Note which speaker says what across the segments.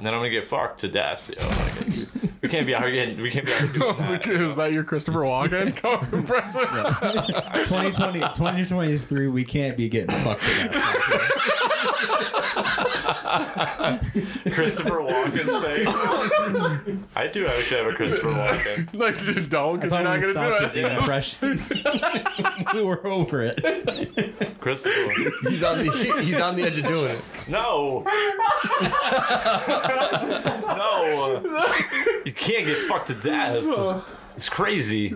Speaker 1: and then I'm gonna get fucked to death. Yo. Like, we can't be out here. Getting, we can't be out here.
Speaker 2: I
Speaker 1: Doing
Speaker 2: was
Speaker 1: that.
Speaker 2: like, is that your Christopher Walken coat impression?
Speaker 3: 2020, 2023, we can't be getting fucked with that.
Speaker 1: Christopher Walken say. I do actually have a Christopher Walken.
Speaker 2: Like, dude, don't, because you're not going to do it.
Speaker 1: Yeah.
Speaker 3: impressions. we were over it.
Speaker 1: Christopher.
Speaker 4: He's on the he- he's on the edge of doing it.
Speaker 1: No. no. You can't get fucked to death. It's crazy.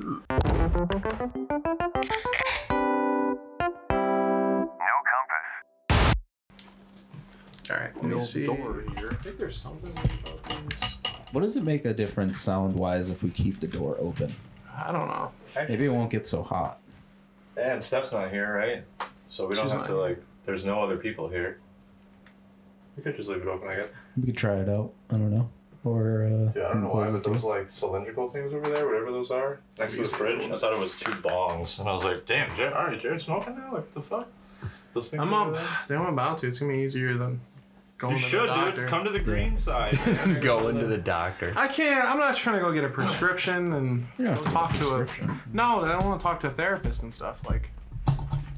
Speaker 5: All right, let me see.
Speaker 3: What does it make a difference sound wise if we keep the door open?
Speaker 5: I don't know.
Speaker 3: Maybe it won't get so hot.
Speaker 1: And Steph's not here, right? So we don't
Speaker 5: She's
Speaker 1: have
Speaker 5: not
Speaker 1: to like. There's no other people here. We could just leave it open, I guess.
Speaker 3: We could try it out. I don't know. Or uh,
Speaker 1: Yeah, I
Speaker 3: we
Speaker 1: don't know
Speaker 3: can
Speaker 1: why,
Speaker 3: close
Speaker 1: but
Speaker 3: the door.
Speaker 1: those like cylindrical things over there, whatever those are, next to the fridge, I thought it was two bongs, and I was like, "Damn, Jared, all right, Jared's smoking now. Like, what the fuck?" Those things.
Speaker 5: I'm
Speaker 1: over
Speaker 5: up.
Speaker 1: there?
Speaker 5: Damn, I'm about to. It's gonna be easier than going
Speaker 1: You
Speaker 5: to
Speaker 1: should,
Speaker 5: the doctor.
Speaker 1: dude. Come to the green side.
Speaker 4: Go into the doctor.
Speaker 5: I can't. I'm not trying to go get a prescription and
Speaker 3: don't
Speaker 5: go
Speaker 3: have
Speaker 5: talk
Speaker 3: to
Speaker 5: to a. No, I don't want to talk to a therapist and stuff. Like,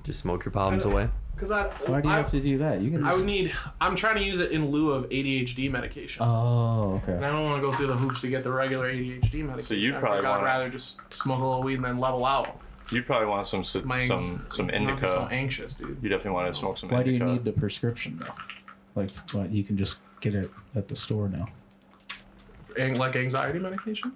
Speaker 4: Just smoke your problems away.
Speaker 5: cause I.
Speaker 3: Why do you
Speaker 5: I,
Speaker 3: have to do that? You can
Speaker 5: I
Speaker 3: just.
Speaker 5: would need. I'm trying to use it in lieu of ADHD medication.
Speaker 3: oh, okay.
Speaker 5: and I don't want to go through the hoops to get the regular ADHD medication.
Speaker 1: So you
Speaker 5: I
Speaker 1: probably
Speaker 5: think I'd
Speaker 1: wanna-
Speaker 5: rather just smoke a little weed and then level out.
Speaker 1: you probably want some si-
Speaker 5: My anx-
Speaker 1: some some
Speaker 5: I'm not
Speaker 1: indica.
Speaker 5: so anxious, dude.
Speaker 1: you definitely want to smoke some
Speaker 3: Why do
Speaker 1: indica.
Speaker 3: you need the prescription though? Like, why, you can just get it at the store now.
Speaker 5: An- like anxiety medication.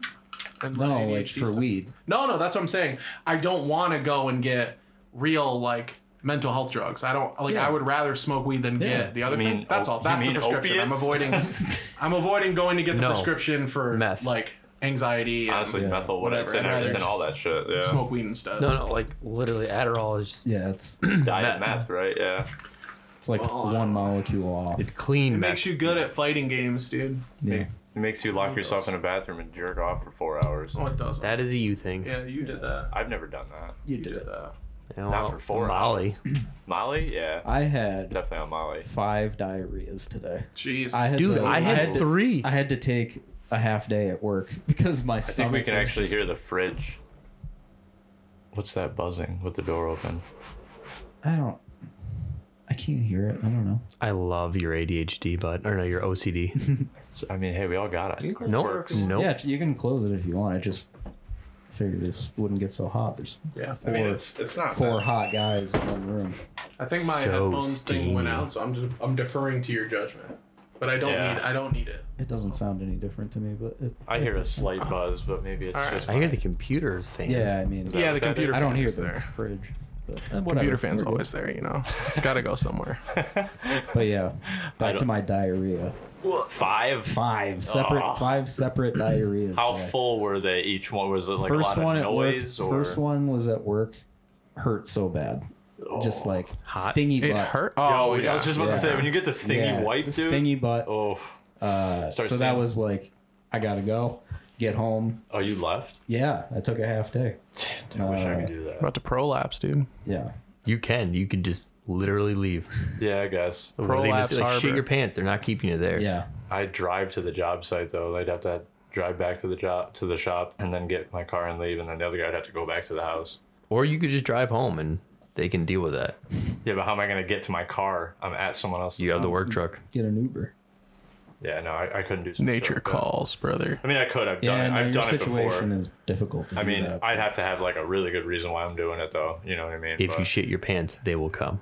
Speaker 5: And
Speaker 3: No,
Speaker 5: ADHD
Speaker 3: like for
Speaker 5: stuff?
Speaker 3: weed.
Speaker 5: No, no, that's what I'm saying. I don't want to go and get real like mental health drugs. I don't like.
Speaker 3: Yeah.
Speaker 5: I would rather smoke weed than
Speaker 3: Yeah.
Speaker 5: get the other
Speaker 1: You mean
Speaker 5: thing. That's
Speaker 1: op- you
Speaker 5: all. That's the
Speaker 1: mean
Speaker 5: prescription. I'm
Speaker 1: opiates?
Speaker 5: avoiding. I'm avoiding going to get the
Speaker 4: No.
Speaker 5: prescription for
Speaker 4: Meth.
Speaker 5: like anxiety and
Speaker 1: Honestly,
Speaker 3: Yeah,
Speaker 1: methyl, whatever,
Speaker 5: whatever, I'd rather
Speaker 1: and
Speaker 5: just
Speaker 1: all that shit. Yeah,
Speaker 5: smoke weed instead.
Speaker 4: No, no, like literally Adderall is just,
Speaker 3: Yeah, it's
Speaker 1: diet meth. right? Yeah.
Speaker 3: it's like one molecule off.
Speaker 4: it's clean
Speaker 5: It
Speaker 4: meth.
Speaker 5: makes you good at fighting games, dude.
Speaker 3: Yeah.
Speaker 1: It makes you lock yourself in a bathroom and jerk off for four hours.
Speaker 5: Oh, it does.
Speaker 4: that is a you thing.
Speaker 5: Yeah, you did that.
Speaker 1: I've never done that.
Speaker 3: You
Speaker 5: You
Speaker 3: did
Speaker 5: did
Speaker 3: it.
Speaker 5: that.
Speaker 4: You know,
Speaker 1: Not for four
Speaker 4: Molly.
Speaker 1: Molly, yeah,
Speaker 3: I had
Speaker 1: definitely on Molly.
Speaker 3: five diarrheas today.
Speaker 5: Jeez.
Speaker 3: I had
Speaker 4: Dude,
Speaker 3: to-
Speaker 4: I had
Speaker 3: to-
Speaker 4: three.
Speaker 3: I had to take a half day at work because my
Speaker 1: I think
Speaker 3: stomach.
Speaker 1: we can
Speaker 3: was
Speaker 1: actually
Speaker 3: just-
Speaker 1: hear the fridge. What's that buzzing with the door open?
Speaker 3: I don't. I can't hear it. I don't know.
Speaker 4: I love your ADHD, but or no, your OCD.
Speaker 1: So, I mean, hey, we all got it.
Speaker 4: nope,
Speaker 1: Oh.
Speaker 4: nope.
Speaker 3: Yeah, you can close it if you want. I just figured this wouldn't get so hot. There's
Speaker 5: yeah.
Speaker 1: I mean, it's, it's not
Speaker 3: four hot guys in one room.
Speaker 5: I think my
Speaker 4: So
Speaker 5: headphones thing went
Speaker 4: steamy.
Speaker 5: out, so I'm just I'm deferring to your judgment. But I don't
Speaker 1: Yeah.
Speaker 5: need I don't need it.
Speaker 3: It doesn't sound any different to me, but it,
Speaker 1: I hear a slight buzz, but maybe it's
Speaker 5: Alright.
Speaker 1: just.
Speaker 4: I hear the computer fan.
Speaker 3: yeah, I mean,
Speaker 1: Yeah, the computer
Speaker 3: I don't hear
Speaker 5: fan's
Speaker 3: the fridge. But uh, whatever.
Speaker 5: Computer fan's
Speaker 3: We're good.
Speaker 5: always there, you know. It's got to go somewhere.
Speaker 3: But yeah, back to
Speaker 1: don't-
Speaker 3: my diarrhea.
Speaker 1: five.
Speaker 3: Five separate,
Speaker 1: Aw.
Speaker 3: five separate diarrheas.
Speaker 1: How
Speaker 3: today.
Speaker 1: full were they? Each one was it like
Speaker 3: first
Speaker 1: a
Speaker 3: one
Speaker 1: lot
Speaker 3: at
Speaker 1: of noise
Speaker 3: work,
Speaker 1: or
Speaker 3: first one was at work hurt so bad just like stingy butt
Speaker 5: It hurt.
Speaker 1: Oh,
Speaker 5: Oh,
Speaker 1: I
Speaker 5: yeah.
Speaker 1: was just about to say when you get the stingy
Speaker 3: Yeah,
Speaker 1: wipe, dude.
Speaker 3: stingy butt
Speaker 1: Oh,
Speaker 3: uh, so
Speaker 1: Start
Speaker 3: that
Speaker 1: seeing-
Speaker 3: was like i gotta go get home
Speaker 1: oh, you left.
Speaker 3: yeah i took a half day
Speaker 1: I wish I
Speaker 3: Uh,
Speaker 1: could do that.
Speaker 5: About to prolapse, dude.
Speaker 3: yeah
Speaker 4: you can. You can just literally leave.
Speaker 1: Yeah, I guess.
Speaker 4: What are they gonna say?
Speaker 5: Prolapse
Speaker 4: Like, shit
Speaker 5: harbor.
Speaker 4: your pants. They're not keeping you there.
Speaker 3: yeah
Speaker 1: I drive to the job site though. I'd have to drive back to the job to the shop and then get my car and leave, and then the other guy would have to go back to the house.
Speaker 4: Or you could just drive home and they can deal with that.
Speaker 1: Yeah, but how am I gonna get to my car? I'm at someone else's.
Speaker 4: You have the work truck.
Speaker 3: get an uber
Speaker 1: Yeah, no, I, I couldn't do some shit
Speaker 5: Nature
Speaker 1: like that.
Speaker 5: calls, brother.
Speaker 1: I mean, I could. I've done
Speaker 3: yeah
Speaker 1: it.
Speaker 3: no,
Speaker 1: I've
Speaker 3: your
Speaker 1: done it
Speaker 3: situation
Speaker 1: before.
Speaker 3: is difficult to
Speaker 1: I
Speaker 3: do
Speaker 1: mean,
Speaker 3: that.
Speaker 1: I'd have to have like a really good reason why I'm doing it, though. You know what I mean?
Speaker 4: If you
Speaker 1: But,
Speaker 4: shit your pants, they will come.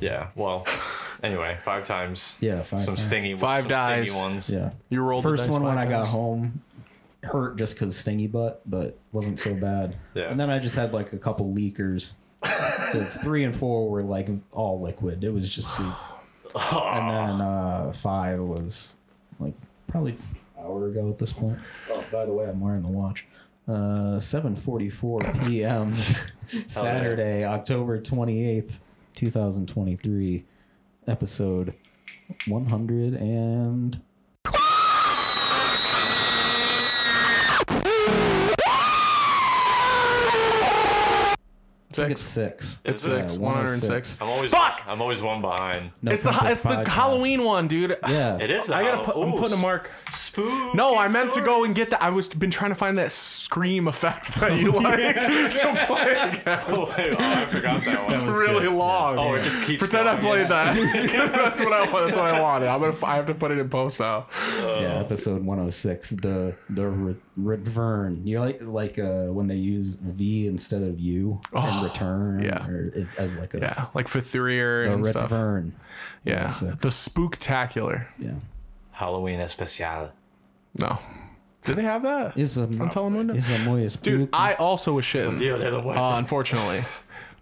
Speaker 1: yeah. Well, anyway, five times.
Speaker 3: Yeah, five
Speaker 1: some
Speaker 3: times.
Speaker 1: stingy.
Speaker 5: Five
Speaker 1: some
Speaker 5: dies.
Speaker 1: Stingy ones.
Speaker 3: yeah
Speaker 5: You rolled the
Speaker 3: first
Speaker 5: dice
Speaker 3: one when
Speaker 5: five
Speaker 3: i got
Speaker 5: times.
Speaker 3: home hurt just because stingy butt but wasn't so bad
Speaker 1: Yeah.
Speaker 3: and then i just had like a couple leakers the three and four were like all liquid it was just soup and then uh five was like probably an hour ago at this point oh by the way i'm wearing the watch uh 7:44 p.m. Saturday October 28th 2023 episode 100 and I think
Speaker 5: six.
Speaker 3: it's six.
Speaker 5: It's
Speaker 3: Yeah, oh
Speaker 5: six. One hundred and six.
Speaker 1: I'm always
Speaker 5: Fuck!
Speaker 1: I'm always one behind.
Speaker 3: No
Speaker 5: it's the
Speaker 3: Compass
Speaker 5: it's the
Speaker 3: podcast.
Speaker 5: Halloween one, dude.
Speaker 3: Yeah.
Speaker 1: It is. The
Speaker 5: I gotta put.
Speaker 1: Hall-
Speaker 5: I'm
Speaker 1: Ooh,
Speaker 5: putting a mark.
Speaker 1: Spooky
Speaker 5: No, I meant to go and
Speaker 1: stories.
Speaker 5: get that. I was been trying to find that scream effect that you like. to play.
Speaker 1: Oh, wait, oh, I forgot that
Speaker 5: It's
Speaker 1: one.
Speaker 3: was
Speaker 5: really
Speaker 3: good.
Speaker 5: long.
Speaker 1: Oh, it just keeps.
Speaker 5: Pretend I
Speaker 1: going.
Speaker 5: played that. 'Cause that's what I want. That's what I wanted. I'm gonna. I have to put it in post now.
Speaker 3: yeah, episode 106, the the re- return. You like like uh, when they use V instead of U and return,
Speaker 5: Oh, yeah.
Speaker 3: or it, as like a
Speaker 5: Yeah, like for three or
Speaker 3: the
Speaker 5: and stuff.
Speaker 3: return.
Speaker 5: Yeah,
Speaker 3: six.
Speaker 5: the spooktacular.
Speaker 3: Yeah,
Speaker 1: Halloween especial.
Speaker 5: No, did they have that?
Speaker 3: is a
Speaker 5: I'm telling Linda.
Speaker 3: is a muy
Speaker 5: Dude,
Speaker 3: spooky-
Speaker 5: I also was shitting.
Speaker 1: Dia de los
Speaker 5: uh, unfortunately.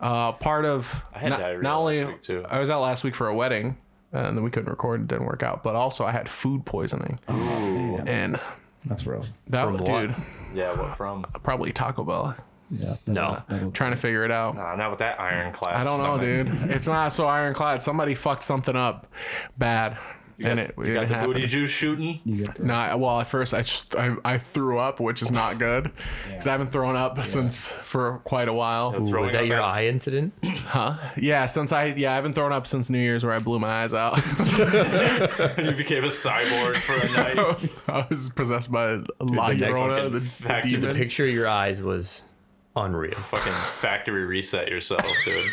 Speaker 5: Uh, part of
Speaker 1: I had diarrhea last week, too.
Speaker 5: I was out last week for a wedding, and then we couldn't record. It didn't work out. But also, I had food poisoning, and
Speaker 3: that's rough.
Speaker 5: that
Speaker 4: From
Speaker 5: was
Speaker 4: what?
Speaker 5: dude
Speaker 1: Yeah, what from?
Speaker 5: probably Taco Bell.
Speaker 3: Yeah, that,
Speaker 4: No.
Speaker 3: that'll-
Speaker 5: Trying to figure it out.
Speaker 1: Nah, not with that ironclad.
Speaker 5: I don't know,
Speaker 1: stomach.
Speaker 5: dude. It's not so ironclad. Somebody fucked something up bad, and it,
Speaker 1: You
Speaker 5: it
Speaker 1: got the
Speaker 5: happened.
Speaker 1: booty juice shooting.
Speaker 3: you get the,
Speaker 5: No, I- well, at first I just I, I threw up, which is not good because I haven't thrown up since for quite a while.
Speaker 1: Ooh,
Speaker 4: Was that your eye incident?
Speaker 5: Yeah, since I yeah I haven't thrown up since New Year's where I blew my eyes out.
Speaker 1: You became a cyborg for a
Speaker 5: I
Speaker 1: night.
Speaker 5: was, I was possessed by a lot
Speaker 4: next
Speaker 5: of
Speaker 1: fucking
Speaker 5: the, the
Speaker 1: fact-
Speaker 4: The
Speaker 5: demon.
Speaker 4: picture of your eyes was unreal.
Speaker 1: Fucking factory reset yourself, dude.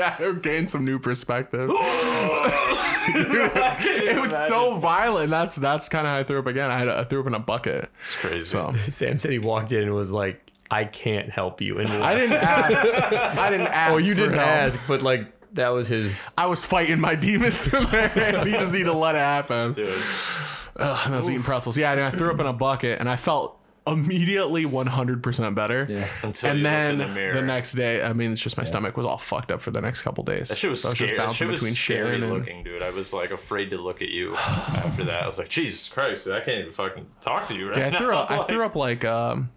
Speaker 5: I gained some new perspective. it was so violent. That's that's kind of how I threw up again. I had a, I threw up in a bucket.
Speaker 1: It's crazy.
Speaker 5: So
Speaker 4: Sam said he walked in and was like, "I can't help you." And
Speaker 5: I didn't ask. I didn't ask.
Speaker 4: Oh, you
Speaker 5: for
Speaker 4: didn't
Speaker 5: help.
Speaker 4: ask, but like that was his.
Speaker 5: I was fighting my demons in there. you just need to let it happen.
Speaker 1: Dude,
Speaker 5: Ugh, and I was eating pretzels. Yeah, and I threw up in a bucket, and I felt immediately 100% better.
Speaker 3: yeah.
Speaker 1: until
Speaker 5: And
Speaker 1: you looked
Speaker 5: then
Speaker 1: in the,
Speaker 5: the,
Speaker 1: mirror.
Speaker 5: next day, I mean, it's just my stomach was all fucked up for the next couple days.
Speaker 1: That shit was
Speaker 5: So I
Speaker 1: scary. That shit was scary
Speaker 5: shitting and-
Speaker 1: looking, dude. I was like afraid to look at you after that. I was like, Jesus Christ, dude, I can't even fucking talk to you right
Speaker 5: Yeah, I threw
Speaker 1: now.
Speaker 5: up. I threw up like um,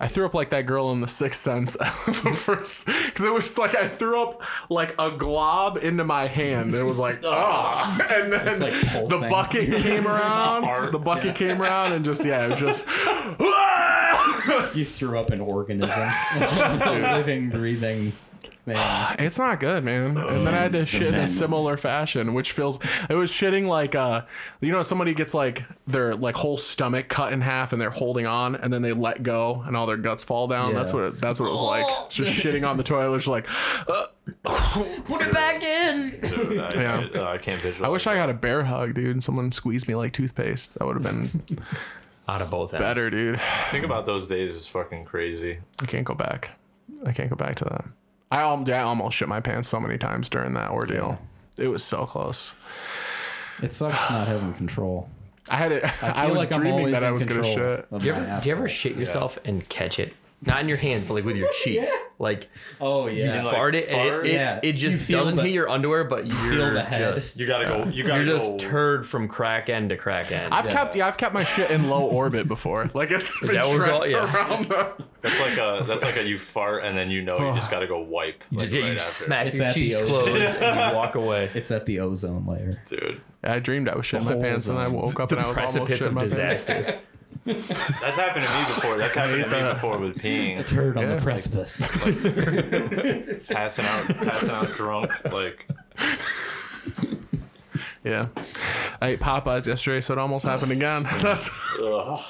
Speaker 5: I threw up like that girl in the Sixth Sense. the first, because it was like I threw up like a glob into my hand. It was like ah, and then
Speaker 3: Oh. like
Speaker 5: the
Speaker 3: pulsing.
Speaker 5: bucket came around. the bucket came around and just yeah, it was just. "Ah!"
Speaker 3: You threw up an organism, a living, breathing thing.
Speaker 5: it's not good, man.
Speaker 3: Oh,
Speaker 5: And then I had to shit in a
Speaker 3: venom.
Speaker 5: similar fashion, which feels it was shitting like uh, you know, somebody gets like their like whole stomach cut in half and they're holding on, and then they let go and all their guts fall down. That's
Speaker 3: Yeah. Oh.
Speaker 5: what it, that's what it was like. Just shitting on the toilet, just like. uh,
Speaker 4: Put it back in.
Speaker 1: Dude, I,
Speaker 5: Yeah.
Speaker 1: I, uh, I can't visualize.
Speaker 5: I wish I got a bear hug, dude, and someone squeezed me like toothpaste. That would have been
Speaker 4: Out of both ends.
Speaker 5: better, dude.
Speaker 1: Think about those days is fucking crazy.
Speaker 5: I can't go back. I can't go back to that. I, al- I almost shit my pants so many times during that ordeal. It was so close.
Speaker 3: It sucks not having control.
Speaker 5: I had it. I,
Speaker 3: feel
Speaker 5: was
Speaker 3: like I'm
Speaker 5: dreaming
Speaker 3: always
Speaker 5: that I
Speaker 3: in
Speaker 5: was gonna
Speaker 3: control
Speaker 5: shit.
Speaker 3: of
Speaker 4: Do you
Speaker 3: my
Speaker 4: ever, do you ever
Speaker 3: asshole.
Speaker 4: shit yourself and catch it? Not in your hands, but like with your cheeks. Like
Speaker 3: Oh yeah.
Speaker 1: like,
Speaker 4: fart it, and
Speaker 1: fart?
Speaker 4: it, it,
Speaker 3: Yeah.
Speaker 4: it
Speaker 3: You
Speaker 4: just
Speaker 3: feel
Speaker 4: doesn't
Speaker 3: the-
Speaker 4: hit your underwear, but you're
Speaker 3: the head.
Speaker 4: just
Speaker 1: You gotta go. You gotta
Speaker 4: you're just
Speaker 1: go.
Speaker 4: turd from crack end to crack end.
Speaker 5: I've kept yeah, I've kept my shit in low orbit before. Like it's been
Speaker 4: that what we're
Speaker 5: trapped
Speaker 4: call- yeah.
Speaker 5: around. The,
Speaker 1: That's like a. That's like a. You fart and then you know you just gotta go wipe. like,
Speaker 4: just, yeah,
Speaker 1: right
Speaker 4: you
Speaker 1: after.
Speaker 4: smack
Speaker 3: It's
Speaker 4: your
Speaker 3: at the
Speaker 4: cheeks
Speaker 3: ocean.
Speaker 4: closed and you walk away.
Speaker 3: It's at the ozone layer.
Speaker 1: Dude,
Speaker 5: I dreamed I was shitting my
Speaker 3: whole
Speaker 5: pants, and I
Speaker 3: zone.
Speaker 5: woke up and I was almost
Speaker 4: Precipice
Speaker 5: shitting
Speaker 4: of
Speaker 5: my pants.
Speaker 4: disaster.
Speaker 1: that's happened to me before. That's happened to me before with peeing,
Speaker 3: Turd on
Speaker 5: Yeah, like-
Speaker 3: the precipice.
Speaker 1: passing out, passing out drunk. Like
Speaker 5: Yeah, I ate Popeyes yesterday, so it almost happened again. That's-
Speaker 1: Ugh.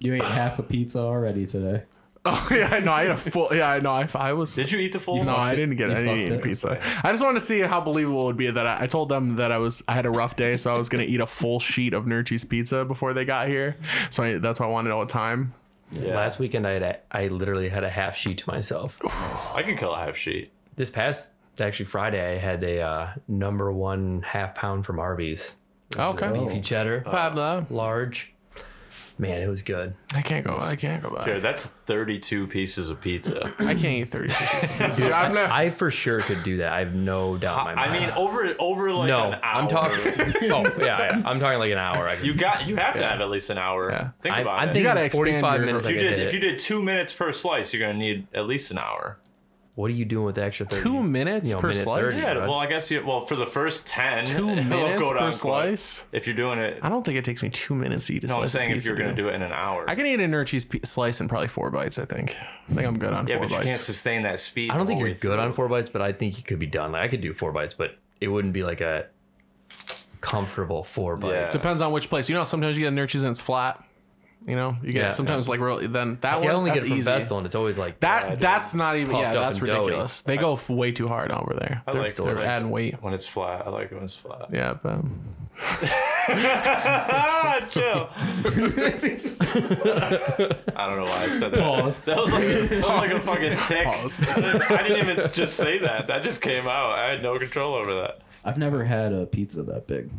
Speaker 3: you ate half a pizza already today.
Speaker 5: oh yeah, I know. I ate a full. Yeah, I know. I, I was.
Speaker 1: Did you eat the full?
Speaker 5: No, I didn't get.
Speaker 3: You
Speaker 5: I didn't
Speaker 3: fucked
Speaker 5: eat
Speaker 3: it.
Speaker 5: pizza. I just wanted to see how believable it would be that I, I told them that I was. I had a rough day, so I was gonna eat a full sheet of Nerchi's pizza before they got here. So I, that's why I wanted to know what time.
Speaker 1: Yeah.
Speaker 4: Last weekend, I had a, I literally had a half sheet to myself.
Speaker 1: I can kill a half sheet.
Speaker 4: This past actually Friday, I had a uh, number one half pound from Arby's,
Speaker 5: Okay.
Speaker 1: Oh.
Speaker 4: beefy cheddar,
Speaker 1: Uh.
Speaker 5: Pablo.
Speaker 4: large. Man, it was good.
Speaker 5: I can't go. I can't go back.
Speaker 1: Dude, that's 32 pieces of pizza.
Speaker 5: I can't eat thirty. pieces of pizza. Dude, I'm not.
Speaker 4: I for sure could do that. I have no doubt in my
Speaker 1: I
Speaker 4: mind.
Speaker 1: mean, over over like
Speaker 4: no,
Speaker 1: an hour.
Speaker 4: I'm talking. oh yeah, yeah, I'm talking like an hour. I could,
Speaker 1: You got. You have to have at least an hour.
Speaker 5: Yeah.
Speaker 1: Think
Speaker 4: I,
Speaker 1: about
Speaker 4: I'm
Speaker 1: it.
Speaker 4: thinking
Speaker 5: gotta expand
Speaker 4: 45
Speaker 5: your-
Speaker 4: minutes.
Speaker 5: if
Speaker 4: I
Speaker 1: if you
Speaker 4: could
Speaker 1: did
Speaker 4: hit
Speaker 1: if you
Speaker 4: it.
Speaker 1: did two minutes per slice, you're gonna need at least an hour.
Speaker 4: What are you doing with the extra 30?
Speaker 5: Two minutes
Speaker 4: you know,
Speaker 5: per
Speaker 4: minute
Speaker 5: slice?
Speaker 4: 30,
Speaker 1: Yeah,
Speaker 4: bud.
Speaker 1: well, I guess you. Well, for the first ten,
Speaker 5: Two
Speaker 1: it'll
Speaker 5: minutes
Speaker 1: go
Speaker 5: per
Speaker 1: down quite-
Speaker 5: slice?
Speaker 1: If you're doing it,
Speaker 5: I don't think it takes me two minutes to eat a
Speaker 1: no,
Speaker 5: slice.
Speaker 1: I'm
Speaker 5: of
Speaker 1: saying if
Speaker 5: pizza,
Speaker 1: you're gonna
Speaker 5: dude.
Speaker 1: do it in an hour.
Speaker 5: I can eat an Urchie's p- slice in probably four bites. I think. I think I'm good on
Speaker 1: yeah,
Speaker 5: four
Speaker 1: but you
Speaker 5: bites.
Speaker 1: can't sustain that speed.
Speaker 4: I don't
Speaker 1: the
Speaker 4: think
Speaker 1: whole
Speaker 4: you're
Speaker 1: way
Speaker 4: good
Speaker 1: through.
Speaker 4: on four bites, but I think you could be done. Like, I could do four bites, but it wouldn't be like a comfortable four
Speaker 1: Yeah.
Speaker 4: bites.
Speaker 5: Depends on which place. You know, how sometimes you get an Urchie's and it's flat. You know, you get
Speaker 4: Yeah.
Speaker 5: sometimes like really. Then that
Speaker 4: See,
Speaker 5: one
Speaker 4: I only get
Speaker 5: that's
Speaker 4: it from
Speaker 5: easy.
Speaker 4: Vestal, and it's always like
Speaker 5: That that's not even.
Speaker 4: puffed
Speaker 5: Yeah,
Speaker 4: up
Speaker 5: that's
Speaker 4: and doughy.
Speaker 5: ridiculous. They go f- way too hard over there.
Speaker 1: I
Speaker 5: they're
Speaker 1: like
Speaker 5: they're
Speaker 1: those.
Speaker 5: adding weight.
Speaker 1: When it's flat, I like it when it's flat.
Speaker 5: Yeah, but um,
Speaker 1: ah, chill. I don't know why I said that.
Speaker 3: Pause.
Speaker 1: That was like a, that was like a fucking tick. I didn't- I didn't even just say that. That just came out. I had no control over that.
Speaker 3: I've never had a pizza that big.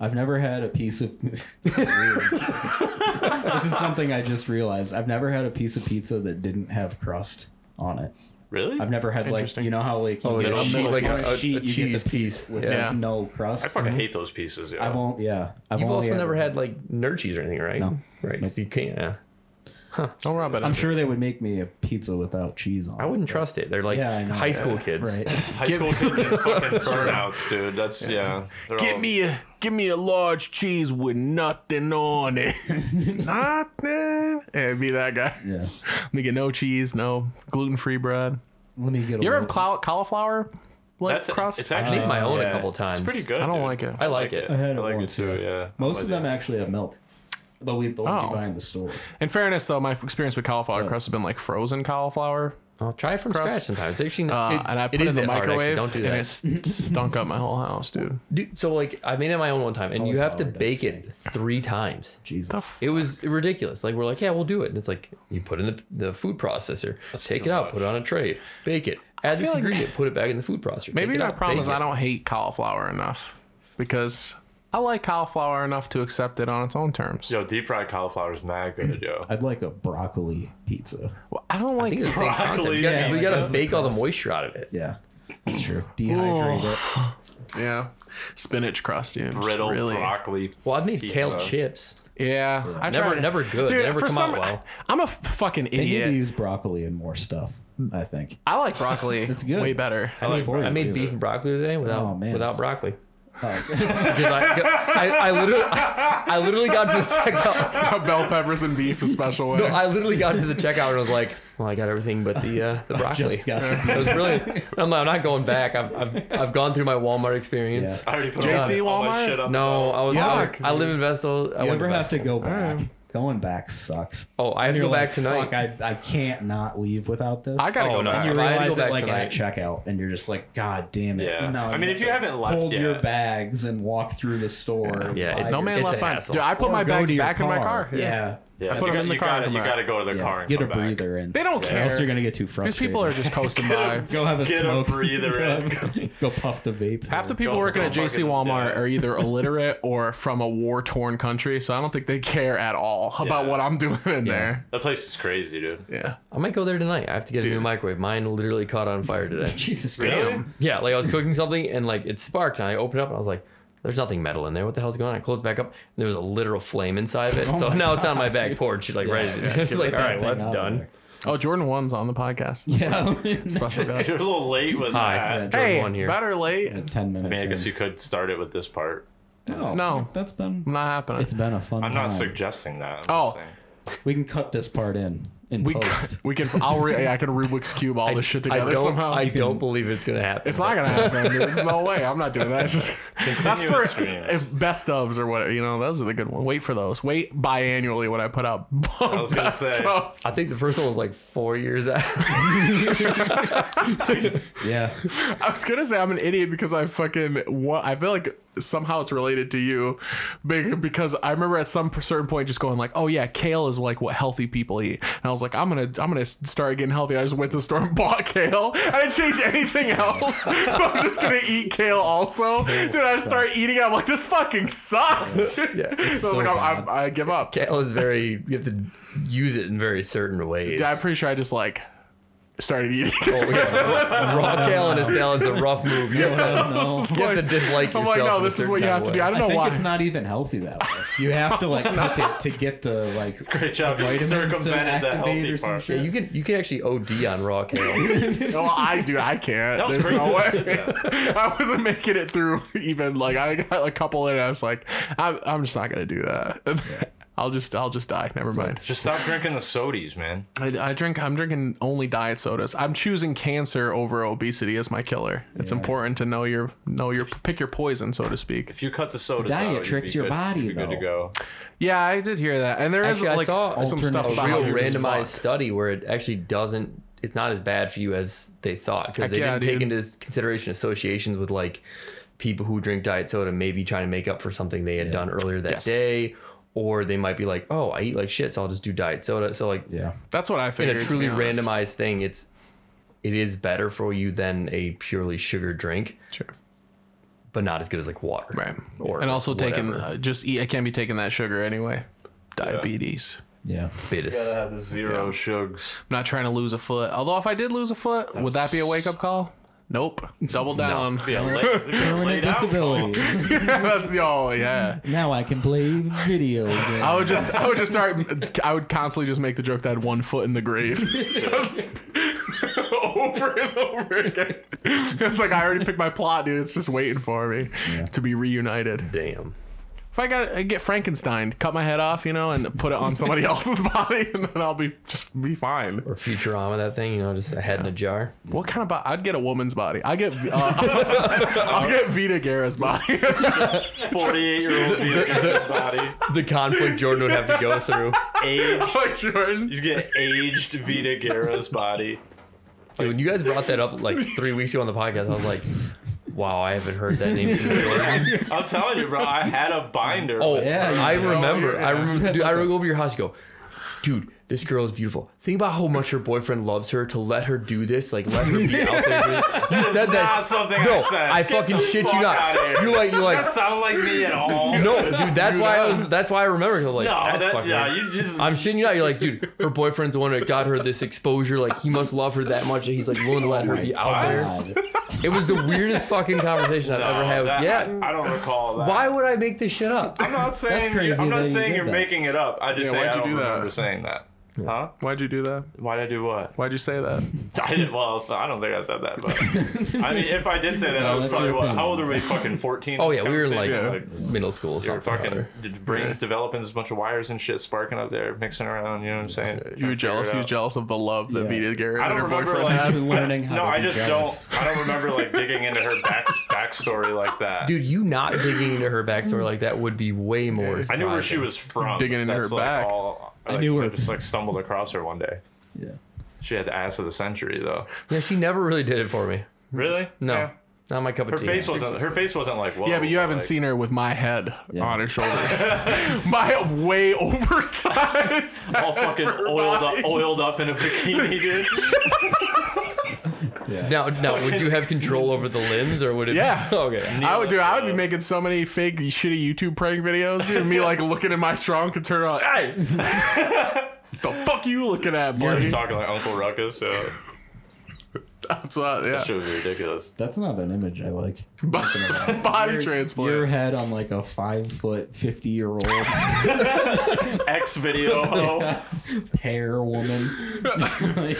Speaker 3: I've never had a piece of. this is something I just realized. I've never had a piece of pizza that didn't have crust on it.
Speaker 1: Really?
Speaker 3: I've never had like
Speaker 5: Interesting.
Speaker 3: you know how like you get
Speaker 4: yeah,
Speaker 3: a
Speaker 4: sheet,
Speaker 3: sheet,
Speaker 4: Oh, like a-
Speaker 3: on
Speaker 4: a-
Speaker 3: sheet, you
Speaker 4: a
Speaker 3: get
Speaker 4: cheese
Speaker 3: the piece with
Speaker 5: Yeah.
Speaker 3: like, no crust.
Speaker 1: I fucking hate those pieces. Yeah.
Speaker 3: I've only yeah. I've
Speaker 4: You've
Speaker 3: only
Speaker 4: also
Speaker 3: had-
Speaker 4: never had like nerd cheese or anything, right?
Speaker 3: No.
Speaker 4: Right. 'cause You can't. Yeah.
Speaker 5: don't rub it.
Speaker 3: I'm
Speaker 5: in.
Speaker 3: sure they would make me a pizza without cheese on.
Speaker 4: I wouldn't trust it. They're like
Speaker 3: Yeah, I know.
Speaker 4: high school kids.
Speaker 3: Right.
Speaker 1: High school kids and fucking burnouts, dude. That's yeah. They're all-
Speaker 5: a give me a large cheese with nothing on it. nothing. It'd be that guy.
Speaker 3: yeah.
Speaker 5: Let me get no cheese, no gluten free bread.
Speaker 3: Let me get. a
Speaker 5: You ever
Speaker 3: little-
Speaker 5: have cla- cauliflower like
Speaker 1: That's
Speaker 5: crust?
Speaker 1: It's
Speaker 4: I
Speaker 1: actually
Speaker 4: made my own
Speaker 1: yeah,
Speaker 4: a couple times.
Speaker 1: It's pretty good.
Speaker 5: I don't
Speaker 1: dude.
Speaker 5: like it.
Speaker 4: I like it.
Speaker 3: I had
Speaker 1: I
Speaker 3: it
Speaker 1: like it
Speaker 3: once,
Speaker 1: too.
Speaker 3: yeah.
Speaker 1: Yeah.
Speaker 3: Most
Speaker 1: I
Speaker 3: of
Speaker 1: like
Speaker 3: them
Speaker 1: it.
Speaker 3: actually have milk. The, we- the ones
Speaker 5: Oh.
Speaker 3: you buy in the store.
Speaker 5: In fairness, though, my experience with cauliflower crust has been like frozen cauliflower,
Speaker 4: I'll try it from
Speaker 5: Crust.
Speaker 4: scratch sometimes. It's actually not.
Speaker 5: uh,
Speaker 4: it-
Speaker 5: and I put
Speaker 4: it
Speaker 5: it in
Speaker 4: is
Speaker 5: the
Speaker 4: that hard, actually.
Speaker 5: microwave.
Speaker 4: Don't do that.
Speaker 5: And it st- stunk up my whole house, dude.
Speaker 4: Dude, so like I made it my own one time, and you have to
Speaker 3: Cauliflower does
Speaker 4: bake it three times.
Speaker 3: Jesus.
Speaker 4: It was ridiculous. Like we're like, yeah, we'll do it. And it's like you put in the, the food processor, take
Speaker 1: too
Speaker 4: it out,
Speaker 1: much.
Speaker 4: put it on a tray, bake it, add this
Speaker 5: feel like-
Speaker 4: ingredient, put it back in the food processor. take
Speaker 5: Maybe
Speaker 4: it
Speaker 5: my
Speaker 4: out, bake
Speaker 5: problem is
Speaker 4: it.
Speaker 5: I don't hate cauliflower enough because I like cauliflower enough to accept it on its own terms.
Speaker 1: Yo, deep fried cauliflower is mad good, yo.
Speaker 3: I'd like a broccoli pizza.
Speaker 5: Well, I don't like.
Speaker 4: I think it's the same concept.
Speaker 1: Broccoli,
Speaker 4: You gotta,
Speaker 1: yeah,
Speaker 4: we
Speaker 1: like
Speaker 4: gotta
Speaker 3: that's
Speaker 4: bake all the
Speaker 3: crust.
Speaker 4: moisture out of it.
Speaker 3: Yeah, that's true. Dehydrate it.
Speaker 5: Yeah, spinach crust, dude. Just
Speaker 1: Brittle
Speaker 5: really.
Speaker 1: broccoli.
Speaker 4: Well, I've made kale
Speaker 1: Pizza.
Speaker 4: chips.
Speaker 5: Yeah, I
Speaker 4: Never-
Speaker 5: tried it.
Speaker 4: never good. Never
Speaker 5: for
Speaker 4: come out well.
Speaker 5: I'm a fucking
Speaker 3: They need to
Speaker 5: idiot.
Speaker 3: use broccoli and more stuff. I think.
Speaker 5: I like broccoli.
Speaker 3: It's good.
Speaker 5: Way better.
Speaker 3: I,
Speaker 1: like
Speaker 4: I made beef and broccoli today without
Speaker 3: Oh, man, that's-
Speaker 4: without broccoli.
Speaker 3: Oh,
Speaker 4: Because I, I, I literally I, I literally got to the checkout.
Speaker 5: bell peppers and beef a special way.
Speaker 4: I literally got to the checkout and was like, well, I got everything but the uh, the broccoli.
Speaker 3: just got the
Speaker 4: It was really. I'm, not- I'm not going back. I've, I've I've gone through my Walmart experience.
Speaker 3: yeah.
Speaker 1: I already put
Speaker 5: JC
Speaker 1: all, all my
Speaker 5: Walmart?
Speaker 1: shit up.
Speaker 4: No, I was, I was-
Speaker 5: Fuck.
Speaker 4: I live in Vestal. I
Speaker 3: You
Speaker 4: went
Speaker 3: ever
Speaker 4: to
Speaker 3: have to
Speaker 4: Vestal.
Speaker 3: go back? Going back sucks.
Speaker 4: Oh, I have to
Speaker 3: You're
Speaker 4: go back
Speaker 3: like,
Speaker 4: tonight.
Speaker 3: Fuck, I, I can't not leave without this.
Speaker 5: I gotta
Speaker 4: Oh,
Speaker 5: go
Speaker 4: no.
Speaker 5: back.
Speaker 3: You
Speaker 4: If I had to
Speaker 3: realize
Speaker 4: go
Speaker 3: it
Speaker 4: back
Speaker 3: like
Speaker 4: tonight-
Speaker 3: at checkout, and you're just like, God damn it!
Speaker 1: Yeah.
Speaker 3: No,
Speaker 1: I
Speaker 3: you
Speaker 1: mean, if you
Speaker 3: to
Speaker 1: haven't left
Speaker 3: hold
Speaker 1: yet.
Speaker 3: your bags and walk through the store.
Speaker 4: Yeah,
Speaker 3: buy
Speaker 4: it's-
Speaker 5: No
Speaker 3: your-
Speaker 5: man
Speaker 4: It's
Speaker 5: left
Speaker 4: a
Speaker 5: behind.
Speaker 4: hassle.
Speaker 5: Dude, I put
Speaker 3: or
Speaker 5: my
Speaker 3: go
Speaker 5: bags
Speaker 3: to your
Speaker 5: back in my car.
Speaker 3: Yeah,
Speaker 1: Yeah,
Speaker 5: I put
Speaker 1: you,
Speaker 5: them
Speaker 1: got,
Speaker 5: in the
Speaker 1: you
Speaker 5: car
Speaker 1: gotta,
Speaker 5: and
Speaker 1: you
Speaker 5: come
Speaker 1: gotta go to the car and
Speaker 3: Get a
Speaker 1: come back.
Speaker 3: breather in.
Speaker 5: They don't
Speaker 3: Or else you're
Speaker 5: care.
Speaker 3: gonna get too
Speaker 5: These
Speaker 3: frustrated.
Speaker 5: people are just coasting by.
Speaker 3: Go have a
Speaker 1: Get a
Speaker 3: smoke.
Speaker 1: breather
Speaker 3: Go have-
Speaker 1: in.
Speaker 3: Go puff the vape.
Speaker 5: Half the people
Speaker 1: Go-
Speaker 5: working
Speaker 1: go
Speaker 5: at JC
Speaker 1: fucking-
Speaker 5: Walmart
Speaker 1: yeah.
Speaker 5: are either illiterate or from a war torn country, so I don't think they care at all about
Speaker 1: Yeah.
Speaker 5: what I'm doing in there.
Speaker 1: That place is crazy, dude.
Speaker 5: Yeah.
Speaker 4: I might go there tonight. I have to get a new microwave. Mine literally caught on fire today.
Speaker 3: Jesus
Speaker 1: Really?
Speaker 3: Christ.
Speaker 4: Yeah, like I was cooking something and like it sparked and I opened up and I was like, there's nothing metal in there. What the hell's going on? I closed back up and there was a literal flame inside of it.
Speaker 5: Oh
Speaker 4: so now it's on my back porch, like right. It's like, all right, well, that's done.
Speaker 5: Oh, Jordan 1's on the podcast.
Speaker 3: Yeah.
Speaker 5: Special guest.
Speaker 1: You're a little late with
Speaker 4: Hi.
Speaker 1: that.
Speaker 4: Jordan
Speaker 5: hey,
Speaker 4: 1 here.
Speaker 5: better late.
Speaker 3: Ten minutes.
Speaker 1: I mean, I guess
Speaker 3: in.
Speaker 1: you could start it with this part.
Speaker 3: No,
Speaker 5: No.
Speaker 3: that's been.
Speaker 5: Not happening.
Speaker 3: It's been a fun.
Speaker 1: I'm not
Speaker 3: time.
Speaker 1: suggesting that. I'm
Speaker 5: Oh.
Speaker 1: just saying.
Speaker 3: We can cut this part in in
Speaker 5: we,
Speaker 3: post.
Speaker 5: c- we can. I'll re- I can Rubik's cube all this shit
Speaker 4: I
Speaker 5: together
Speaker 4: don't,
Speaker 5: somehow.
Speaker 4: I don't believe it's gonna happen.
Speaker 5: it's not gonna happen. dude. There's no way. I'm not doing that. It's just that's
Speaker 1: Continue
Speaker 5: for
Speaker 1: the stream.
Speaker 5: if best ofs or whatever. You know, those are the good ones. Wait for those. Wait biannually when I put out. I
Speaker 1: was gonna say.
Speaker 4: I think the first one was like four years out.
Speaker 3: yeah.
Speaker 5: I was gonna say I'm an idiot because I fucking what I feel like somehow it's related to you, be- because I remember at some certain point just going like, oh yeah, kale is like what healthy people eat, and I was like, I'm gonna I'm gonna s- start getting healthy. I just went to the store and bought kale. I didn't change anything else. but I'm just gonna eat kale also, dude. I just started eating it. I'm like, this fucking sucks.
Speaker 4: Yeah,
Speaker 5: so I was
Speaker 3: so
Speaker 5: like, I'm,
Speaker 3: bad.
Speaker 5: I'm, I give up.
Speaker 4: Kale is very you have to use it in very certain ways.
Speaker 5: Yeah, I'm pretty sure I just like started eating.
Speaker 4: Oh, yeah. Raw kale in a salad's a rough move. You have to,
Speaker 3: no.
Speaker 4: you have to dislike
Speaker 5: I'm
Speaker 4: yourself.
Speaker 5: like, no,
Speaker 4: in a
Speaker 5: this is
Speaker 4: certain
Speaker 5: what you
Speaker 4: kind
Speaker 5: have
Speaker 4: of
Speaker 5: to
Speaker 4: way.
Speaker 5: do. I
Speaker 3: I
Speaker 5: don't know
Speaker 3: think
Speaker 5: why.
Speaker 3: it's not even healthy that way. You have to like cook it to get the like
Speaker 1: Great job. You
Speaker 3: vitamins to
Speaker 1: circumvented the
Speaker 3: activate
Speaker 1: healthy
Speaker 3: or some
Speaker 1: part.
Speaker 4: Yeah,
Speaker 3: shit.
Speaker 4: you can you can actually OD on raw kale.
Speaker 5: well, I do. I can't.
Speaker 1: That was
Speaker 5: There's no
Speaker 1: crazy.
Speaker 5: way. I wasn't making it through even like I got a couple in. I was like, I'm, I'm just not gonna do that. I'll just I'll just die. Never mind.
Speaker 1: Just stop drinking the sodies, man.
Speaker 5: I, I drink. I'm drinking only diet sodas. I'm choosing cancer over obesity as my killer. It's
Speaker 3: Yeah.
Speaker 5: important to know your know your pick your poison, so to speak.
Speaker 1: If you cut the soda,
Speaker 3: Diet
Speaker 1: out, you'd
Speaker 3: tricks
Speaker 1: be
Speaker 3: your
Speaker 1: good-
Speaker 3: body,
Speaker 1: You'd be good to go.
Speaker 3: though.
Speaker 5: Yeah, I did hear that, and there is
Speaker 4: Actually, I
Speaker 5: like
Speaker 4: saw
Speaker 5: some stuff
Speaker 4: a
Speaker 5: about
Speaker 4: real
Speaker 5: how you're just
Speaker 4: randomized
Speaker 5: fucked.
Speaker 4: study where it actually doesn't. It's not as bad for you as they thought because
Speaker 5: Heck
Speaker 4: they
Speaker 5: yeah,
Speaker 4: didn't take
Speaker 5: dude.
Speaker 4: into consideration associations with like people who drink diet soda maybe trying to make up for something they had done earlier that
Speaker 5: Yes.
Speaker 4: day, or they might be like, "Oh, I eat like shit, so I'll just do diet soda." So like,
Speaker 3: Yeah.
Speaker 5: That's what I
Speaker 4: in
Speaker 5: figured.
Speaker 4: a
Speaker 5: to be
Speaker 4: truly
Speaker 5: honest.
Speaker 4: randomized thing, it's it is better for you than a purely sugar drink,
Speaker 5: Sure.
Speaker 4: but not as good as like water,
Speaker 5: Right.
Speaker 4: Or
Speaker 5: and also taking
Speaker 4: whatever.
Speaker 5: uh, just eat. I can't be taking that sugar anyway. Diabetes.
Speaker 3: Yeah.
Speaker 4: Bitters.
Speaker 1: Gotta have the zero sugars.
Speaker 5: I'm not trying to lose a foot. Although if I did lose a foot, would that be a wake up call? Nope. Double down.
Speaker 1: Be a late, be a
Speaker 3: Permanent
Speaker 1: late outfall.
Speaker 3: disability.
Speaker 5: That's the all. Yeah.
Speaker 3: now I can play video games.
Speaker 5: I would just, I would just start. I would constantly just make the joke that I had one foot in the grave, That's- over and over again. It's like I already picked my plot, dude. It's just waiting for me to be reunited.
Speaker 4: Damn.
Speaker 5: If I got I get Frankenstein, cut my head off, you know, and put it on somebody else's body, and then I'll be just be fine.
Speaker 4: Or Futurama, that thing, you know, just a head in a jar.
Speaker 5: What kind of body? I'd get a woman's body. I get, uh, I'll get Vita Guerra's body.
Speaker 1: 48 year old vegan body.
Speaker 4: the conflict Jordan would have to go through.
Speaker 1: Aged.
Speaker 5: like Jordan.
Speaker 1: You get aged Vita Guerra's body.
Speaker 4: Dude, when you guys brought that up like three weeks ago on the podcast, I was like, wow, I haven't heard that name since Jordan.
Speaker 1: I'm telling you, bro. I had a binder.
Speaker 4: Oh,
Speaker 1: with-
Speaker 3: Yeah, you
Speaker 4: I
Speaker 3: did.
Speaker 4: remember.
Speaker 5: Yeah.
Speaker 4: I remember. Dude, I would go over to your house and go, dude, this girl is beautiful. Think about how much her boyfriend loves her to let her do this. Like, let her be out there. doing it." You said that.
Speaker 1: Not something I
Speaker 4: no,
Speaker 1: said.
Speaker 4: I
Speaker 1: Get
Speaker 4: fucking
Speaker 1: the
Speaker 4: shit you
Speaker 1: fuck
Speaker 4: not.
Speaker 1: outta here.
Speaker 4: You like, you like,
Speaker 1: That sound like me at all.
Speaker 4: no, dude, that's why I was, that's why I remember. I was like,
Speaker 1: uh, no,
Speaker 4: that's
Speaker 1: that,
Speaker 4: fucking
Speaker 1: yeah,
Speaker 4: weird."
Speaker 1: you just.
Speaker 4: I'm shitting you out. You're like, dude, her boyfriend's the one that got her this exposure. Like, he must love her that much that he's like willing to let her be out there.
Speaker 3: God.
Speaker 4: It was the weirdest fucking conversation I've
Speaker 1: no,
Speaker 4: ever had.
Speaker 1: that-
Speaker 4: yeah.
Speaker 1: I, I don't recall that.
Speaker 4: Why would I make this shit up?
Speaker 1: I'm not saying.
Speaker 3: crazy
Speaker 1: I'm not
Speaker 3: that you
Speaker 1: saying
Speaker 3: did
Speaker 1: you're
Speaker 3: that.
Speaker 1: making it up. I just
Speaker 5: Yeah,
Speaker 1: say
Speaker 5: why'd
Speaker 1: I
Speaker 5: you
Speaker 1: don't
Speaker 5: do that?
Speaker 1: remember saying that. Huh?
Speaker 5: Why'd you do that?
Speaker 1: Why'd I do what?
Speaker 5: Why'd you say that?
Speaker 1: I didn't, well, I don't think I said that, but I mean, if I did say that, I was
Speaker 3: that's
Speaker 1: probably
Speaker 3: your
Speaker 1: what?
Speaker 3: thing.
Speaker 1: How old are we? Fucking 14.
Speaker 4: Oh yeah, we were in like
Speaker 1: Conversation,
Speaker 4: middle school or
Speaker 1: Your
Speaker 4: something.
Speaker 1: fucking
Speaker 4: or
Speaker 1: d- brains developing, there's a bunch of wires and shit sparking up there, mixing around. You know what I'm saying?
Speaker 5: You were jealous. You were jealous of the love that
Speaker 3: Yeah.
Speaker 5: Vita Guerra
Speaker 1: I
Speaker 5: and
Speaker 1: don't
Speaker 5: her
Speaker 1: remember
Speaker 5: boyfriend
Speaker 1: like
Speaker 5: had.
Speaker 3: learning how
Speaker 1: no,
Speaker 3: to
Speaker 1: I
Speaker 3: be
Speaker 1: just
Speaker 3: jealous.
Speaker 1: don't. I don't remember like digging into her back backstory like that.
Speaker 4: other. Dude, you not digging into her backstory like that would be way more.
Speaker 1: I knew where she
Speaker 4: surprising.
Speaker 1: was from.
Speaker 5: Digging into
Speaker 1: That's,
Speaker 5: her
Speaker 1: like,
Speaker 5: back.
Speaker 1: all- like, I
Speaker 3: knew her.
Speaker 1: just like stumbled across her one day.
Speaker 3: Yeah.
Speaker 1: She had the ass of the century though.
Speaker 4: Yeah, she never really did it for me.
Speaker 1: Really?
Speaker 4: No,
Speaker 1: Yeah.
Speaker 4: not my cup of
Speaker 1: Her
Speaker 4: tea.
Speaker 1: face wasn't. Her face wasn't like. Whoa,
Speaker 5: Yeah, but you haven't
Speaker 1: like-
Speaker 5: seen her with my head on her shoulders. my way oversized.
Speaker 1: all fucking oiled up, oiled up in a bikini, dude.
Speaker 4: Now, now, would you have control over the limbs or would it?
Speaker 5: Yeah.
Speaker 4: okay.
Speaker 5: I would do. I would be making so many fake shitty YouTube prank videos, dude. Me like looking in my trunk and turn on. Hey, the fuck you looking at, buddy?
Speaker 1: Started talking like Uncle Ruckus. So
Speaker 5: That's what, yeah.
Speaker 1: that shit was ridiculous.
Speaker 3: That's not an image I like.
Speaker 5: Bo- Body transplant.
Speaker 3: Your head on like a five foot, 50 year old
Speaker 1: X video. Oh.
Speaker 3: hair woman.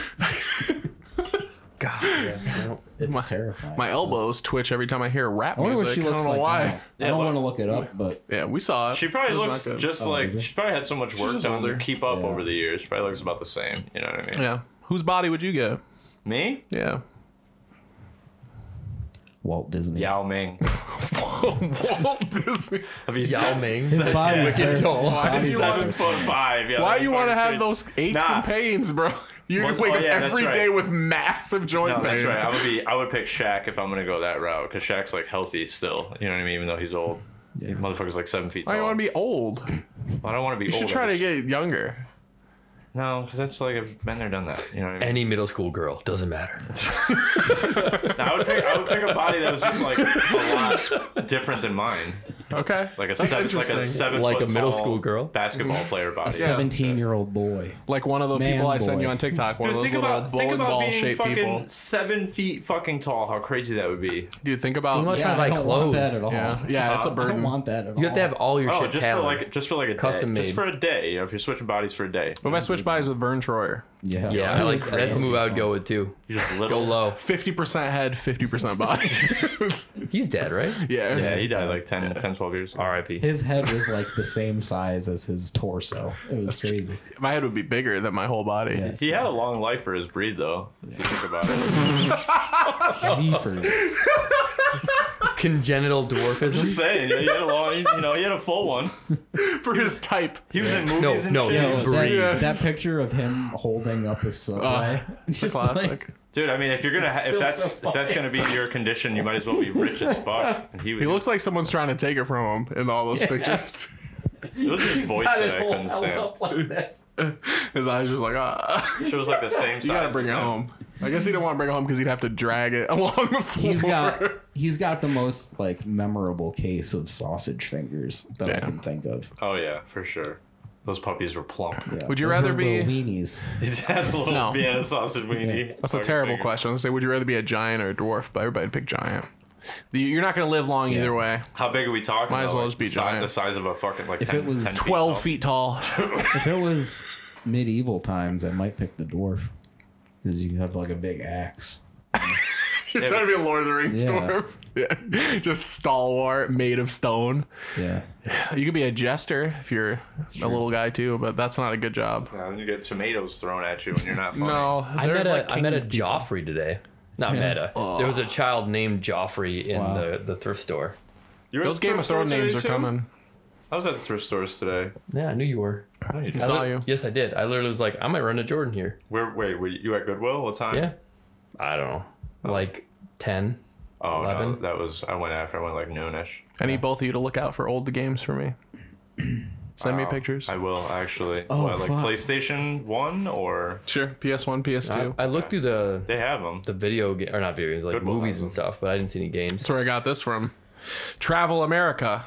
Speaker 3: Like,
Speaker 4: God, yeah, I don't-
Speaker 3: it's terrifying.
Speaker 5: My elbows twitch every time I hear rap
Speaker 3: I wonder
Speaker 5: music.
Speaker 3: what she
Speaker 5: I
Speaker 3: looks
Speaker 5: don't know
Speaker 3: like.
Speaker 5: why.
Speaker 3: now. I don't want to look it up, but
Speaker 5: Yeah, we saw it.
Speaker 1: She probably
Speaker 5: It was
Speaker 1: looks
Speaker 5: not good.
Speaker 1: just like she probably had so much work done to keep up
Speaker 3: Yeah.
Speaker 1: over the years. She probably looks about the same. You know what I mean?
Speaker 5: Yeah. Whose body would you get?
Speaker 1: Me?
Speaker 5: Yeah.
Speaker 3: Walt Disney.
Speaker 1: Yao Ming.
Speaker 5: Walt Disney.
Speaker 1: Have you
Speaker 4: Yao
Speaker 1: seen
Speaker 4: Ming.
Speaker 3: His body is
Speaker 1: Wicked
Speaker 3: very-
Speaker 4: tall.
Speaker 3: his
Speaker 5: Why
Speaker 3: body's
Speaker 5: do you
Speaker 1: Seven
Speaker 5: wanna-
Speaker 1: foot five. Yeah,
Speaker 5: Why
Speaker 1: that's
Speaker 5: you want to
Speaker 1: fucking crazy.
Speaker 5: have those aches
Speaker 1: Nah.
Speaker 5: and pains, bro? You
Speaker 1: Well,
Speaker 5: wake
Speaker 1: oh,
Speaker 5: up
Speaker 1: yeah, that's
Speaker 5: every day
Speaker 1: right.
Speaker 5: with massive joint
Speaker 1: No,
Speaker 5: pain.
Speaker 1: that's right. I would be. I would pick Shaq if I'm gonna go that route because Shaq's like healthy still. You know what I mean? Even though he's old, motherfucker's like seven feet tall.
Speaker 5: Why do you want to be old?
Speaker 1: I don't want to be.
Speaker 5: You should
Speaker 1: old.
Speaker 5: try
Speaker 1: I
Speaker 5: to
Speaker 1: just-
Speaker 5: get younger.
Speaker 1: no, because that's like I've been there, done that. You know what I mean?
Speaker 4: Any middle school girl doesn't matter.
Speaker 1: I would pick. I would pick a body that was just like a lot different than mine.
Speaker 5: Okay.
Speaker 1: Like a
Speaker 5: That's
Speaker 1: seven, like
Speaker 5: interesting. Mm-hmm.
Speaker 1: a seven,
Speaker 4: Like
Speaker 1: foot
Speaker 4: a middle
Speaker 1: tall
Speaker 4: school girl?
Speaker 1: basketball player
Speaker 3: A
Speaker 1: body.
Speaker 5: Yeah.
Speaker 3: 17 year old boy.
Speaker 5: Like one of the
Speaker 3: Man
Speaker 5: people I send
Speaker 3: boy.
Speaker 5: you on TikTok, one of
Speaker 6: Dude,
Speaker 5: those
Speaker 6: think
Speaker 5: little
Speaker 6: about think
Speaker 5: bowling
Speaker 6: about
Speaker 5: ball
Speaker 6: being
Speaker 5: shaped
Speaker 6: fucking
Speaker 5: people.
Speaker 6: seven feet fucking tall. How crazy that would be.
Speaker 5: Dude, think about
Speaker 4: Think about-
Speaker 5: yeah,
Speaker 4: trying to buy
Speaker 3: I don't want
Speaker 4: clothes.
Speaker 3: that at all.
Speaker 5: yeah, yeah, it's a
Speaker 3: I don't
Speaker 5: burden. What
Speaker 3: want that at all.
Speaker 4: You have to have all your
Speaker 1: Oh,
Speaker 4: shit
Speaker 1: just
Speaker 4: tailored.
Speaker 1: for like just for like a
Speaker 4: Custom
Speaker 1: day.
Speaker 4: made.
Speaker 1: Just for a day, you know, if you're switching bodies for a day,
Speaker 5: if I switch bodies with Vern Troyer?
Speaker 3: Yeah.
Speaker 4: yeah, I like that's a move I would go with too.
Speaker 1: you just
Speaker 4: Go
Speaker 1: little.
Speaker 4: low.
Speaker 5: Fifty percent head, fifty percent body.
Speaker 4: He's dead, right?
Speaker 5: yeah.
Speaker 1: Yeah, he died like 10, 10 12 years. ago.
Speaker 4: R.I.P.
Speaker 3: His head was like the same size as his torso. It was crazy.
Speaker 5: my head would be bigger than my whole body.
Speaker 3: Yeah.
Speaker 1: He had a long life for his breed, though. If you think about it,
Speaker 3: Jeepers.
Speaker 4: Congenital
Speaker 1: just
Speaker 4: dwarfism.
Speaker 1: saying, he had a long, you know, he had a full one.
Speaker 5: For his type.
Speaker 1: He was in
Speaker 4: No,
Speaker 1: movies and
Speaker 4: no,
Speaker 1: shit.
Speaker 4: he's
Speaker 3: Yo,
Speaker 4: breed.
Speaker 5: Yeah.
Speaker 3: Oh, that, that picture of him holding up his subway.
Speaker 5: It's a
Speaker 3: just
Speaker 5: Ah, classic.
Speaker 3: like-
Speaker 1: Dude, I mean, if you're gonna, ha- if
Speaker 3: still
Speaker 1: that's
Speaker 3: so
Speaker 1: if that's gonna be your condition, you might as well be rich as fuck. And he, was,
Speaker 5: he looks like someone's trying to take it from him in all those pictures.
Speaker 1: It was his voice
Speaker 3: Got
Speaker 1: that
Speaker 3: it
Speaker 1: I
Speaker 3: all
Speaker 1: couldn't
Speaker 3: held
Speaker 1: stand.
Speaker 3: up like this.
Speaker 5: His eyes just like, ah.
Speaker 1: It was like the same size.
Speaker 5: You gotta bring it
Speaker 1: as him.
Speaker 5: home. I guess he didn't want to bring it home because he'd have to drag it along the floor.
Speaker 3: He's got he's got the most like memorable case of sausage fingers that I
Speaker 5: Yeah.
Speaker 3: can think of.
Speaker 1: Oh yeah, for sure. Those puppies were plump.
Speaker 3: Yeah,
Speaker 5: Would you
Speaker 3: those
Speaker 5: rather
Speaker 3: were little
Speaker 5: be-
Speaker 3: weenies?
Speaker 1: He had a little
Speaker 5: No.
Speaker 1: Vienna sausage weenie.
Speaker 5: That's a terrible question. Let's say, would you rather be a giant or a dwarf? But everybody'd pick giant. The- You're not gonna live long either way.
Speaker 1: How big are we talking?
Speaker 5: Might as
Speaker 1: though?
Speaker 5: well
Speaker 1: Like,
Speaker 5: just be
Speaker 1: si-
Speaker 5: giant.
Speaker 1: The size of a fucking like
Speaker 3: If
Speaker 1: 10,
Speaker 3: it was
Speaker 1: 10
Speaker 5: Twelve
Speaker 1: feet.
Speaker 5: feet tall.
Speaker 3: If it was medieval times, I might pick the dwarf because you have like a big axe.
Speaker 5: You're trying to be a Lord of the Rings
Speaker 3: Yeah.
Speaker 5: dwarf. Yeah. Just stalwart, made of stone.
Speaker 3: Yeah,
Speaker 5: You could be a jester if you're a little guy too, but that's not a good job.
Speaker 1: tall. Yeah, then you get tomatoes thrown at you when you're not. Funny.
Speaker 5: No,
Speaker 4: I
Speaker 5: they're
Speaker 4: met a I
Speaker 5: like king-
Speaker 4: met a Joffrey today. Not meta. There was a child named Joffrey in
Speaker 3: Wow.
Speaker 4: the, the thrift store.
Speaker 1: You were at
Speaker 5: Those
Speaker 1: the
Speaker 5: Game
Speaker 1: thrift
Speaker 5: of Thrones
Speaker 1: store
Speaker 5: names are
Speaker 1: today, too?
Speaker 5: coming.
Speaker 1: I was at the thrift stores today.
Speaker 4: Yeah, I knew you were.
Speaker 1: No, Oh, you
Speaker 5: I
Speaker 1: didn't.
Speaker 5: saw
Speaker 4: Li-
Speaker 5: you.
Speaker 4: Yes, I did. I literally was like, I might run to Jordan here.
Speaker 1: Where? Wait, were you at Goodwill? What time?
Speaker 4: Yeah. I don't know. Like 10.
Speaker 1: Oh no,
Speaker 4: 11.
Speaker 1: that was. I went after. I went like noonish.
Speaker 5: I need both of you to look out for old games for me. Send me
Speaker 1: Oh,
Speaker 5: pictures.
Speaker 1: I will actually.
Speaker 3: Oh,
Speaker 1: What, like
Speaker 3: fuck.
Speaker 1: PlayStation One or
Speaker 5: Sure. PS1,
Speaker 4: I,
Speaker 5: PS2.
Speaker 4: I looked through the
Speaker 1: they have them.
Speaker 4: the video ga- or not video games, like
Speaker 1: Good one,
Speaker 4: movies and
Speaker 1: awesome.
Speaker 4: stuff, but I didn't see any games.
Speaker 5: That's where I got this from. Travel America,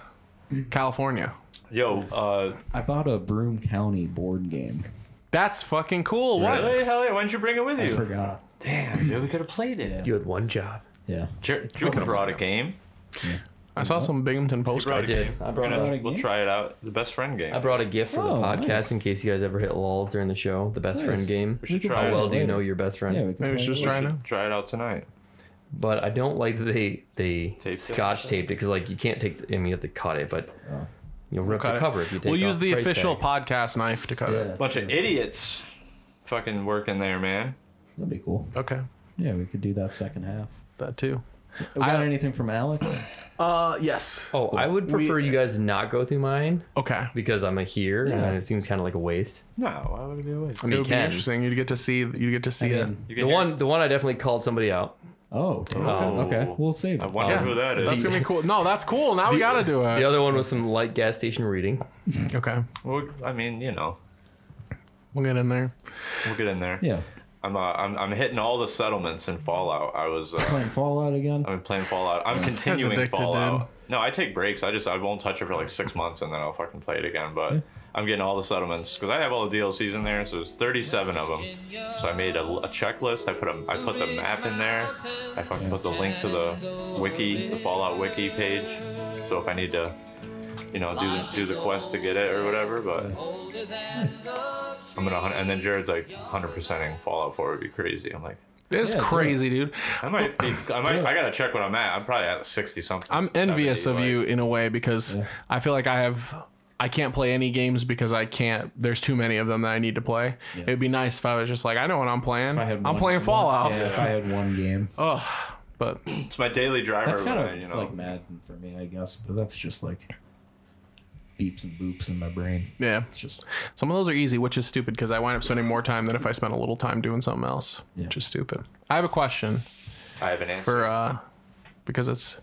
Speaker 5: California.
Speaker 1: Yo, uh,
Speaker 3: I bought a Broome County board game.
Speaker 5: That's fucking cool. What?
Speaker 1: really? Hell yeah! Why didn't you bring it with
Speaker 3: I
Speaker 1: you?
Speaker 3: forgot.
Speaker 1: Damn, yo, we could have played it.
Speaker 4: You had one job.
Speaker 3: Yeah,
Speaker 1: Jer- Jordan brought a game.
Speaker 5: I saw some Binghamton
Speaker 1: Brought a
Speaker 5: postcards.
Speaker 4: did.
Speaker 1: game.
Speaker 4: I
Speaker 1: We're
Speaker 4: brought
Speaker 1: gonna-
Speaker 3: out a
Speaker 1: We'll
Speaker 3: game.
Speaker 1: try it out. The best friend
Speaker 4: I
Speaker 1: game.
Speaker 4: brought a gift for
Speaker 3: Oh,
Speaker 4: the podcast
Speaker 3: nice.
Speaker 4: in case you guys ever hit lulls during the show. The best friend
Speaker 3: Nice.
Speaker 4: game.
Speaker 1: We should
Speaker 3: can
Speaker 1: try it.
Speaker 3: play
Speaker 4: How
Speaker 3: that
Speaker 4: well do you
Speaker 3: later.
Speaker 4: know your best friend?
Speaker 3: Yeah, we can
Speaker 5: Maybe we
Speaker 3: play
Speaker 5: should
Speaker 3: it
Speaker 5: just
Speaker 3: later.
Speaker 5: try it out.
Speaker 1: Try it out tonight.
Speaker 4: But I don't like that they they
Speaker 1: Taped it?
Speaker 4: scotch taped it because like you can't take. The, I mean, you have to cut it, but
Speaker 3: Oh.
Speaker 4: you'll rip
Speaker 5: Cut
Speaker 4: the
Speaker 5: it.
Speaker 4: cover if you take.
Speaker 5: We'll
Speaker 4: off
Speaker 5: use the
Speaker 4: price
Speaker 5: official
Speaker 4: tag.
Speaker 5: podcast knife to cut
Speaker 3: Yeah,
Speaker 5: it.
Speaker 1: Bunch of idiots, fucking working there, man.
Speaker 3: that'd be cool.
Speaker 5: Okay.
Speaker 3: Yeah, we could do that second half.
Speaker 5: That too.
Speaker 3: We got anything from Alex?
Speaker 5: Uh, yes.
Speaker 4: Oh, I would prefer you guys to not go through mine
Speaker 5: Okay.
Speaker 4: because I'm a here
Speaker 3: Yeah.
Speaker 4: and it seems kind of like a waste.
Speaker 1: No, why would it be a waste?
Speaker 4: I mean,
Speaker 5: It
Speaker 4: you
Speaker 5: would be
Speaker 4: can.
Speaker 5: interesting. You'd get to see. You get to see it.
Speaker 3: mean,
Speaker 1: You
Speaker 4: The
Speaker 1: can hear-
Speaker 4: one, the one I definitely called somebody out.
Speaker 3: Oh, okay.
Speaker 1: Oh.
Speaker 3: okay. We'll save.
Speaker 1: I
Speaker 3: it.
Speaker 1: wonder
Speaker 5: Yeah.
Speaker 1: who that
Speaker 5: That's
Speaker 1: is.
Speaker 5: gonna be cool. No, that's cool. Now we gotta do
Speaker 4: The
Speaker 5: it.
Speaker 4: other one was some light gas station reading.
Speaker 5: Okay.
Speaker 1: Well, I mean, you know,
Speaker 5: We'll get in there.
Speaker 1: we'll get in there.
Speaker 3: Yeah,
Speaker 1: I'm, uh, I'm, I'm hitting all the settlements in Fallout. I was, uh,
Speaker 3: playing Fallout again.
Speaker 1: I've been playing Fallout. I'm continuing
Speaker 5: addicted,
Speaker 1: Fallout.
Speaker 5: dude.
Speaker 1: No, I take breaks. I just, I won't touch it for like six months and then I'll fucking play it again. But I'm getting all the settlements because I have all the DLCs in there. So there's 37 of them. So I made a, a checklist. I put a, I put the map in there. I fucking put the link to the wiki, the Fallout wiki page. So if I need to, you know, do the do the quest to get it or whatever, but I'm gonna hun- and then Jared's like 100%ing Fallout 4 would be crazy. I'm like,
Speaker 5: It's
Speaker 3: Yeah, do
Speaker 5: crazy, dude.
Speaker 1: I might, be, I might, I gotta check what I'm at. I'm probably at 60 something.
Speaker 5: I'm envious
Speaker 1: 70,
Speaker 5: of
Speaker 1: like-
Speaker 5: you in a way because I feel like I have I can't play any games because I can't there's too many of them that I need to play. It'd be nice if I was just like I know what I'm playing.
Speaker 3: I had
Speaker 5: I'm
Speaker 3: one-
Speaker 5: playing Fallout.
Speaker 3: Yeah, if I had one game.
Speaker 5: But
Speaker 1: It's my daily driver.
Speaker 3: that's kind
Speaker 1: when
Speaker 3: of
Speaker 1: I, uh, you know,
Speaker 3: like Madden for me, I guess. But that's just like beeps and boops in my brain.
Speaker 5: yeah.
Speaker 3: It's just
Speaker 5: Some of those are easy, which is stupid because I wind up spending more time than if I spent a little time doing something else, which is stupid. I have a question
Speaker 1: I have an answer.
Speaker 5: for uh because it's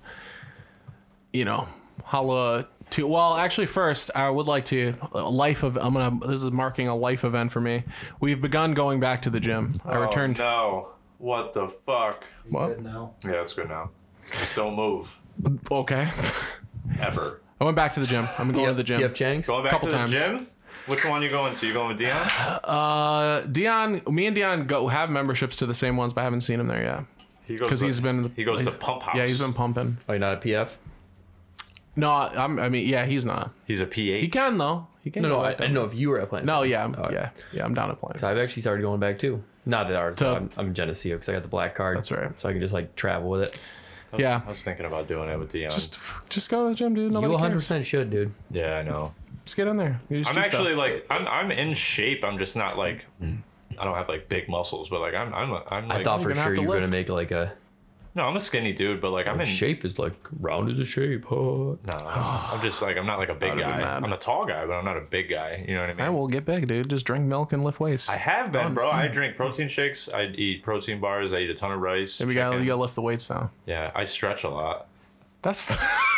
Speaker 5: you know, holla to well, actually first I would like to a life of I'm going to this is marking a life event for me. We've begun going back to the gym. I
Speaker 1: Oh,
Speaker 5: returned
Speaker 1: No, what the fuck?
Speaker 5: Well,
Speaker 3: now.
Speaker 1: Yeah, it's good now. Just don't move
Speaker 5: okay.
Speaker 1: ever.
Speaker 5: I went back to the gym. I'm going to the gym.
Speaker 4: Yep, Changs.
Speaker 1: Going back
Speaker 5: Couple
Speaker 1: to the
Speaker 5: times.
Speaker 1: gym? Which one you going to? You going with Dion?
Speaker 5: Uh, Dion, me and Dion go have memberships to the same ones, but I haven't seen him there yet.
Speaker 1: He goes
Speaker 5: 'Cause
Speaker 1: to-
Speaker 5: he's been-
Speaker 1: He goes to
Speaker 5: he's-
Speaker 1: Pump House.
Speaker 5: Yeah, he's been pumping.
Speaker 4: Oh, you're not a PF?
Speaker 5: No, I'm, I mean, yeah, he's not.
Speaker 1: He's a PH.
Speaker 5: He can though. He can.
Speaker 4: No, no,
Speaker 5: go
Speaker 4: I, I
Speaker 5: with them.
Speaker 4: didn't know if you were at Planet.
Speaker 5: No,
Speaker 4: Fitness.
Speaker 5: yeah, I'm-
Speaker 4: All right.
Speaker 5: yeah, yeah. I'm down at playing.
Speaker 4: So I've actually started going back too. Not that ours.
Speaker 5: To-
Speaker 4: I'm, I'm Geneseo because I got the black card.
Speaker 5: That's right.
Speaker 4: So I can just like travel with it.
Speaker 5: yeah,
Speaker 1: I was thinking about doing it with Dion.
Speaker 5: just just go to the gym, dude. Nobody
Speaker 4: you 100
Speaker 5: cares.
Speaker 4: percent should, dude.
Speaker 1: yeah, I know.
Speaker 5: Just get in there. You just
Speaker 1: I'm
Speaker 5: do stuff.
Speaker 1: actually like I'm I'm in shape. I'm just not like I don't have like big muscles, but like I'm I'm I'm like
Speaker 4: I thought for
Speaker 5: gonna
Speaker 4: sure
Speaker 5: have to
Speaker 4: you were
Speaker 5: lift.
Speaker 4: gonna make like a
Speaker 1: no, I'm a skinny dude, but like I'm in shape.
Speaker 4: shape is like round is a shape. Huh?
Speaker 1: No, I'm I'm just like I'm not like a big
Speaker 5: I'd have been
Speaker 1: guy.
Speaker 5: mad.
Speaker 1: I'm a tall guy, but I'm not a big guy. You know what I mean?
Speaker 5: I will get big, dude. Just drink milk and lift weights.
Speaker 1: I have been, bro. I drink protein shakes. I eat protein bars. I eat a ton of rice.
Speaker 5: Maybe you gotta,
Speaker 1: chicken.
Speaker 5: you gotta lift the weights now.
Speaker 1: Yeah, I stretch a lot.
Speaker 5: That's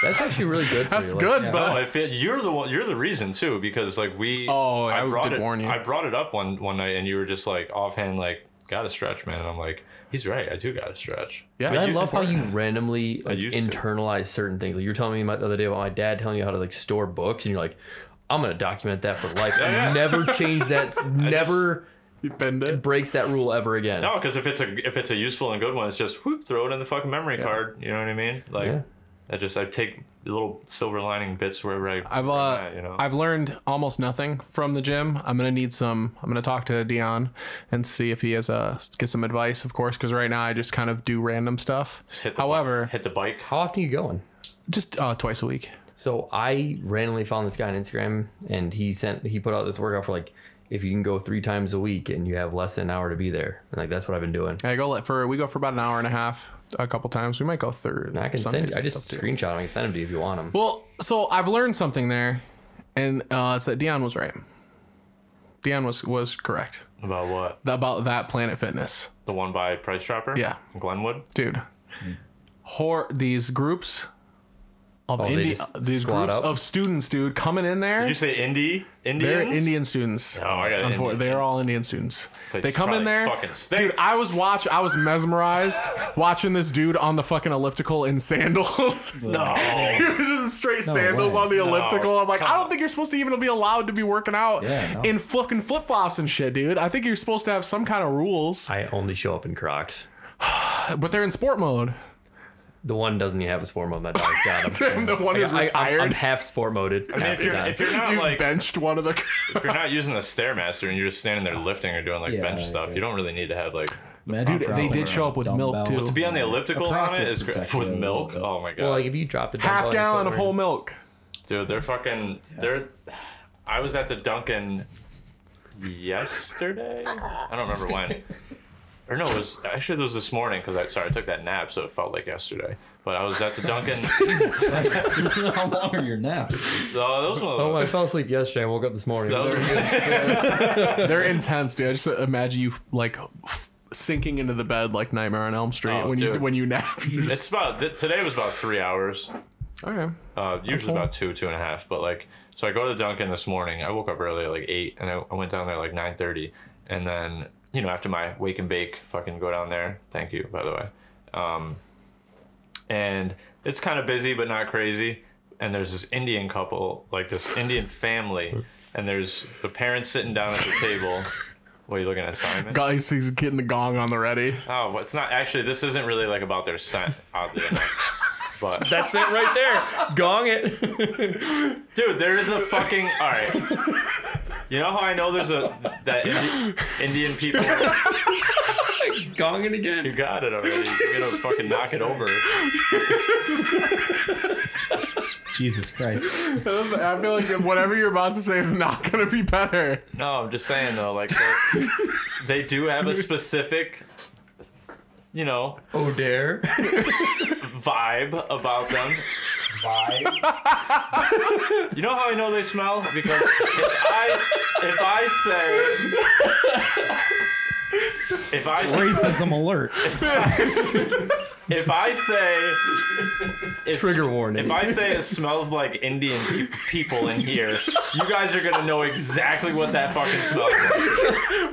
Speaker 4: That's actually really good. For
Speaker 5: that's
Speaker 4: you.
Speaker 5: good,
Speaker 3: yeah.
Speaker 5: but
Speaker 1: No, I feel you're the one. You're the reason too, because like we.
Speaker 5: Oh, I
Speaker 1: brought
Speaker 5: did
Speaker 1: it,
Speaker 5: warn you.
Speaker 1: I brought it up one one night, and you were just like offhand, like gotta stretch, man. And I'm like, he's right. I do gotta stretch.
Speaker 5: Yeah.
Speaker 1: But
Speaker 4: I
Speaker 1: you
Speaker 4: love how
Speaker 1: support-
Speaker 4: you randomly like
Speaker 1: used to.
Speaker 4: internalize certain things. Like you were telling me my, the other day about my dad telling you how to like store books, and you're like, I'm gonna document that for life. I never change that. never
Speaker 5: you bend it.
Speaker 4: breaks that rule ever again.
Speaker 1: No, because if it's a if it's a useful and good one, it's just whoop, throw it in the fucking memory card. You know what I mean? Like,
Speaker 4: Yeah.
Speaker 1: I just I take little silver lining bits wherever I.
Speaker 5: I've
Speaker 1: where
Speaker 5: uh,
Speaker 1: I'm at, you know.
Speaker 5: I've learned almost nothing from the gym. I'm gonna need some. I'm gonna talk to Dion and see if he has uh get some advice, of course, because right now I just kind of do random stuff.
Speaker 1: hit the
Speaker 5: However,
Speaker 1: bi- hit the bike.
Speaker 4: How often are you going?
Speaker 5: just uh, twice a week.
Speaker 4: So I randomly found this guy on Instagram, and he sent he put out this workout for like if you can go three times a week and you have less than an hour to be there, and like that's what I've been doing.
Speaker 5: I go let for we go for about an hour and a half, a couple times. We might go through.
Speaker 4: And I can send you. I just screenshot them. I can send them to you if you want them.
Speaker 5: Well, so I've learned something there, and uh, it's that Dion was right. Dion was was correct
Speaker 1: About what?
Speaker 5: about that Planet Fitness,
Speaker 1: The one by Price Chopper.
Speaker 5: Yeah.
Speaker 1: Glenwood.
Speaker 5: dude. Hor- these groups of
Speaker 4: Oh, they
Speaker 5: Indi- uh,
Speaker 4: just
Speaker 5: these
Speaker 4: squat
Speaker 5: groups
Speaker 4: up?
Speaker 5: of students, dude, coming in there.
Speaker 1: Did you say Indie? Indians.
Speaker 5: They're Indian students.
Speaker 1: Oh, I got
Speaker 5: Unfor-
Speaker 1: Indian.
Speaker 5: They're all Indian students.
Speaker 1: Place
Speaker 5: they come
Speaker 1: probably
Speaker 5: in there.
Speaker 1: fucking stinks.
Speaker 5: dude, I was watch. I was mesmerized watching this dude on the fucking elliptical in sandals.
Speaker 1: No.
Speaker 5: He was just in straight sandals
Speaker 3: way.
Speaker 5: on the elliptical. I'm like,
Speaker 1: come
Speaker 5: I don't think you're supposed to even be allowed to be working out
Speaker 3: Yeah, no.
Speaker 5: in fucking flip flops and shit, dude. I think you're supposed to have some kind of rules,
Speaker 4: I only show up in Crocs.
Speaker 5: but they're in sport mode.
Speaker 4: The one doesn't even have a sport mode. That dog's got him.
Speaker 5: the one is
Speaker 4: I, am
Speaker 5: retired.
Speaker 4: half sport moded. Half
Speaker 1: if,
Speaker 4: the
Speaker 1: you're,
Speaker 4: time.
Speaker 1: if you're not
Speaker 5: you
Speaker 1: like
Speaker 5: benched one of the.
Speaker 1: if you're not using the stairmaster and you're just standing there lifting or doing like
Speaker 3: Yeah,
Speaker 1: bench
Speaker 3: I
Speaker 1: stuff,
Speaker 3: agree.
Speaker 1: you don't really need to have like
Speaker 3: Imagine
Speaker 5: Dude, they
Speaker 3: traveling
Speaker 5: did
Speaker 3: around
Speaker 5: show up with milk,
Speaker 3: dumbbell.
Speaker 5: too.
Speaker 1: to be on the elliptical
Speaker 3: A
Speaker 1: on
Speaker 3: pocket
Speaker 1: it is great
Speaker 3: protector
Speaker 1: with
Speaker 3: a little
Speaker 1: milk.
Speaker 3: bit.
Speaker 1: Oh my god,
Speaker 4: well, like if you drop the dumbbell
Speaker 5: Half
Speaker 4: and you
Speaker 5: gallon
Speaker 4: flip
Speaker 5: of whole
Speaker 4: over-
Speaker 5: milk.
Speaker 1: dude, they're fucking. They're. I was at the Dunkin' yesterday. I don't remember when. Or no, it was actually it was this morning because I sorry I took that nap, so it felt like yesterday. But I was at the Dunkin'.
Speaker 3: How long are your naps?
Speaker 1: oh, those were.
Speaker 4: Oh, I fell asleep yesterday. and woke up this morning.
Speaker 1: those were
Speaker 5: They're intense, dude. I just imagine you like f- sinking into the bed like Nightmare on Elm Street
Speaker 1: Oh,
Speaker 5: when you
Speaker 1: dude.
Speaker 5: when you nap. You just,
Speaker 1: it's about th- today was about three hours.
Speaker 5: all right.
Speaker 1: Uh, usually
Speaker 5: Okay.
Speaker 1: about two, two and a half. But like, so I go to the Dunkin' this morning. I woke up early, at like eight, and I, I went down there like nine thirty. And then you know after my wake and bake, fucking go down there. Thank you, by the way. Um, and it's kind of busy, but not crazy. And there's this Indian couple, like this Indian family, and there's the parents sitting down at the table. What are you looking at, Simon?
Speaker 5: Guys, he's getting the gong on the ready.
Speaker 1: Oh, well, it's not actually. This isn't really like about their scent, oddly enough. But
Speaker 4: That's it right there. Gong it.
Speaker 1: Dude, there is a fucking all right. You know how I know there's a that Indi- Indian people.
Speaker 4: Gong it again.
Speaker 1: You got it already. You're gonna fucking knock it over.
Speaker 3: Jesus Christ.
Speaker 5: I feel like whatever you're about to say is not gonna be better.
Speaker 1: No, I'm just saying though, like they, they do have a specific, you know,
Speaker 4: Oh dare.
Speaker 1: vibe about them.
Speaker 3: Bye.
Speaker 1: You know how I know they smell because if I if I say if I
Speaker 3: Racism alert.
Speaker 1: if I say it's,
Speaker 4: Trigger warning.
Speaker 1: If I say it smells like Indian pe- people in here, you guys are gonna know exactly what that fucking smells like.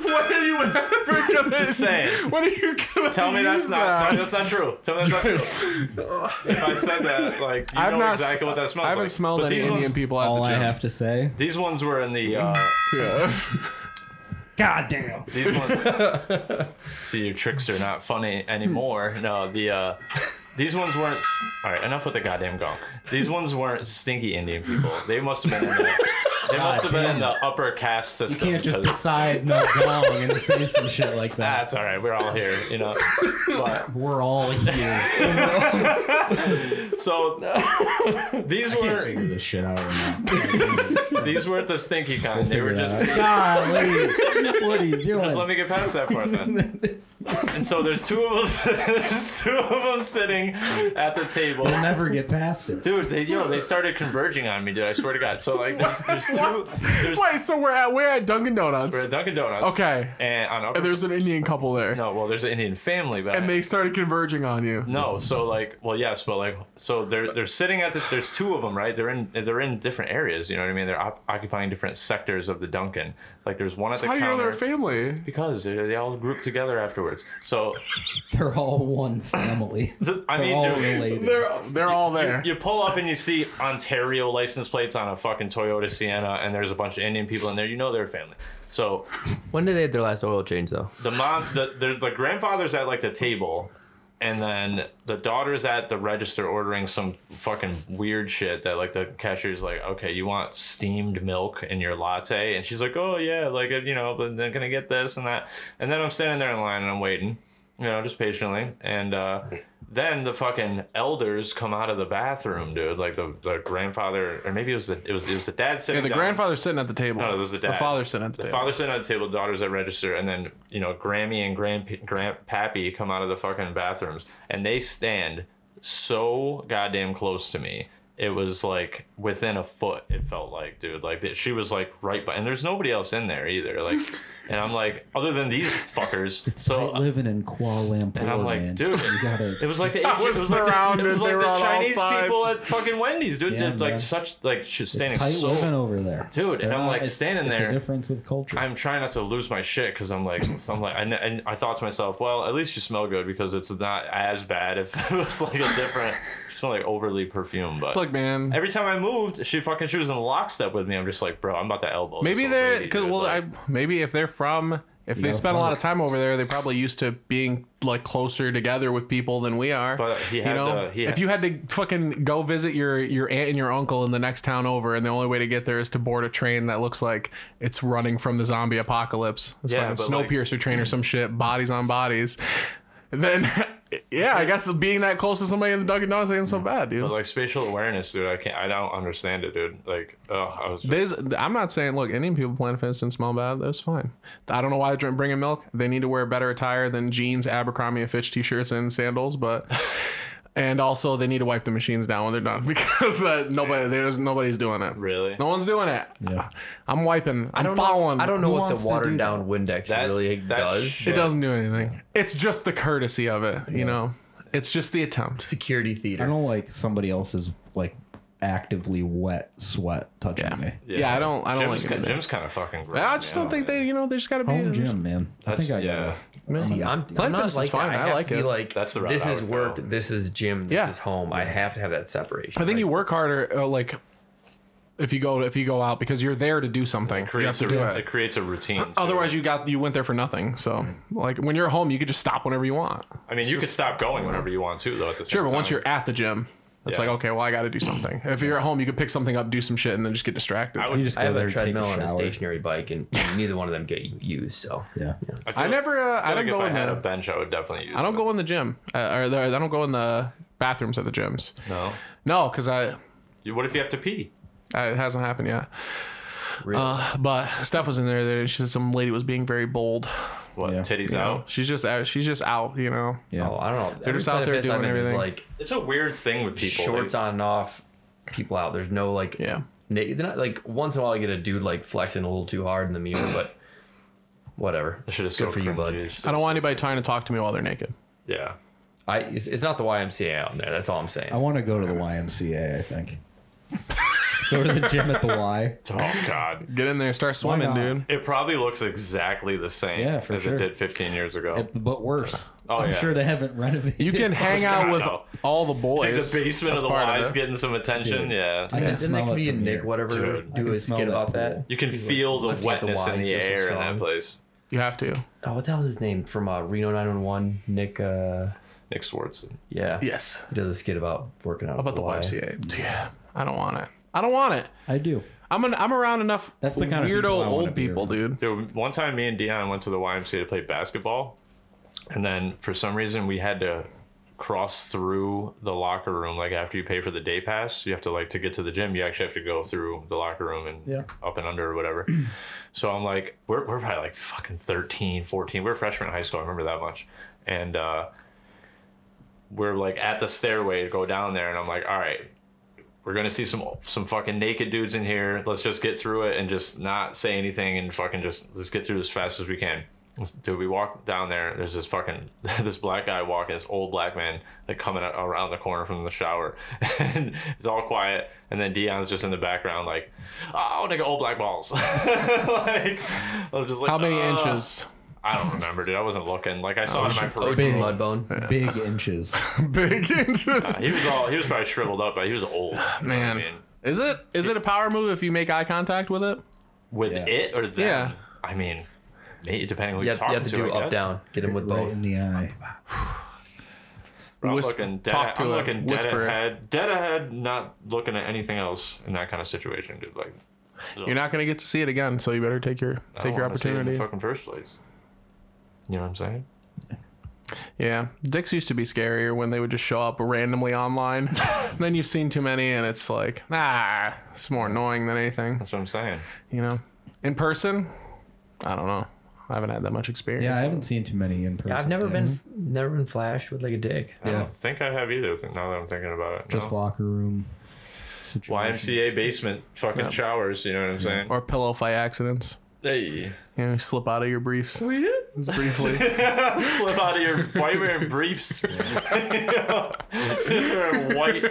Speaker 5: What are you ever gonna
Speaker 1: Just saying.
Speaker 5: What are you gonna
Speaker 1: Tell me that's
Speaker 5: use
Speaker 1: not. Tell
Speaker 5: that?
Speaker 1: me that's not true. Tell me that's not true. if I said that, like you
Speaker 5: I've
Speaker 1: know
Speaker 5: not s-
Speaker 1: exactly what that smells like.
Speaker 5: I haven't smelled
Speaker 1: But
Speaker 5: any
Speaker 1: these
Speaker 5: Indian
Speaker 1: ones,
Speaker 5: people at
Speaker 3: All
Speaker 5: the
Speaker 3: I
Speaker 5: gym.
Speaker 3: have to say.
Speaker 1: These ones were in the. Uh,
Speaker 5: Yeah.
Speaker 3: God damn.
Speaker 1: These ones. See, your tricks are not funny anymore. No, the uh, these ones weren't. All right, enough with the goddamn gong. These ones weren't stinky Indian people. They must have been. In the, they must have been in the upper caste
Speaker 3: You
Speaker 1: system.
Speaker 3: can't just
Speaker 1: because-
Speaker 3: decide no gong and say some shit like that.
Speaker 1: That's all right. We're all here, you know. But,
Speaker 3: We're all here.
Speaker 1: so these
Speaker 3: Can't
Speaker 1: were
Speaker 3: figure this shit out right now.
Speaker 1: these weren't the stinky kind. they
Speaker 3: Figure
Speaker 1: were
Speaker 3: it
Speaker 1: just.
Speaker 3: out. Golly, what are you doing?
Speaker 1: Just let me get past that part then. and so there's two of them. there's two of them sitting at the table.
Speaker 3: We'll never get past it.
Speaker 1: Dude, they yo, they started converging on me, dude. I swear to God. So like, there's, there's two.
Speaker 5: What?
Speaker 1: There's,
Speaker 5: Wait, so we're at we're at Dunkin' Donuts.
Speaker 1: we're at Dunkin' Donuts.
Speaker 5: Okay.
Speaker 1: And on upper,
Speaker 5: And there's an Indian couple there.
Speaker 1: no, well, there's an Indian family, but
Speaker 5: And
Speaker 1: I-
Speaker 5: they started converging on you.
Speaker 1: no. So like, well, yes, but like, so they're they're sitting at the. There's two of them, right? They're in they're in different areas. You know what I mean? They're op- occupying different sectors of the Dunkin'. Like, there's one at the
Speaker 5: How do you know
Speaker 1: counter.
Speaker 5: they're a family?
Speaker 1: because they they all group together afterwards. So,
Speaker 3: They're all one family.
Speaker 1: th- I
Speaker 3: They're
Speaker 1: mean,
Speaker 3: all
Speaker 1: dude,
Speaker 3: related.
Speaker 5: They're all there.
Speaker 1: You pull up and you see Ontario license plates on a fucking Toyota Sienna, and there's a bunch of Indian people in there. You know they're a family. So
Speaker 4: When did they have their last oil change though?
Speaker 1: the mom, the the, the grandfather's at like the table, and then the daughter's at the register ordering some fucking weird shit that like the cashier's like, okay, you want steamed milk in your latte, and she's like, oh yeah, like you know, but then can I get this and that? And then I'm standing there in line and I'm waiting, you know, just patiently, and. uh then the fucking elders come out of the bathroom, dude. Like the, the grandfather, or maybe it was the it was it was the dad
Speaker 5: Yeah,
Speaker 1: sitting.
Speaker 5: the
Speaker 1: down.
Speaker 5: grandfather's sitting at the table.
Speaker 1: No, it was the dad.
Speaker 5: The father's sitting at the,
Speaker 1: The
Speaker 5: table.
Speaker 1: father's sitting at the table, daughter's at register, and then you know Grammy and Grand Grandpappy come out of the fucking bathrooms, and they stand so goddamn close to me. It was like within a foot. It felt like, dude, like that she was like right by, and there's nobody else in there either. Like, and I'm like, other than these fuckers. so uh,
Speaker 3: Right living in Kuala Lumpur,
Speaker 1: and I'm like,
Speaker 3: man.
Speaker 1: dude,
Speaker 3: you gotta.
Speaker 1: it was like the Asian,
Speaker 5: was
Speaker 1: it was like the-
Speaker 5: surrounded.
Speaker 1: it was like
Speaker 5: They were
Speaker 1: the
Speaker 5: on all
Speaker 1: Chinese
Speaker 5: sides.
Speaker 1: people at fucking Wendy's, dude.
Speaker 3: Yeah,
Speaker 1: did like
Speaker 3: man.
Speaker 1: such like sh-
Speaker 3: it's
Speaker 1: standing
Speaker 3: tight
Speaker 1: so
Speaker 3: living over there,
Speaker 1: Dude, and
Speaker 3: They're
Speaker 1: I'm,
Speaker 3: all-
Speaker 1: like,
Speaker 3: it's-
Speaker 1: standing
Speaker 3: it's
Speaker 1: there.
Speaker 3: A difference of culture.
Speaker 1: I'm trying not to lose my shit because I'm like, I'm like, and, and I thought to myself, well, at least you smell good because it's not as bad if it was like a different, you smell like overly perfume. But
Speaker 5: Look, man.
Speaker 1: every time I moved, she fucking she was in lockstep with me. I'm just like, bro, I'm about to elbow. this
Speaker 5: maybe
Speaker 1: old
Speaker 5: they're
Speaker 1: lady,
Speaker 5: because
Speaker 1: dude,
Speaker 5: well,
Speaker 1: like,
Speaker 5: I, maybe if they're from if they
Speaker 3: Yeah,
Speaker 5: spent a lot
Speaker 3: probably.
Speaker 5: of time over there, they're probably used to being like closer together with people than we are.
Speaker 1: But he
Speaker 5: you
Speaker 1: had
Speaker 5: know,
Speaker 1: the- he had-
Speaker 5: if you had to fucking go visit your your aunt and your uncle in the next town over, and the only way to get there is to board a train that looks like it's running from the zombie apocalypse. It's
Speaker 1: Yeah,
Speaker 5: fucking
Speaker 1: but, like-
Speaker 5: Snowpiercer train or some shit, bodies on bodies. Then, yeah, I guess being that close to somebody in the Dunkin' Donuts ain't so bad, dude.
Speaker 1: like spatial awareness, dude. I can't. I don't understand it, dude. Like, oh, I was. Just,
Speaker 5: There's, I'm not saying look, Indian people playing fence didn't smell bad. That's fine. I don't know why they're bringing milk. They need to wear better attire than jeans, Abercrombie and Fitch t-shirts and sandals, but and also they need to wipe the machines down when they're done because that nobody there's nobody's doing it.
Speaker 1: Really?
Speaker 5: No one's doing it.
Speaker 3: Yeah.
Speaker 5: I'm wiping. I'm I am
Speaker 4: don't know-
Speaker 5: following.
Speaker 4: I don't know
Speaker 3: Who
Speaker 4: what
Speaker 3: wants
Speaker 4: the
Speaker 3: to
Speaker 4: watered
Speaker 3: do
Speaker 4: down Windex
Speaker 1: That-
Speaker 4: really
Speaker 1: that
Speaker 4: does.
Speaker 1: shit.
Speaker 5: It doesn't do anything. It's just the courtesy of it, you know. It's just the attempt.
Speaker 4: Security
Speaker 3: I
Speaker 4: theater.
Speaker 3: don't like somebody else's like actively wet sweat touching me.
Speaker 5: Yeah, I don't. I don't
Speaker 1: Jim's,
Speaker 5: like
Speaker 1: ki-
Speaker 5: it.
Speaker 1: Jim's kind of fucking gross.
Speaker 5: I just don't think they. You know, they just gotta be.
Speaker 3: Home gym, man. I think I
Speaker 1: yeah.
Speaker 4: See, I'm, I'm
Speaker 5: Plain
Speaker 4: not
Speaker 5: fitness is
Speaker 4: like
Speaker 5: fine.
Speaker 4: that.
Speaker 5: I
Speaker 4: I, have
Speaker 5: like
Speaker 4: to
Speaker 5: it.
Speaker 4: be like
Speaker 1: That's the route
Speaker 4: this
Speaker 1: I
Speaker 4: is
Speaker 1: would
Speaker 4: work,
Speaker 1: go.
Speaker 4: this is gym, this
Speaker 5: Yeah.
Speaker 4: is home. I have to have that separation.
Speaker 5: I think you work harder, uh, like if you go if you go out because you're there to do something. You have
Speaker 1: Creates
Speaker 5: to
Speaker 1: a,
Speaker 5: do
Speaker 1: it
Speaker 5: it.
Speaker 1: creates a routine. too.
Speaker 5: Otherwise, you got you went there for nothing. So, like when you're home, you could just stop whenever you want.
Speaker 1: I mean, you could stop going whenever you want to, though. At the same
Speaker 5: Sure, but once
Speaker 1: time.
Speaker 5: you're at the gym, it's
Speaker 1: Yeah.
Speaker 5: like okay, well, I got to do something. If you're at home, you could pick something up, do some shit, and then just get distracted. I,
Speaker 1: would-
Speaker 3: You just go
Speaker 4: I have
Speaker 3: there
Speaker 4: a
Speaker 3: and take
Speaker 4: treadmill and a
Speaker 3: shower.
Speaker 4: stationary bike, and neither one of them get used. So
Speaker 3: Yeah.
Speaker 1: I, feel-
Speaker 5: never. Uh, I,
Speaker 1: I feel
Speaker 5: don't
Speaker 1: like if
Speaker 5: go
Speaker 1: I
Speaker 5: in.
Speaker 1: had a
Speaker 5: The,
Speaker 1: bench, I would definitely use.
Speaker 5: I don't
Speaker 1: it.
Speaker 5: go in the gym, uh, or the, I don't go in the bathrooms at the gyms.
Speaker 1: No.
Speaker 5: No, because I.
Speaker 1: You- What if you have to pee?
Speaker 5: I- It hasn't happened yet.
Speaker 4: really,
Speaker 5: Uh, but Steph was in there. there and She said some lady was being very bold.
Speaker 1: What
Speaker 3: Yeah.
Speaker 1: titties out?
Speaker 5: She's just out. She's just out. You know.
Speaker 3: Yeah.
Speaker 4: oh, I don't know. They're
Speaker 5: just out there doing everything.
Speaker 4: Like
Speaker 1: It's a weird thing with people.
Speaker 4: shorts
Speaker 1: They-
Speaker 4: on and off, people out. There's no like
Speaker 5: Yeah.
Speaker 4: na- they're not like once in a while I get a dude like flexing a little too hard in the mirror, but whatever.
Speaker 1: That shit is
Speaker 4: Good
Speaker 1: so
Speaker 4: for you,
Speaker 1: cringy.
Speaker 4: bud.
Speaker 1: It's just-
Speaker 5: I don't want anybody trying to talk to me while they're naked.
Speaker 1: Yeah.
Speaker 4: I it's, it's not the YMCA out there. That's all I'm saying.
Speaker 3: I want to go to the YMCA. I think. go to the gym at the Y.
Speaker 1: Oh God.
Speaker 5: Get in there, start swimming,
Speaker 3: not?
Speaker 5: dude.
Speaker 1: It probably looks exactly the same
Speaker 3: Yeah, for
Speaker 1: as
Speaker 3: sure.
Speaker 1: it did 15 years ago.
Speaker 3: but worse.
Speaker 1: Oh,
Speaker 3: I'm
Speaker 1: yeah.
Speaker 3: sure they haven't renovated.
Speaker 5: You can hang out
Speaker 1: Oh God,
Speaker 5: with
Speaker 1: no.
Speaker 5: all the
Speaker 1: Like
Speaker 5: boys.
Speaker 1: the basement of
Speaker 5: That's
Speaker 1: the
Speaker 5: part
Speaker 1: Y's
Speaker 5: it.
Speaker 1: getting some attention. Yeah.
Speaker 3: I can
Speaker 4: Didn't that
Speaker 3: smell it
Speaker 4: comedian
Speaker 3: from
Speaker 4: Nick
Speaker 3: here.
Speaker 4: whatever
Speaker 1: Dude.
Speaker 3: I
Speaker 4: do
Speaker 3: can
Speaker 4: a
Speaker 3: smell
Speaker 4: skit
Speaker 3: that
Speaker 4: about
Speaker 3: pool.
Speaker 4: that?
Speaker 1: You can
Speaker 4: He's like,
Speaker 1: feel
Speaker 4: "Lift
Speaker 1: the
Speaker 4: you at the
Speaker 1: wetness
Speaker 4: Y,
Speaker 1: in the
Speaker 4: feel so
Speaker 1: air in
Speaker 4: strong."
Speaker 1: that place.
Speaker 5: You have to.
Speaker 4: Oh, what the hell's his name from uh, Reno 911? Nick. Uh,
Speaker 1: Nick Swartz.
Speaker 4: yeah.
Speaker 5: Yes.
Speaker 4: He does a skit about working out.
Speaker 5: How about the
Speaker 4: Y.
Speaker 5: YMCA? Yeah. I don't want it. I don't want it.
Speaker 3: I do.
Speaker 5: I'm an, I'm around enough
Speaker 3: That's the kind of
Speaker 5: weirdo
Speaker 3: people I wanna
Speaker 5: old
Speaker 3: be
Speaker 5: people, dude.
Speaker 1: Dude, one time me and Dion went to the YMCA to play basketball, and then for some reason we had to cross through the locker room. Like after you pay for the day pass, you have to like to get to the gym. You actually have to go through the locker room and
Speaker 3: Yeah.
Speaker 1: up and under or whatever. so I'm like, we're we're probably like fucking 13, 14. We We're freshmen in high school. I remember that much, and. uh we're like at the stairway to go down there, and I'm like, all right, we're gonna see some some fucking naked dudes in here. Let's just get through it and just not say anything and fucking just let's get through as fast as we can. Let's- Dude, we walk down there. There's this fucking this black guy walking, this old black man like coming out around the corner from the shower, and it's all quiet. And then Dion's just in the background like, oh nigga, old black balls. like, I was just like,
Speaker 5: How many
Speaker 1: "Ugh."
Speaker 5: inches? Oh,
Speaker 1: I don't remember, dude. I wasn't looking. Like I saw it in my
Speaker 4: OG
Speaker 1: peripheral.
Speaker 4: Mudbone.
Speaker 3: Big inches.
Speaker 5: Big inches.
Speaker 1: He was all he was probably shriveled up, but he was old. you know what I
Speaker 5: Man.
Speaker 1: mean?
Speaker 5: Is it is it a power move if you make eye contact with it?
Speaker 1: with
Speaker 3: Yeah.
Speaker 1: it or them.
Speaker 5: Yeah.
Speaker 1: I mean, may- depending on who
Speaker 4: You
Speaker 1: you're
Speaker 4: have,
Speaker 1: talking
Speaker 4: you have to do
Speaker 1: I
Speaker 4: up
Speaker 1: guess.
Speaker 4: down. Get him with
Speaker 3: right
Speaker 4: both.
Speaker 3: in the eye.
Speaker 1: But I'm
Speaker 5: Whisp-
Speaker 1: looking dead,
Speaker 5: talk to
Speaker 1: I'm
Speaker 5: him,
Speaker 1: looking dead
Speaker 5: whisper it.
Speaker 1: ahead, dead ahead, not looking at anything else in that kind of situation, dude. Like,
Speaker 5: You're not gonna get to see it again, so you better take your
Speaker 1: I
Speaker 5: take
Speaker 1: don't
Speaker 5: your
Speaker 1: wanna see it in
Speaker 5: opportunity.
Speaker 1: the fucking first place. You know what I'm saying?
Speaker 5: Yeah, dicks used to be scarier when they would just show up randomly online. And then you've seen too many, and it's like, ah, it's more annoying than anything.
Speaker 1: That's what I'm saying.
Speaker 5: You know, in person, I don't know. I haven't had that much experience.
Speaker 3: Yeah, I haven't seen too many in person.
Speaker 4: I've never
Speaker 3: things.
Speaker 4: been never been flashed with like a dick.
Speaker 1: I
Speaker 3: Yeah.
Speaker 1: don't think I have either. th- Now that I'm thinking about it,
Speaker 3: Just
Speaker 1: no.
Speaker 3: locker room. Situation.
Speaker 1: YMCA basement fucking showers. You know what I'm saying?
Speaker 5: Or pillow fight accidents.
Speaker 1: Hey,
Speaker 5: You know, you slip out of your briefs. Just briefly.
Speaker 1: flip out of your. Why you wearing briefs? You know? Just wearing white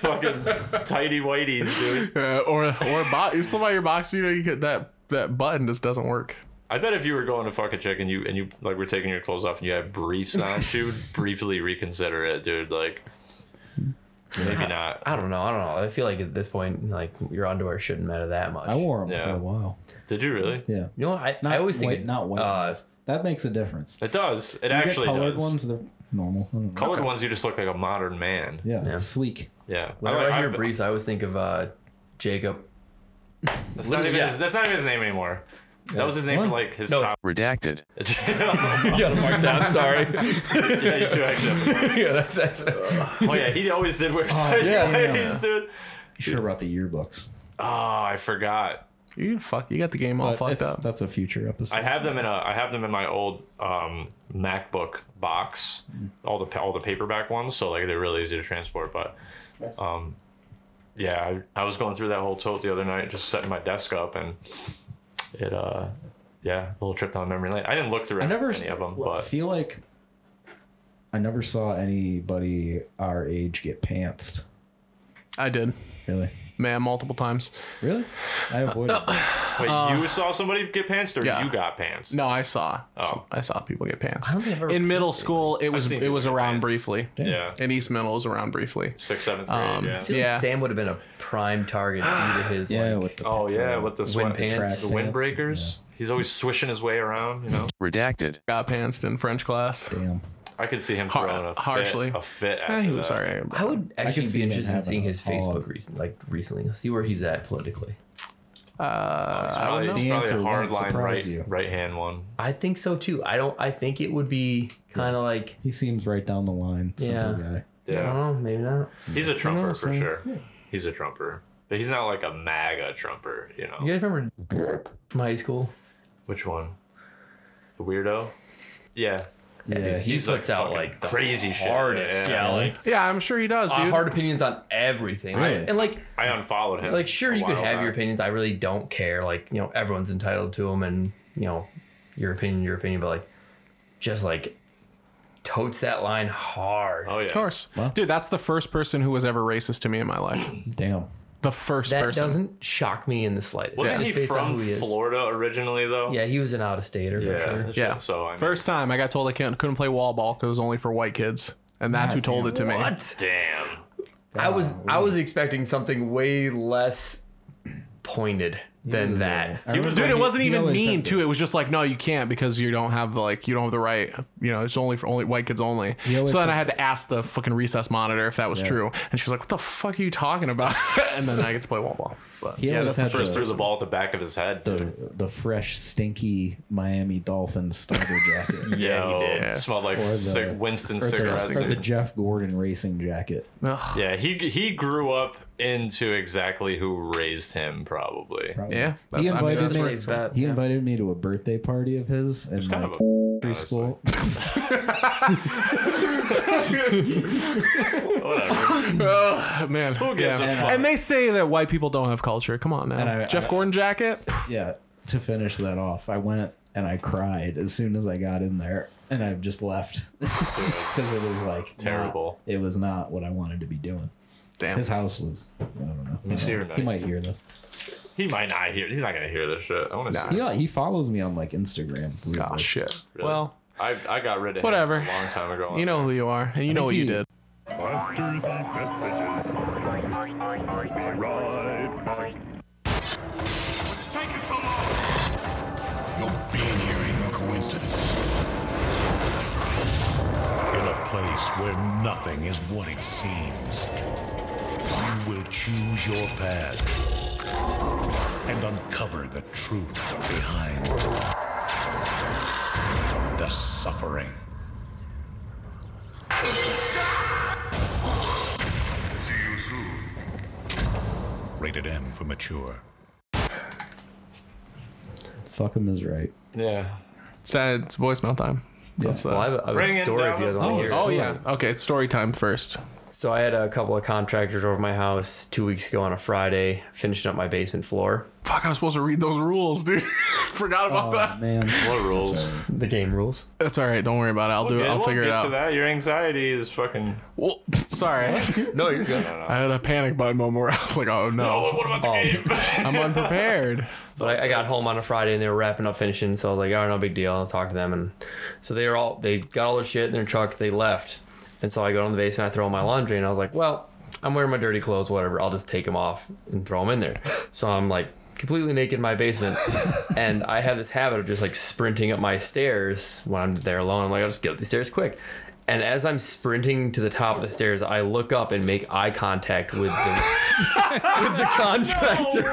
Speaker 1: fucking tidy whiteies, dude.
Speaker 5: uh, or or a bo- you slip out of your box. You know, you get that that button just doesn't work.
Speaker 1: I bet if you were going to fuck a chick and you and you like were taking your clothes off and you had briefs on, she would briefly reconsider it, dude. Like maybe not.
Speaker 4: I don't know. I don't know. I feel like at this point, like your underwear shouldn't matter that much.
Speaker 3: I wore them for
Speaker 1: Yeah.
Speaker 3: a while.
Speaker 1: Did you really?
Speaker 3: Yeah.
Speaker 4: You know, what? I,
Speaker 3: Not
Speaker 4: I always think
Speaker 3: white,
Speaker 4: it-
Speaker 3: not white.
Speaker 4: uh,
Speaker 3: ones. that makes a difference.
Speaker 1: It does. It
Speaker 3: You get
Speaker 1: actually
Speaker 3: colored
Speaker 1: does.
Speaker 3: ones, they're normal. I don't know.
Speaker 1: Colored ones, you just look like a modern man.
Speaker 3: yeah,
Speaker 4: Yeah.
Speaker 3: It's sleek.
Speaker 1: Yeah.
Speaker 4: Whenever I,
Speaker 1: like-
Speaker 4: hear
Speaker 1: I-
Speaker 4: briefs, I always think of uh, Jacob.
Speaker 1: that's, not even
Speaker 4: yeah.
Speaker 1: his, that's not even his name anymore. That was his name for like his
Speaker 4: No,
Speaker 1: top.
Speaker 7: Redacted.
Speaker 1: yeah,
Speaker 4: You gotta mark that. I'm sorry.
Speaker 1: you do actually.
Speaker 4: yeah, that's, that's
Speaker 1: Oh yeah, he always did wear tidy
Speaker 3: yeah.
Speaker 1: whiteies, dude.
Speaker 3: You sure about the yearbooks?
Speaker 1: Oh, I forgot.
Speaker 5: You can fuck. You got the game all
Speaker 3: But
Speaker 5: fucked
Speaker 3: it's-
Speaker 5: up.
Speaker 3: That's a future episode.
Speaker 1: I have them in a. I have them in my old um, MacBook box. All the pa- all the paperback ones, so like they're really easy to transport. But, um, yeah, I, I was going through that whole tote the other night, just setting my desk up, and it. uh Yeah, a little trip down memory lane. I didn't look through
Speaker 3: I never
Speaker 1: any of them,
Speaker 3: well, I
Speaker 1: but
Speaker 3: feel like I never saw anybody our age get pantsed.
Speaker 5: I did,
Speaker 3: Really?
Speaker 5: man, multiple times.
Speaker 3: Really? I avoided. it.
Speaker 1: wait, you saw somebody get pants, or
Speaker 5: yeah.
Speaker 1: you got pants?
Speaker 5: No, I saw.
Speaker 1: Oh.
Speaker 5: I saw people get pants.
Speaker 4: don't think I've ever
Speaker 5: In middle school, it was
Speaker 1: seen
Speaker 5: it
Speaker 1: people
Speaker 5: was
Speaker 1: get
Speaker 5: around
Speaker 1: pants.
Speaker 5: briefly.
Speaker 1: Yeah,
Speaker 5: In East Middle, it was around briefly.
Speaker 1: sixth, seventh grade.
Speaker 5: Um,
Speaker 1: yeah.
Speaker 4: I feel
Speaker 5: Yeah.
Speaker 4: like Sam would have been a prime target due to his
Speaker 3: Yeah,
Speaker 4: like
Speaker 3: with the
Speaker 1: Oh yeah, with the
Speaker 4: wind
Speaker 1: sweat,
Speaker 4: pants.
Speaker 1: the
Speaker 3: track.
Speaker 1: windbreakers. He's always swishing his way around, you know.
Speaker 7: Redacted.
Speaker 5: Got pantsed in French class.
Speaker 3: damn.
Speaker 1: I could see him
Speaker 5: Har-
Speaker 1: throwing a
Speaker 5: harshly.
Speaker 1: fit, a fit
Speaker 5: Eh,
Speaker 1: after
Speaker 5: he
Speaker 1: that.
Speaker 5: was alright.
Speaker 4: I would actually
Speaker 3: see
Speaker 4: be
Speaker 3: him
Speaker 4: interested in
Speaker 3: having
Speaker 4: seeing
Speaker 3: a
Speaker 4: his
Speaker 3: hog.
Speaker 4: Facebook recent, like recently, see where he's at politically.
Speaker 5: Uh,
Speaker 1: Probably,
Speaker 5: know.
Speaker 1: it's probably
Speaker 3: The answer
Speaker 1: a hard
Speaker 3: won't
Speaker 1: line
Speaker 3: surprise
Speaker 1: right,
Speaker 3: you.
Speaker 1: right hand one.
Speaker 4: I think so too. I don't. I think it would be kind of like
Speaker 3: He seems right down the line. Simple
Speaker 4: Yeah.
Speaker 3: guy.
Speaker 4: I don't
Speaker 1: Yeah.
Speaker 4: know, maybe not.
Speaker 1: He's a trumper
Speaker 5: what I'm
Speaker 1: for
Speaker 5: saying?
Speaker 1: sure. He's a trumper. But he's not like a MAGA trumper, you know.
Speaker 4: You guys remember from high school?
Speaker 1: Which one? The weirdo? Yeah.
Speaker 3: Yeah.
Speaker 4: he puts out
Speaker 1: fucking
Speaker 4: like the
Speaker 1: crazy shit.
Speaker 4: hardest. Yeah, like
Speaker 5: yeah, I'm sure he does,
Speaker 4: uh,
Speaker 5: dude.
Speaker 4: hard opinions on everything. Like-
Speaker 3: Really?
Speaker 4: And like,
Speaker 1: I unfollowed him.
Speaker 4: like sure,
Speaker 1: a
Speaker 4: you could
Speaker 1: while
Speaker 4: have your
Speaker 1: back.
Speaker 4: opinions. I really don't care. Like, you know, everyone's entitled to them, and you know, your opinion, your opinion. But like, just like totes that line hard.
Speaker 1: Oh yeah.
Speaker 5: Of course. Dude, that's the first person who was ever racist to me in my life.
Speaker 3: Damn.
Speaker 5: The first
Speaker 4: that
Speaker 5: person.
Speaker 4: doesn't shock me in the slightest.
Speaker 1: Wasn't
Speaker 4: Just
Speaker 1: he
Speaker 4: based on
Speaker 1: from
Speaker 4: who he is.
Speaker 1: Florida originally though?
Speaker 4: Yeah, he was an out of stater for sure.
Speaker 1: that's
Speaker 5: Yeah.
Speaker 1: right. So I mean,
Speaker 5: First time I got told I couldn't, couldn't play wall ball because it was only for white kids. And that's who told it to me.
Speaker 4: What?
Speaker 1: damn.
Speaker 4: I was I was expecting something way less pointed than that.
Speaker 3: I
Speaker 1: He was-
Speaker 3: remember
Speaker 5: Dude, it wasn't
Speaker 3: he
Speaker 5: even
Speaker 3: always
Speaker 5: mean
Speaker 3: said
Speaker 5: too. It was just like, no, you can't because you don't have the like you don't have the right. You know, it's only for only white kids only. So
Speaker 3: always
Speaker 5: then
Speaker 3: said-
Speaker 5: I had to ask the fucking recess monitor if that was true, and she was like, "What the fuck are you talking about?" and then I get to play wall ball. But
Speaker 3: He
Speaker 5: yeah, that's
Speaker 3: always
Speaker 5: the
Speaker 3: had
Speaker 1: First
Speaker 3: the,
Speaker 1: threw the ball at the back of his head.
Speaker 3: the the fresh, stinky Miami Dolphins starter
Speaker 1: Yo,
Speaker 3: jacket.
Speaker 4: he did.
Speaker 5: Yeah.
Speaker 1: Smelled like
Speaker 3: the-
Speaker 1: cig- Winston
Speaker 3: Or
Speaker 1: cigarettes.
Speaker 3: the, or the
Speaker 1: dude.
Speaker 3: Jeff Gordon racing jacket.
Speaker 5: Ugh.
Speaker 1: Yeah, he he grew up into exactly who raised him, probably.
Speaker 5: yeah. That's,
Speaker 3: He
Speaker 5: I mean,
Speaker 3: invited
Speaker 5: that's
Speaker 3: me.
Speaker 5: where-
Speaker 4: Safe bet,
Speaker 3: He
Speaker 4: yeah.
Speaker 3: invited me to a birthday party of his in
Speaker 1: Kind of
Speaker 3: like
Speaker 1: a
Speaker 3: preschool.
Speaker 1: whatever.
Speaker 5: Ugh, man.
Speaker 1: gives
Speaker 5: yeah.
Speaker 1: a fuck?
Speaker 5: And they say that white people don't have culture. Come on now.
Speaker 3: And I-
Speaker 5: Jeff
Speaker 3: I-
Speaker 5: Gordon jacket.
Speaker 3: yeah, to finish that off, I went and I cried as soon as I got in there, and I've just left because it was like not-
Speaker 1: Terrible.
Speaker 3: it was not what I wanted to be doing.
Speaker 5: Damn.
Speaker 3: His house was, I don't know.
Speaker 1: me see your
Speaker 3: he
Speaker 1: knife.
Speaker 3: might hear this.
Speaker 1: He might not hear. He's not gonna hear this shit. I want to
Speaker 5: Nah.
Speaker 1: see.
Speaker 3: Yeah, he follows me on like Instagram.
Speaker 5: Oh
Speaker 3: weirdly.
Speaker 5: shit.
Speaker 1: Really.
Speaker 5: Well,
Speaker 1: I, I got rid of
Speaker 5: Whatever.
Speaker 1: him a long time ago.
Speaker 5: you know who you are, and you know what you
Speaker 3: he-
Speaker 5: did.
Speaker 7: Your being here ain't no coincidence.
Speaker 8: In a place where nothing is what it seems, you will choose your path and uncover the truth behind the suffering. See you soon. Rated M for mature.
Speaker 3: Fuck him is right.
Speaker 1: Yeah.
Speaker 5: It's, uh, it's voicemail time. That's
Speaker 4: Well, I
Speaker 5: uh,
Speaker 4: have a, I have a
Speaker 1: Bring it
Speaker 4: story if
Speaker 1: down.
Speaker 4: you guys want to hear. it.
Speaker 5: Oh yeah. Okay, it's story time first.
Speaker 4: So I had a couple of contractors over my house two weeks ago on a Friday, finishing up my basement floor.
Speaker 5: Fuck, I was supposed to read those rules, dude. Forgot about
Speaker 3: Oh
Speaker 5: that.
Speaker 3: man,
Speaker 1: What rules?
Speaker 4: The game rules.
Speaker 5: That's all right. Don't worry about it. I'll do it.
Speaker 1: Yeah,
Speaker 5: I'll
Speaker 1: we'll
Speaker 5: figure it
Speaker 1: get
Speaker 5: out.
Speaker 1: To that, your anxiety is fucking.
Speaker 5: Well, sorry.
Speaker 4: No, you're good.
Speaker 5: I had a panic button moment where I was like, oh no,
Speaker 1: what about the game?
Speaker 5: I'm unprepared.
Speaker 4: But I, I got home on a Friday and they were wrapping up finishing, so I was like, "All right, no big deal." I was talking to them, and so they were all they got all their shit in their truck. They left, and so I go down to the basement. I throw on my laundry, and I was like, "Well, I'm wearing my dirty clothes, whatever. I'll just take them off and throw them in there." So I'm like completely naked in my basement, and I have this habit of just like sprinting up my stairs when I'm there alone. I'm like, "I'll just get up these stairs quick." And as I'm sprinting to the top of the stairs, I look up and make eye contact with the, with the contractor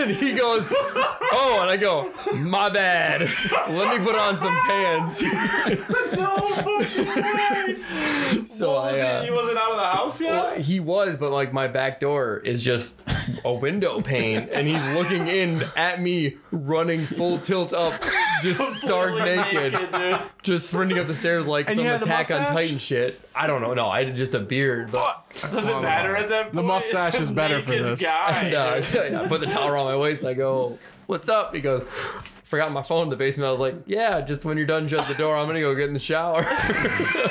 Speaker 4: and he goes, "Oh," and I go, "My bad. Let me put on some pants." so I, uh,
Speaker 1: he wasn't out of the house yet.
Speaker 4: well, he was, but like my back door is just a window pane, and he's looking in at me, running full tilt up, just stark naked, just sprinting up the stairs like
Speaker 5: you
Speaker 4: some
Speaker 5: had the
Speaker 4: Attack on
Speaker 5: mustache?
Speaker 4: Titan shit. I don't know. No, I had just a beard, but
Speaker 1: Doesn't matter at that point.
Speaker 5: The mustache
Speaker 1: It's a
Speaker 5: is better for
Speaker 1: naked
Speaker 5: this.
Speaker 1: guy.
Speaker 4: And uh, I put the towel around my waist. I go, "What's up?" He goes, "Forgot my phone in the basement." I was like, "Yeah, just when you're done, shut the door. I'm gonna go get in the shower."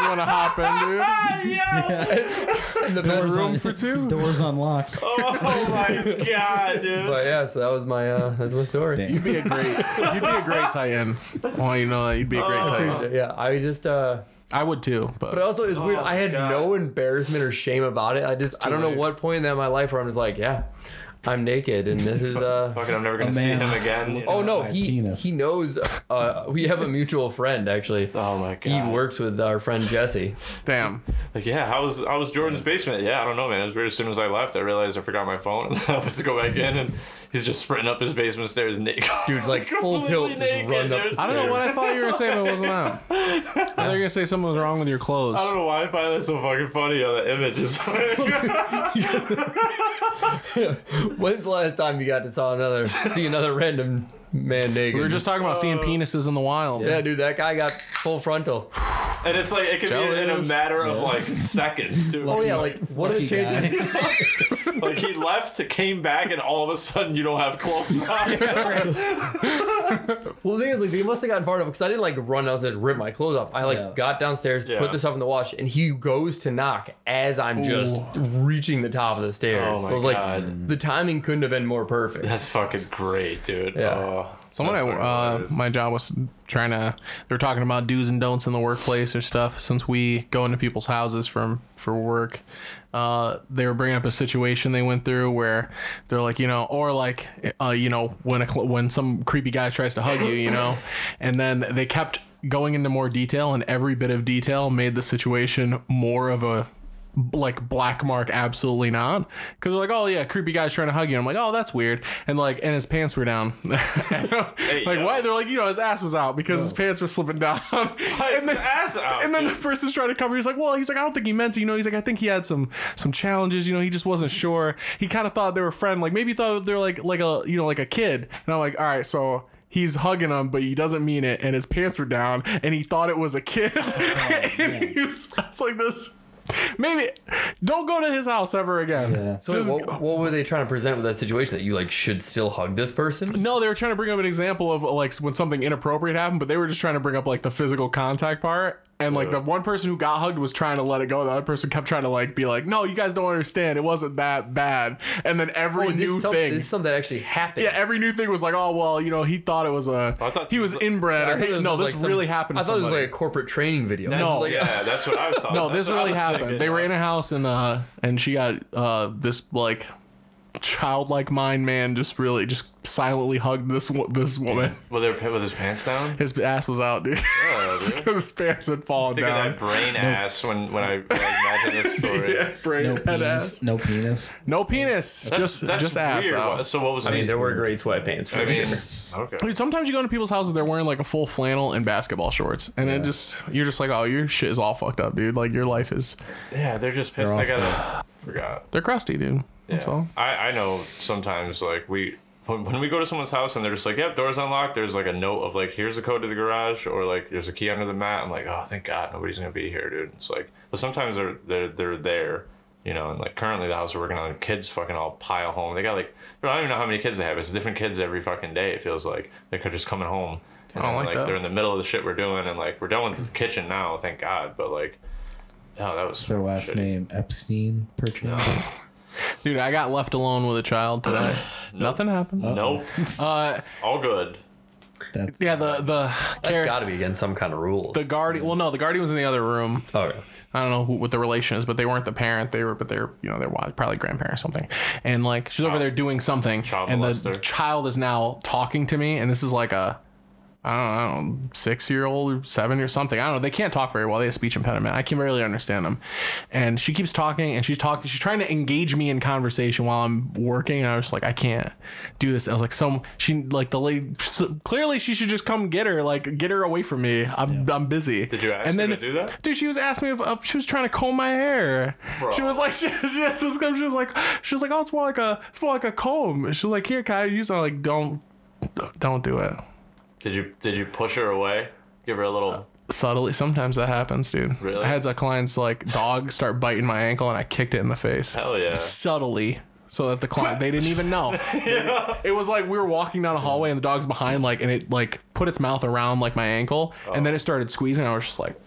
Speaker 5: You want to hop in, dude?
Speaker 4: in the best room.
Speaker 5: for two?
Speaker 3: Doors unlocked.
Speaker 1: Oh my god, dude.
Speaker 4: But yeah, so that was my uh, that's my story.
Speaker 5: You'd be a great, you'd be a great Titan. Well, you know that you'd be a
Speaker 1: Oh.
Speaker 5: great Titan.
Speaker 4: Yeah, I just uh,
Speaker 5: I would too, but,
Speaker 4: but also it's weird. I had no embarrassment or shame about it. I just I don't know
Speaker 5: late.
Speaker 4: what point in my life where I'm just like, yeah, I'm naked and this is uh.
Speaker 1: Fucking, I'm never gonna
Speaker 3: A
Speaker 1: see him
Speaker 3: man's-
Speaker 1: again. you
Speaker 4: Oh
Speaker 1: know?
Speaker 4: no,
Speaker 3: My
Speaker 4: he
Speaker 3: penis.
Speaker 4: he knows. Uh, we have a mutual friend actually.
Speaker 1: Oh my
Speaker 4: He
Speaker 1: god.
Speaker 4: works with our friend Jesse.
Speaker 5: damn.
Speaker 1: Like, yeah, how was how was Jordan's basement? Yeah, I don't know, man. It was weird. As soon as I left, I realized I forgot my phone, and I went to go back in, and he's just sprinting up his basement stairs naked.
Speaker 4: Dude, like full tilt,
Speaker 1: Completely
Speaker 4: just
Speaker 1: naked,
Speaker 4: run up.
Speaker 1: dude.
Speaker 4: the
Speaker 5: I don't know what I thought you were saying, but it wasn't that. I thought you were gonna say something was wrong with your clothes.
Speaker 1: I don't know why I find that so fucking funny. How the image is like,
Speaker 4: When's the last time you got to saw another see another random man naked?
Speaker 5: We were just talking about seeing penises in the wild.
Speaker 4: yeah, dude. That guy got full frontal.
Speaker 1: And it's like it could be in a
Speaker 5: Jealous.
Speaker 1: matter of like seconds too.
Speaker 6: Oh yeah, like what are the
Speaker 3: Lucky
Speaker 6: chances?
Speaker 3: guy.
Speaker 1: Like he left, came back, and all of a sudden you don't have clothes on.
Speaker 4: Well, the thing is, like, they must have gotten far enough because I didn't like run out and rip my clothes off. I like
Speaker 3: Yeah.
Speaker 4: got downstairs,
Speaker 1: Yeah.
Speaker 4: put the stuff in the wash, and he goes to knock as I'm just reaching the top of the stairs.
Speaker 1: Oh,
Speaker 4: so
Speaker 1: my
Speaker 4: I was
Speaker 1: God.
Speaker 4: like, the timing couldn't have been more perfect.
Speaker 1: That's fucking great, dude.
Speaker 4: Yeah.
Speaker 1: Oh,
Speaker 5: Someone
Speaker 1: that's
Speaker 5: at
Speaker 1: fucking
Speaker 5: uh,
Speaker 1: hilarious.
Speaker 5: my job was trying to. They were talking about do's and don'ts in the workplace or stuff. Since we go into people's houses from for work, uh, they were bringing up a situation they went through where they're like, you know, or like, uh, you know, when a cl- when some creepy guy tries to hug you, you know, and then they kept going into more detail, and every bit of detail made the situation more of a like black mark absolutely not because they're like oh yeah creepy guy's trying to hug you i'm like oh that's weird and like and his pants were down like
Speaker 1: yo.
Speaker 5: why they're like you know his ass was out because his pants were slipping down and then,
Speaker 1: His ass out,
Speaker 5: and then the
Speaker 1: dude.
Speaker 5: person's trying to cover he's like well he's like i don't think he meant to you know he's like i think he had some some challenges you know he just wasn't sure he kind of thought they were a friend like maybe he thought they're like like a you know like a kid and i'm like all right so He's hugging him, but he doesn't mean it, and his pants were down, and he thought it was a kid. and he was, it's like this. Maybe don't go to his house ever again.
Speaker 3: Yeah.
Speaker 4: so,
Speaker 5: Just-
Speaker 4: wait, what, what were they trying to present with that situation that you like should still hug this person?
Speaker 5: no, they were trying to bring up an example of like when something inappropriate happened, but they were just trying to bring up like the physical contact part. And like the one person who got hugged was trying to let it go. The other person kept trying to like be like, "No, you guys don't understand. It wasn't that bad." And then every
Speaker 4: Oh, this,
Speaker 5: new
Speaker 4: is some-
Speaker 5: thing,
Speaker 4: this is something that actually happened.
Speaker 5: yeah, every new thing was like, "Oh well, you know, he thought it was a
Speaker 1: I thought
Speaker 5: he
Speaker 1: this
Speaker 5: was
Speaker 1: was-
Speaker 5: inbred
Speaker 4: I
Speaker 5: or
Speaker 4: thought
Speaker 5: he-
Speaker 4: this
Speaker 5: no,
Speaker 4: was,
Speaker 5: this
Speaker 4: like, some-
Speaker 5: really happened."
Speaker 4: I
Speaker 5: To
Speaker 4: thought it was
Speaker 5: somebody.
Speaker 4: like a corporate training video.
Speaker 5: No.
Speaker 4: This is like a-
Speaker 1: yeah, that's what I thought.
Speaker 5: No,
Speaker 1: That's
Speaker 5: this
Speaker 1: what I
Speaker 5: really
Speaker 1: was
Speaker 5: happened.
Speaker 1: thinking.
Speaker 5: They were in a house and uh and she got uh this like childlike mind man just really just silently hugged this wo- this woman.
Speaker 1: Well, they were with his pants down.
Speaker 5: His ass was out, dude.
Speaker 1: Yeah, dude.
Speaker 5: His pants had fallen
Speaker 1: Think of
Speaker 5: down.
Speaker 1: that brain ass when when I, when I imagine this story.
Speaker 5: Yeah, brain
Speaker 3: No
Speaker 5: had
Speaker 3: penis.
Speaker 5: ass.
Speaker 3: No penis.
Speaker 5: No penis.
Speaker 1: That's,
Speaker 5: just
Speaker 1: that's
Speaker 5: just ass
Speaker 1: weird.
Speaker 5: out.
Speaker 1: So what was
Speaker 4: I mean,
Speaker 1: his?
Speaker 4: there were great sweatpants for
Speaker 1: I mean,
Speaker 4: sure.
Speaker 1: okay.
Speaker 5: Dude, sometimes you go into people's houses, they're wearing like a full flannel and basketball shorts, and it just you're just like, oh, your shit is all fucked up, dude. Like your life is
Speaker 1: Yeah, they're just pissed.
Speaker 3: They're
Speaker 1: they got a, forgot.
Speaker 5: they're crusty, dude. That's all.
Speaker 1: I, I know sometimes like we when, when we go to someone's house and they're just like, "Yep, doors unlocked." There's like a note of like, "Here's the code to the garage," or like, "There's a key under the mat." I'm like, "Oh, thank God, nobody's gonna be here, dude." It's like, but sometimes they're they're they're there, you know. And like currently, the house we're working on, kids fucking all pile home. They got like, I don't even know how many kids they have. It's different kids every fucking day. It feels like they're just coming home. And
Speaker 5: I don't
Speaker 1: then,
Speaker 5: like that.
Speaker 1: They're in the middle of the shit we're doing, and like we're done with the kitchen now, thank God. But like, oh, that was
Speaker 3: Their last
Speaker 1: shitty.
Speaker 3: name Epstein. Perchance.
Speaker 5: Dude, I got left alone with a child today. Nothing happened.
Speaker 1: Nope.
Speaker 5: Uh,
Speaker 1: all good.
Speaker 3: That's
Speaker 5: yeah, the the
Speaker 4: That's
Speaker 5: Karen-
Speaker 4: got to be against some kind of rules.
Speaker 5: the guardian. Well, no, the guardian was in the other room.
Speaker 4: okay.
Speaker 5: I don't know who, what the relation is, but they weren't the parent. They were, but they're you know they're wi- probably grandparents or something. And like she's over there doing something,
Speaker 1: Child
Speaker 5: and the
Speaker 1: molester.
Speaker 5: child is now talking to me, and this is like a. I don't, know, I don't know, six year old or seven or something. I don't know. They can't talk very well. They have speech impediment. I can barely understand them. And she keeps talking and she's talking. She's trying to engage me in conversation while I'm working. And I was like, I can't do this. I was like, some, she, like the lady, clearly she should just come get her, like get her away from me. I'm, I'm busy.
Speaker 1: Did you ask her to do that?
Speaker 5: Dude, she was asking me if uh, she was trying to comb my hair. She was like, she, she had this comb. She was like, she was like, oh, it's more like a, it's more like a comb. And she was like, here, Kai, you sound like, don't, don't do it.
Speaker 1: Did you did you push her away? Give her a little.
Speaker 5: Subtly, sometimes that happens, dude.
Speaker 1: Really?
Speaker 5: I had a client's like dog start biting my ankle, and I kicked it in the face
Speaker 1: Hell yeah.
Speaker 5: subtly. So that the client they didn't even know. They didn't- It was like we were walking down a hallway and the dog's behind, like, and it like put its mouth around like my ankle, and
Speaker 1: Oh.
Speaker 5: then it started squeezing. I was just like,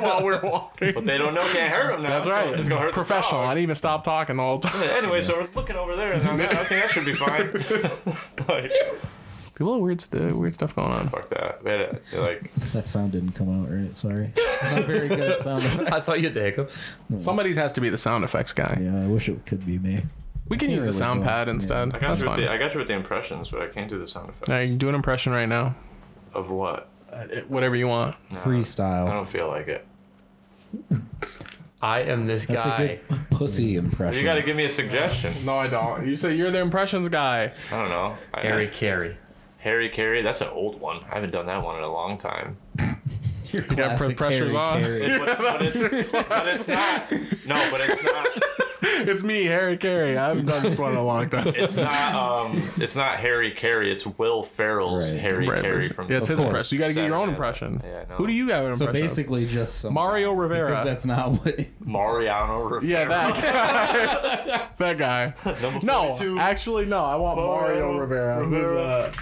Speaker 5: while we were walking.
Speaker 1: But they don't know. Can't hurt them now.
Speaker 5: That's
Speaker 1: It's
Speaker 5: right.
Speaker 1: gonna- It's gonna hurt. the
Speaker 5: Professional. I
Speaker 1: dog.
Speaker 5: didn't even stop talking the whole time.
Speaker 1: Anyway, so we're looking over there, and I, was like, I think that should be fine. like,
Speaker 5: People have weird, st- weird stuff going on.
Speaker 1: fuck that. They had a- they're like,
Speaker 3: That sound didn't come out right. Sorry. Not very good sound. effect.
Speaker 4: I thought you had the hiccups.
Speaker 5: Somebody has to be the sound effects guy.
Speaker 3: Yeah, I wish it could be me.
Speaker 5: We can
Speaker 3: Can't
Speaker 5: use the
Speaker 3: really
Speaker 5: sound
Speaker 3: go.
Speaker 5: pad
Speaker 3: Yeah.
Speaker 5: instead.
Speaker 1: I got,
Speaker 5: That's
Speaker 1: you with
Speaker 5: fine.
Speaker 1: the, I got you with the impressions, but I can't do the sound effect.
Speaker 5: All right, you can do an impression right now.
Speaker 1: Of what?
Speaker 5: Whatever you want.
Speaker 1: I
Speaker 3: Freestyle.
Speaker 1: don't feel like it.
Speaker 4: I am this
Speaker 3: That's
Speaker 4: guy.
Speaker 3: a good pussy
Speaker 5: Oh.
Speaker 3: impression.
Speaker 1: You gotta give me a suggestion.
Speaker 5: No, I don't. You say you're the impressions guy.
Speaker 1: I don't know. I,
Speaker 4: Harry Carey.
Speaker 1: Harry Carey. That's an old one. I haven't done that one in a long time.
Speaker 3: Your
Speaker 5: gotta put
Speaker 3: classic
Speaker 5: pressure's
Speaker 3: Harry
Speaker 5: on.
Speaker 3: Carey.
Speaker 1: But, but, it's, but it's not. No, but it's not.
Speaker 5: It's me, Harry Carey. I haven't done this one in a long time.
Speaker 1: It's not um, it's not Harry Carey. It's Will Ferrell's
Speaker 3: Right.
Speaker 1: Harry
Speaker 5: Right,
Speaker 1: Carey
Speaker 5: right.
Speaker 1: from.
Speaker 5: yeah, it's his
Speaker 3: course.
Speaker 5: impression. You got to get your own
Speaker 1: Seven.
Speaker 5: impression.
Speaker 1: Yeah, I know.
Speaker 5: Who do you have an
Speaker 3: So
Speaker 5: impression? of?
Speaker 3: basically, just some
Speaker 5: Mario Rivera.
Speaker 3: Because that's not what.
Speaker 1: Mariano Rivera.
Speaker 5: Yeah, that guy. that guy. No,
Speaker 1: 42.
Speaker 5: actually, no. I want Mario Rivera. Who's, uh,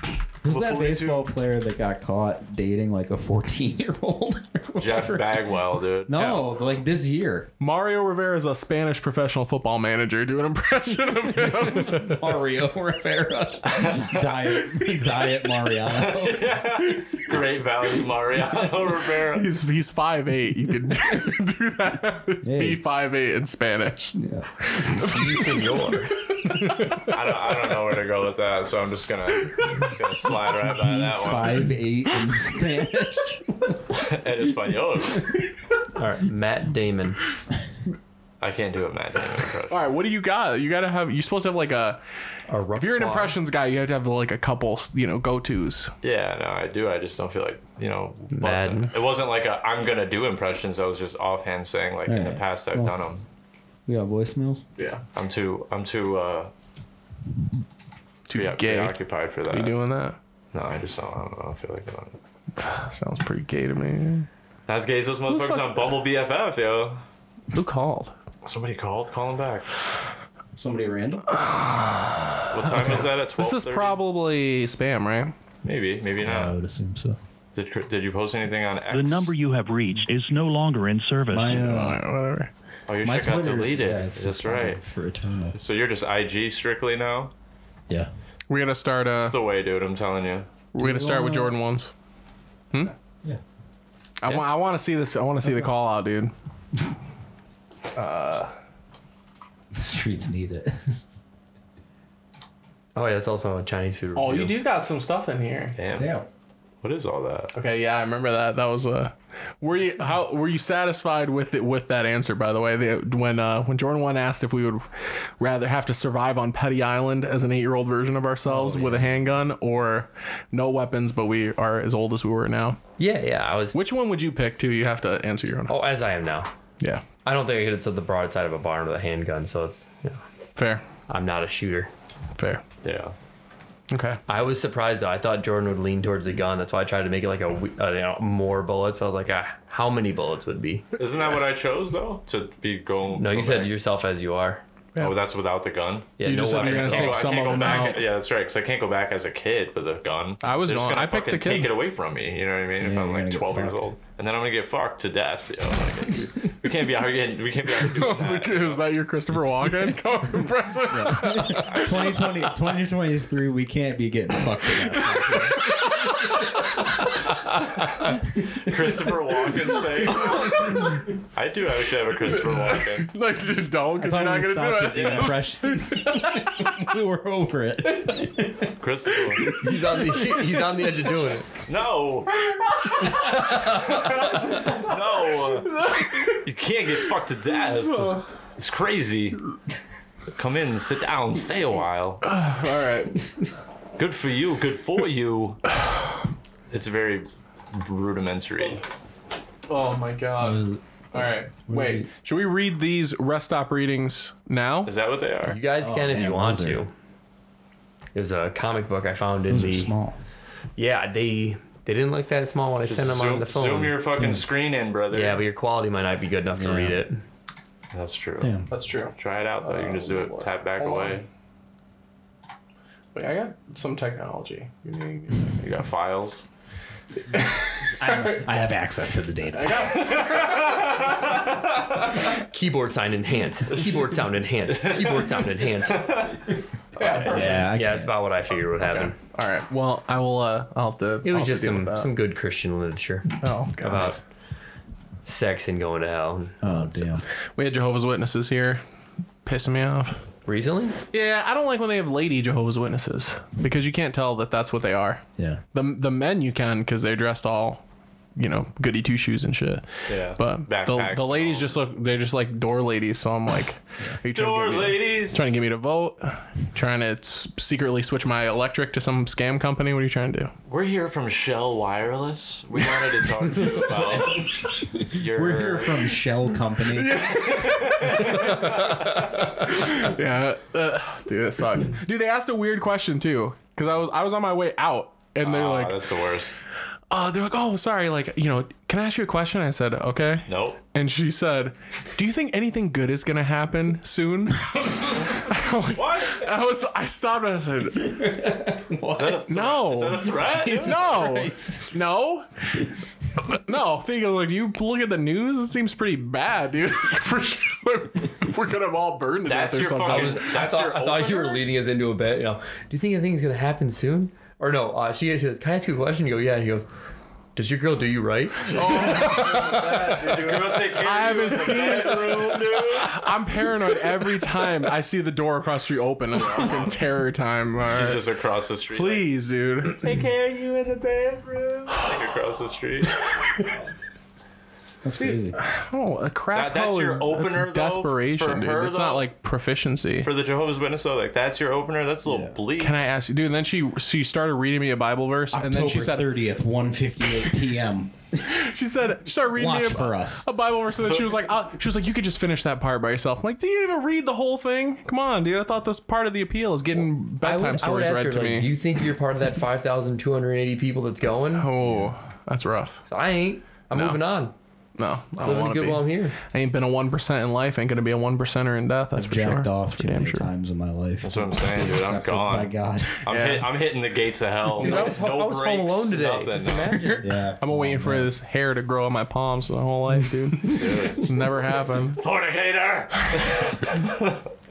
Speaker 3: Who's that
Speaker 1: Before you
Speaker 3: baseball player that got caught dating like a 14 year old?
Speaker 1: Jeff Bagwell, dude.
Speaker 3: No, like this year.
Speaker 5: Mario Rivera is a Spanish professional football manager. Do an impression of him.
Speaker 3: Mario Rivera. diet, diet Mariano.
Speaker 1: Great value, Mariano Rivera.
Speaker 5: he's he's five eight. You could do that. Be
Speaker 3: Hey.
Speaker 5: five eight in Spanish.
Speaker 3: Yeah.
Speaker 4: senor.
Speaker 1: I don't, I don't know where to go with that, so I'm just gonna, just gonna slide right by that one.
Speaker 3: Five eight in Spanish.
Speaker 1: Ed Espanol.
Speaker 4: All right, Matt Damon.
Speaker 1: I can't do it, Matt Damon impression.
Speaker 5: All right, what do you got? You gotta have. You're supposed to have like a.
Speaker 4: A rough
Speaker 5: If you're an
Speaker 4: claw.
Speaker 5: impressions guy, you have to have like a couple, you know, go tos.
Speaker 1: Yeah, no, I do. I just don't feel like you know. busting.
Speaker 4: Madden.
Speaker 1: It wasn't like a I'm gonna do impressions. I was just offhand saying like in the
Speaker 3: Alright,
Speaker 1: past I've
Speaker 3: well.
Speaker 1: done them.
Speaker 3: We got voicemails.
Speaker 5: Yeah.
Speaker 1: I'm too. I'm too. uh
Speaker 5: Too
Speaker 1: yeah,
Speaker 5: gay.
Speaker 1: preoccupied for that.
Speaker 5: You doing that?
Speaker 1: No, I just don't. I don't, I don't feel like doing it.
Speaker 5: Sounds pretty gay to me.
Speaker 1: That's gays. Those motherfuckers on Bumble BFF, yo.
Speaker 5: Who called?
Speaker 1: Somebody called. Call him back.
Speaker 3: Somebody random.
Speaker 1: What time is that? At twelve.
Speaker 5: This is probably spam, right?
Speaker 1: Maybe. Maybe
Speaker 3: I
Speaker 1: not.
Speaker 3: would assume so.
Speaker 1: Did Did you post anything on X?
Speaker 9: The number you have reached is no longer in service.
Speaker 3: My uh,
Speaker 5: Alright, whatever.
Speaker 1: Oh, your
Speaker 3: my
Speaker 1: shit got
Speaker 3: Twitter
Speaker 1: deleted.
Speaker 3: Yeah, it's
Speaker 1: That's right.
Speaker 3: For eternal.
Speaker 1: So you're just IG strictly now.
Speaker 3: Yeah.
Speaker 5: We're gonna start. Uh,
Speaker 1: That's the way, dude. I'm telling you.
Speaker 5: we're gonna start with
Speaker 3: wanna-
Speaker 5: Jordan ones. Hmm?
Speaker 3: Yeah.
Speaker 5: I want. I want to see this. I want to see the call out, dude.
Speaker 3: The streets need it.
Speaker 4: Oh yeah, that's also a Chinese food.
Speaker 5: Oh,
Speaker 4: review.
Speaker 5: you do got some stuff in here.
Speaker 1: Damn. What is all that?
Speaker 5: Okay, yeah, I remember that. That was Uh, were you how were you satisfied with it with that answer? By the way, the, when uh, when Jordan one asked if we would rather have to survive on Petty Island as an eight year old version of ourselves with a handgun or no weapons, but we are as old as we were now.
Speaker 4: Yeah, yeah. I was.
Speaker 5: Which one would you pick? Too, you have to answer your own.
Speaker 4: Oh, as I am now.
Speaker 5: Yeah,
Speaker 4: I don't think I could have said the broadside of a barn with a handgun, so it's. You know,
Speaker 5: fair,
Speaker 4: I'm not a shooter.
Speaker 5: fair.
Speaker 1: Yeah.
Speaker 5: Okay,
Speaker 4: I was surprised though. I thought Jordan would lean towards the gun. That's why I tried to make it like a, we- uh, you know, more bullets. But I was like, ah, how many bullets would be?
Speaker 1: Isn't that what I chose though? To be going.
Speaker 4: No,
Speaker 1: go
Speaker 4: you said
Speaker 1: back-
Speaker 4: yourself as you are.
Speaker 1: Oh, that's without the gun.
Speaker 4: Yeah,
Speaker 5: You
Speaker 4: no
Speaker 5: just said you're
Speaker 4: weapons.
Speaker 5: gonna
Speaker 4: at all.
Speaker 5: take
Speaker 1: Oh, I
Speaker 5: some
Speaker 1: can't
Speaker 5: of
Speaker 1: go
Speaker 5: them
Speaker 1: back.
Speaker 5: out.
Speaker 1: Yeah, that's right. Because I can't go back as a kid with a gun.
Speaker 5: I was
Speaker 1: They're just
Speaker 5: going-
Speaker 1: gonna
Speaker 5: I picked
Speaker 1: fucking
Speaker 5: the kid.
Speaker 1: Take it away from me. You know what I mean? if
Speaker 3: Yeah,
Speaker 1: I'm
Speaker 3: you're
Speaker 1: like
Speaker 3: gonna get
Speaker 1: 12 years
Speaker 3: fucked.
Speaker 1: old, and then I'm gonna get fucked to death. You know? like, we can't be out here. Getting, we can't be out here.
Speaker 5: I
Speaker 1: doing
Speaker 5: was like,
Speaker 1: that.
Speaker 5: is that your Christopher Walken? Call it impression.
Speaker 3: 2020, 2023, we can't be getting fucked up.
Speaker 1: Christopher Walken saying. I do actually have a Christopher Walken.
Speaker 5: Like, just don't, because you're not gonna do it.
Speaker 3: Impressions. we were over it.
Speaker 1: Christopher.
Speaker 4: He's on the he's on the edge of doing it.
Speaker 1: No. no. You can't get fucked to death. It's crazy. Come in, sit down, stay a while.
Speaker 5: All right.
Speaker 1: Good for you, good for you. It's very rudimentary.
Speaker 5: Oh my god. All right. Wait. Should we read these rest stop readings now?
Speaker 1: Is that what they are?
Speaker 4: You guys can if
Speaker 3: Oh, man,
Speaker 4: you want
Speaker 3: those are-
Speaker 4: to. There's a comic book I found in
Speaker 3: Those are
Speaker 4: the
Speaker 3: small.
Speaker 4: yeah they they didn't like that small when I sent them on
Speaker 1: Zoom,
Speaker 4: the phone.
Speaker 1: zoom your fucking screen in, brother.
Speaker 4: yeah, but your quality might not be good enough to
Speaker 3: Yeah.
Speaker 4: read it.
Speaker 1: that's true.
Speaker 3: Damn.
Speaker 5: That's true.
Speaker 1: Try it out though. You can just do it. Tap back
Speaker 5: Hold
Speaker 1: away.
Speaker 5: Wait, I got some technology.
Speaker 1: You got files.
Speaker 3: I have access to the data.
Speaker 4: Keyboard sound enhanced. Keyboard sound enhanced. Keyboard sound enhanced.
Speaker 3: Yeah, I
Speaker 4: Yeah,
Speaker 3: can't.
Speaker 4: that's about what I figured would happen.
Speaker 5: All right. Well, I will. Uh, I'll have to.
Speaker 4: It
Speaker 5: I'll
Speaker 4: was
Speaker 5: have to
Speaker 4: just
Speaker 5: deal
Speaker 4: some
Speaker 5: with that.
Speaker 4: some good Christian literature
Speaker 5: Oh god.
Speaker 4: about sex and going to hell.
Speaker 3: Oh, damn.
Speaker 5: we had Jehovah's Witnesses here, pissing me off.
Speaker 4: Recently,
Speaker 5: Yeah, I don't like when they have lady Jehovah's Witnesses because you can't tell that that's what they are.
Speaker 3: Yeah.
Speaker 5: The the men you can because they're dressed all you know, goody two shoes and shit.
Speaker 1: Yeah.
Speaker 5: But the,
Speaker 1: Backpacks
Speaker 5: the
Speaker 1: and
Speaker 5: ladies
Speaker 1: all.
Speaker 5: just look, they're just like door ladies. So I'm like, are you trying
Speaker 1: Door
Speaker 5: to get me-
Speaker 1: ladies.
Speaker 5: Trying to get me to vote, trying to s- secretly switch my electric to some scam company. What are you trying to do?
Speaker 1: We're here from Shell Wireless. We wanted to talk to you about your.
Speaker 3: We're here from Shell Company.
Speaker 5: Yeah, uh, dude, it sucked. dude, they asked a weird question too, because I was I was on my way out, and they're
Speaker 1: Ah,
Speaker 5: like,
Speaker 1: that's the worst. Ah.
Speaker 5: uh, they're like, oh, sorry, like, you know, can I ask you a question? I said, okay.
Speaker 1: Nope.
Speaker 5: And she said, do you think anything good is gonna happen soon?
Speaker 1: What?
Speaker 5: I was, I stopped and I said,
Speaker 1: Is that a threat?
Speaker 5: no,
Speaker 1: Is that a threat?
Speaker 5: no, no, no. Think of like, you look at the news. It seems pretty bad, dude. For sure, we're gonna all burn to
Speaker 1: That's
Speaker 5: death or
Speaker 1: your
Speaker 5: something.
Speaker 1: fucking-
Speaker 4: I, was, I
Speaker 1: That's
Speaker 4: thought,
Speaker 1: your
Speaker 4: I thought you were
Speaker 1: opener?
Speaker 4: leading us into a bit. You know, do you think anything's gonna happen soon? Or no? Uh, she says, "Can I ask you a question?" You go, "Yeah." He goes, "Does your girl do you right?"
Speaker 1: You're gonna take care
Speaker 5: I
Speaker 1: of you
Speaker 5: haven't
Speaker 1: in the
Speaker 5: seen
Speaker 1: bedroom, dude.
Speaker 5: I'm paranoid every time I see the door across the street open. It's fucking terror time. all right.
Speaker 1: She's just across the street. like,
Speaker 5: Please, dude.
Speaker 1: take care of you in the bedroom. Like across the street.
Speaker 3: That's crazy.
Speaker 5: Oh, a crack
Speaker 1: That- that's
Speaker 5: hoe
Speaker 1: your
Speaker 5: is-
Speaker 1: opener,
Speaker 5: that's
Speaker 1: though,
Speaker 5: desperation,
Speaker 1: for
Speaker 5: dude.
Speaker 1: her,
Speaker 5: it's not
Speaker 1: though?
Speaker 5: like proficiency.
Speaker 1: For the Jehovah's Witness, though, like that's your opener. That's a little bleak.
Speaker 5: Can I ask you, dude? And then she she started reading me a Bible verse, and then she
Speaker 3: October
Speaker 5: said
Speaker 3: thirtieth, one fifty-eight p.m.
Speaker 5: she said she started reading
Speaker 3: Watch
Speaker 5: me a,
Speaker 3: for us.
Speaker 5: a Bible verse, and then she was like, uh, she was like, you could just finish that part by yourself. I'm like, do you even read the whole thing? Come on, dude. I thought this part of the appeal is getting
Speaker 4: I
Speaker 5: bedtime
Speaker 4: would, I would
Speaker 5: stories
Speaker 4: ask
Speaker 5: read
Speaker 4: her,
Speaker 5: to
Speaker 4: like,
Speaker 5: me.
Speaker 4: "Do you think you're part of that 5,280 people that's going?"
Speaker 5: oh, that's rough.
Speaker 4: So I ain't. I'm moving on.
Speaker 5: No, I don't
Speaker 4: Living
Speaker 5: want to
Speaker 4: good
Speaker 5: be.
Speaker 4: while I'm here.
Speaker 5: I ain't been a one percent in life. Ain't gonna be a one percenter in death. That's for
Speaker 3: Jacked
Speaker 5: sure.
Speaker 3: off
Speaker 5: That's
Speaker 3: too
Speaker 5: for damn
Speaker 3: many
Speaker 5: sure.
Speaker 3: times in my life.
Speaker 1: That's what I'm saying, dude. I'm
Speaker 3: Accepted by
Speaker 1: gone.
Speaker 3: God.
Speaker 1: I'm,
Speaker 5: Yeah.
Speaker 1: hit, I'm hitting the gates of hell.
Speaker 4: Dude,
Speaker 1: no,
Speaker 4: I was, ho-
Speaker 1: no
Speaker 4: I was
Speaker 1: breaks,
Speaker 4: home alone today.
Speaker 1: Nothing.
Speaker 4: Just imagine.
Speaker 3: Yeah.
Speaker 5: I've been waiting for this hair to grow on my palms my whole life, dude. it's never happened.
Speaker 1: Fornicator.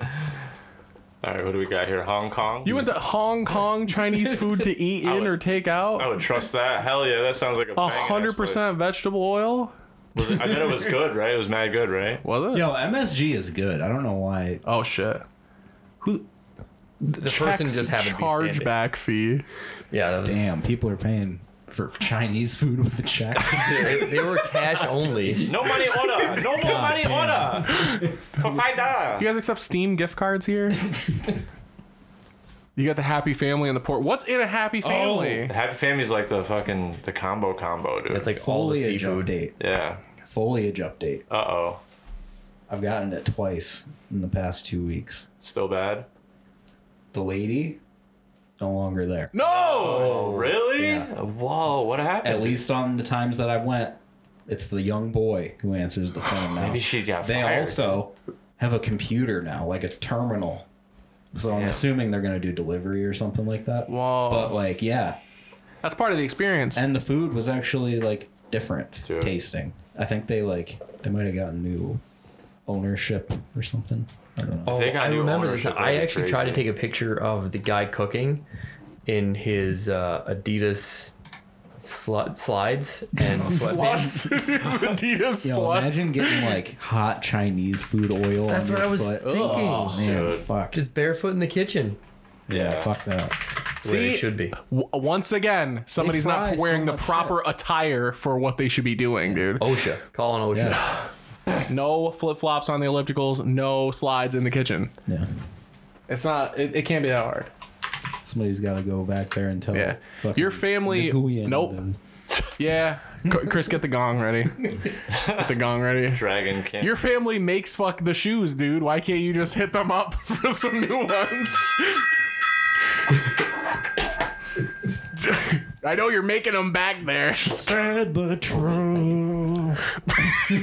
Speaker 1: All right, what do we got here? Hong Kong.
Speaker 5: You went to Hong Kong Chinese food to eat in or take
Speaker 1: I
Speaker 5: out?
Speaker 1: would trust that. Hell yeah, that sounds like a
Speaker 5: A
Speaker 1: banging-ass
Speaker 5: hundred percent vegetable oil?
Speaker 1: place. Was it- I bet it was good, right? It was mad good, right?
Speaker 5: Was it?
Speaker 3: Yo, MSG is good. I don't know why.
Speaker 5: Oh shit. Who
Speaker 4: The person just happened to be
Speaker 5: charge
Speaker 4: standing.
Speaker 5: back fee?
Speaker 4: Yeah, that was,
Speaker 3: Damn, um, people are paying for Chinese food with a check.
Speaker 4: They, they were cash only.
Speaker 1: No money order. No more money order. For five dollars.
Speaker 5: You guys accept Steam gift cards here? you got the happy family and the port. What's in a happy family?
Speaker 1: Happy Family's like the fucking the combo combo, dude.
Speaker 4: It's like all the
Speaker 3: Foliage
Speaker 4: seafood.
Speaker 3: update.
Speaker 1: yeah.
Speaker 3: Foliage update.
Speaker 1: Uh oh.
Speaker 3: I've gotten it twice in the past two weeks.
Speaker 1: Still bad.
Speaker 3: The lady, no longer there.
Speaker 4: Oh,
Speaker 5: No!
Speaker 1: Oh, Really?
Speaker 3: Yeah.
Speaker 1: Whoa. What happened?
Speaker 3: At least on the times that I went, it's the young boy who answers the phone now.
Speaker 1: Maybe she got
Speaker 3: they
Speaker 1: fired.
Speaker 3: also have a computer now, like a terminal. So I'm assuming they're gonna do delivery or something like that.
Speaker 5: Whoa.
Speaker 3: But like, yeah,
Speaker 5: That's part of the experience.
Speaker 3: and the food was actually like different
Speaker 1: Dude.
Speaker 3: tasting. I think they like they might have gotten new ownership or something. I don't know.
Speaker 4: Oh,
Speaker 1: They got
Speaker 4: I
Speaker 1: new
Speaker 4: remember this.
Speaker 1: ownership,
Speaker 4: I
Speaker 1: that'd be
Speaker 4: actually tried to
Speaker 1: crazy.
Speaker 4: take a picture of the guy cooking in his uh, Adidas sli- slides and sweatpants.
Speaker 5: Slots. Adidas
Speaker 3: Yo,
Speaker 5: slots.
Speaker 3: imagine getting like hot Chinese food oil.
Speaker 4: That's
Speaker 3: on
Speaker 4: what
Speaker 3: your
Speaker 4: I was
Speaker 3: foot.
Speaker 4: thinking.
Speaker 3: Oh man, fuck.
Speaker 4: Just barefoot in the kitchen.
Speaker 3: yeah, fuck that.
Speaker 4: where
Speaker 5: See?
Speaker 4: it should be.
Speaker 5: W- once again, somebody's
Speaker 3: fry
Speaker 5: not
Speaker 3: so
Speaker 5: wearing the
Speaker 3: much
Speaker 5: proper attire for what they should be doing, dude.
Speaker 4: OSHA. Calling OSHA.
Speaker 3: Yeah.
Speaker 5: No flip flops on the ellipticals, no slides in the kitchen.
Speaker 3: Yeah.
Speaker 5: It's not. It, it can't be that hard.
Speaker 3: Somebody's got to go back there and tell.
Speaker 5: Yeah.
Speaker 3: fucking
Speaker 5: Your family.
Speaker 3: Nguyen
Speaker 5: Nope.
Speaker 3: and-
Speaker 5: Yeah. C- Chris, get the gong ready. Get the gong ready.
Speaker 1: Dragon King.
Speaker 5: Your family makes fuck the shoes, dude. Why can't you just hit them up for some new ones? I know you're making them back there. yeah,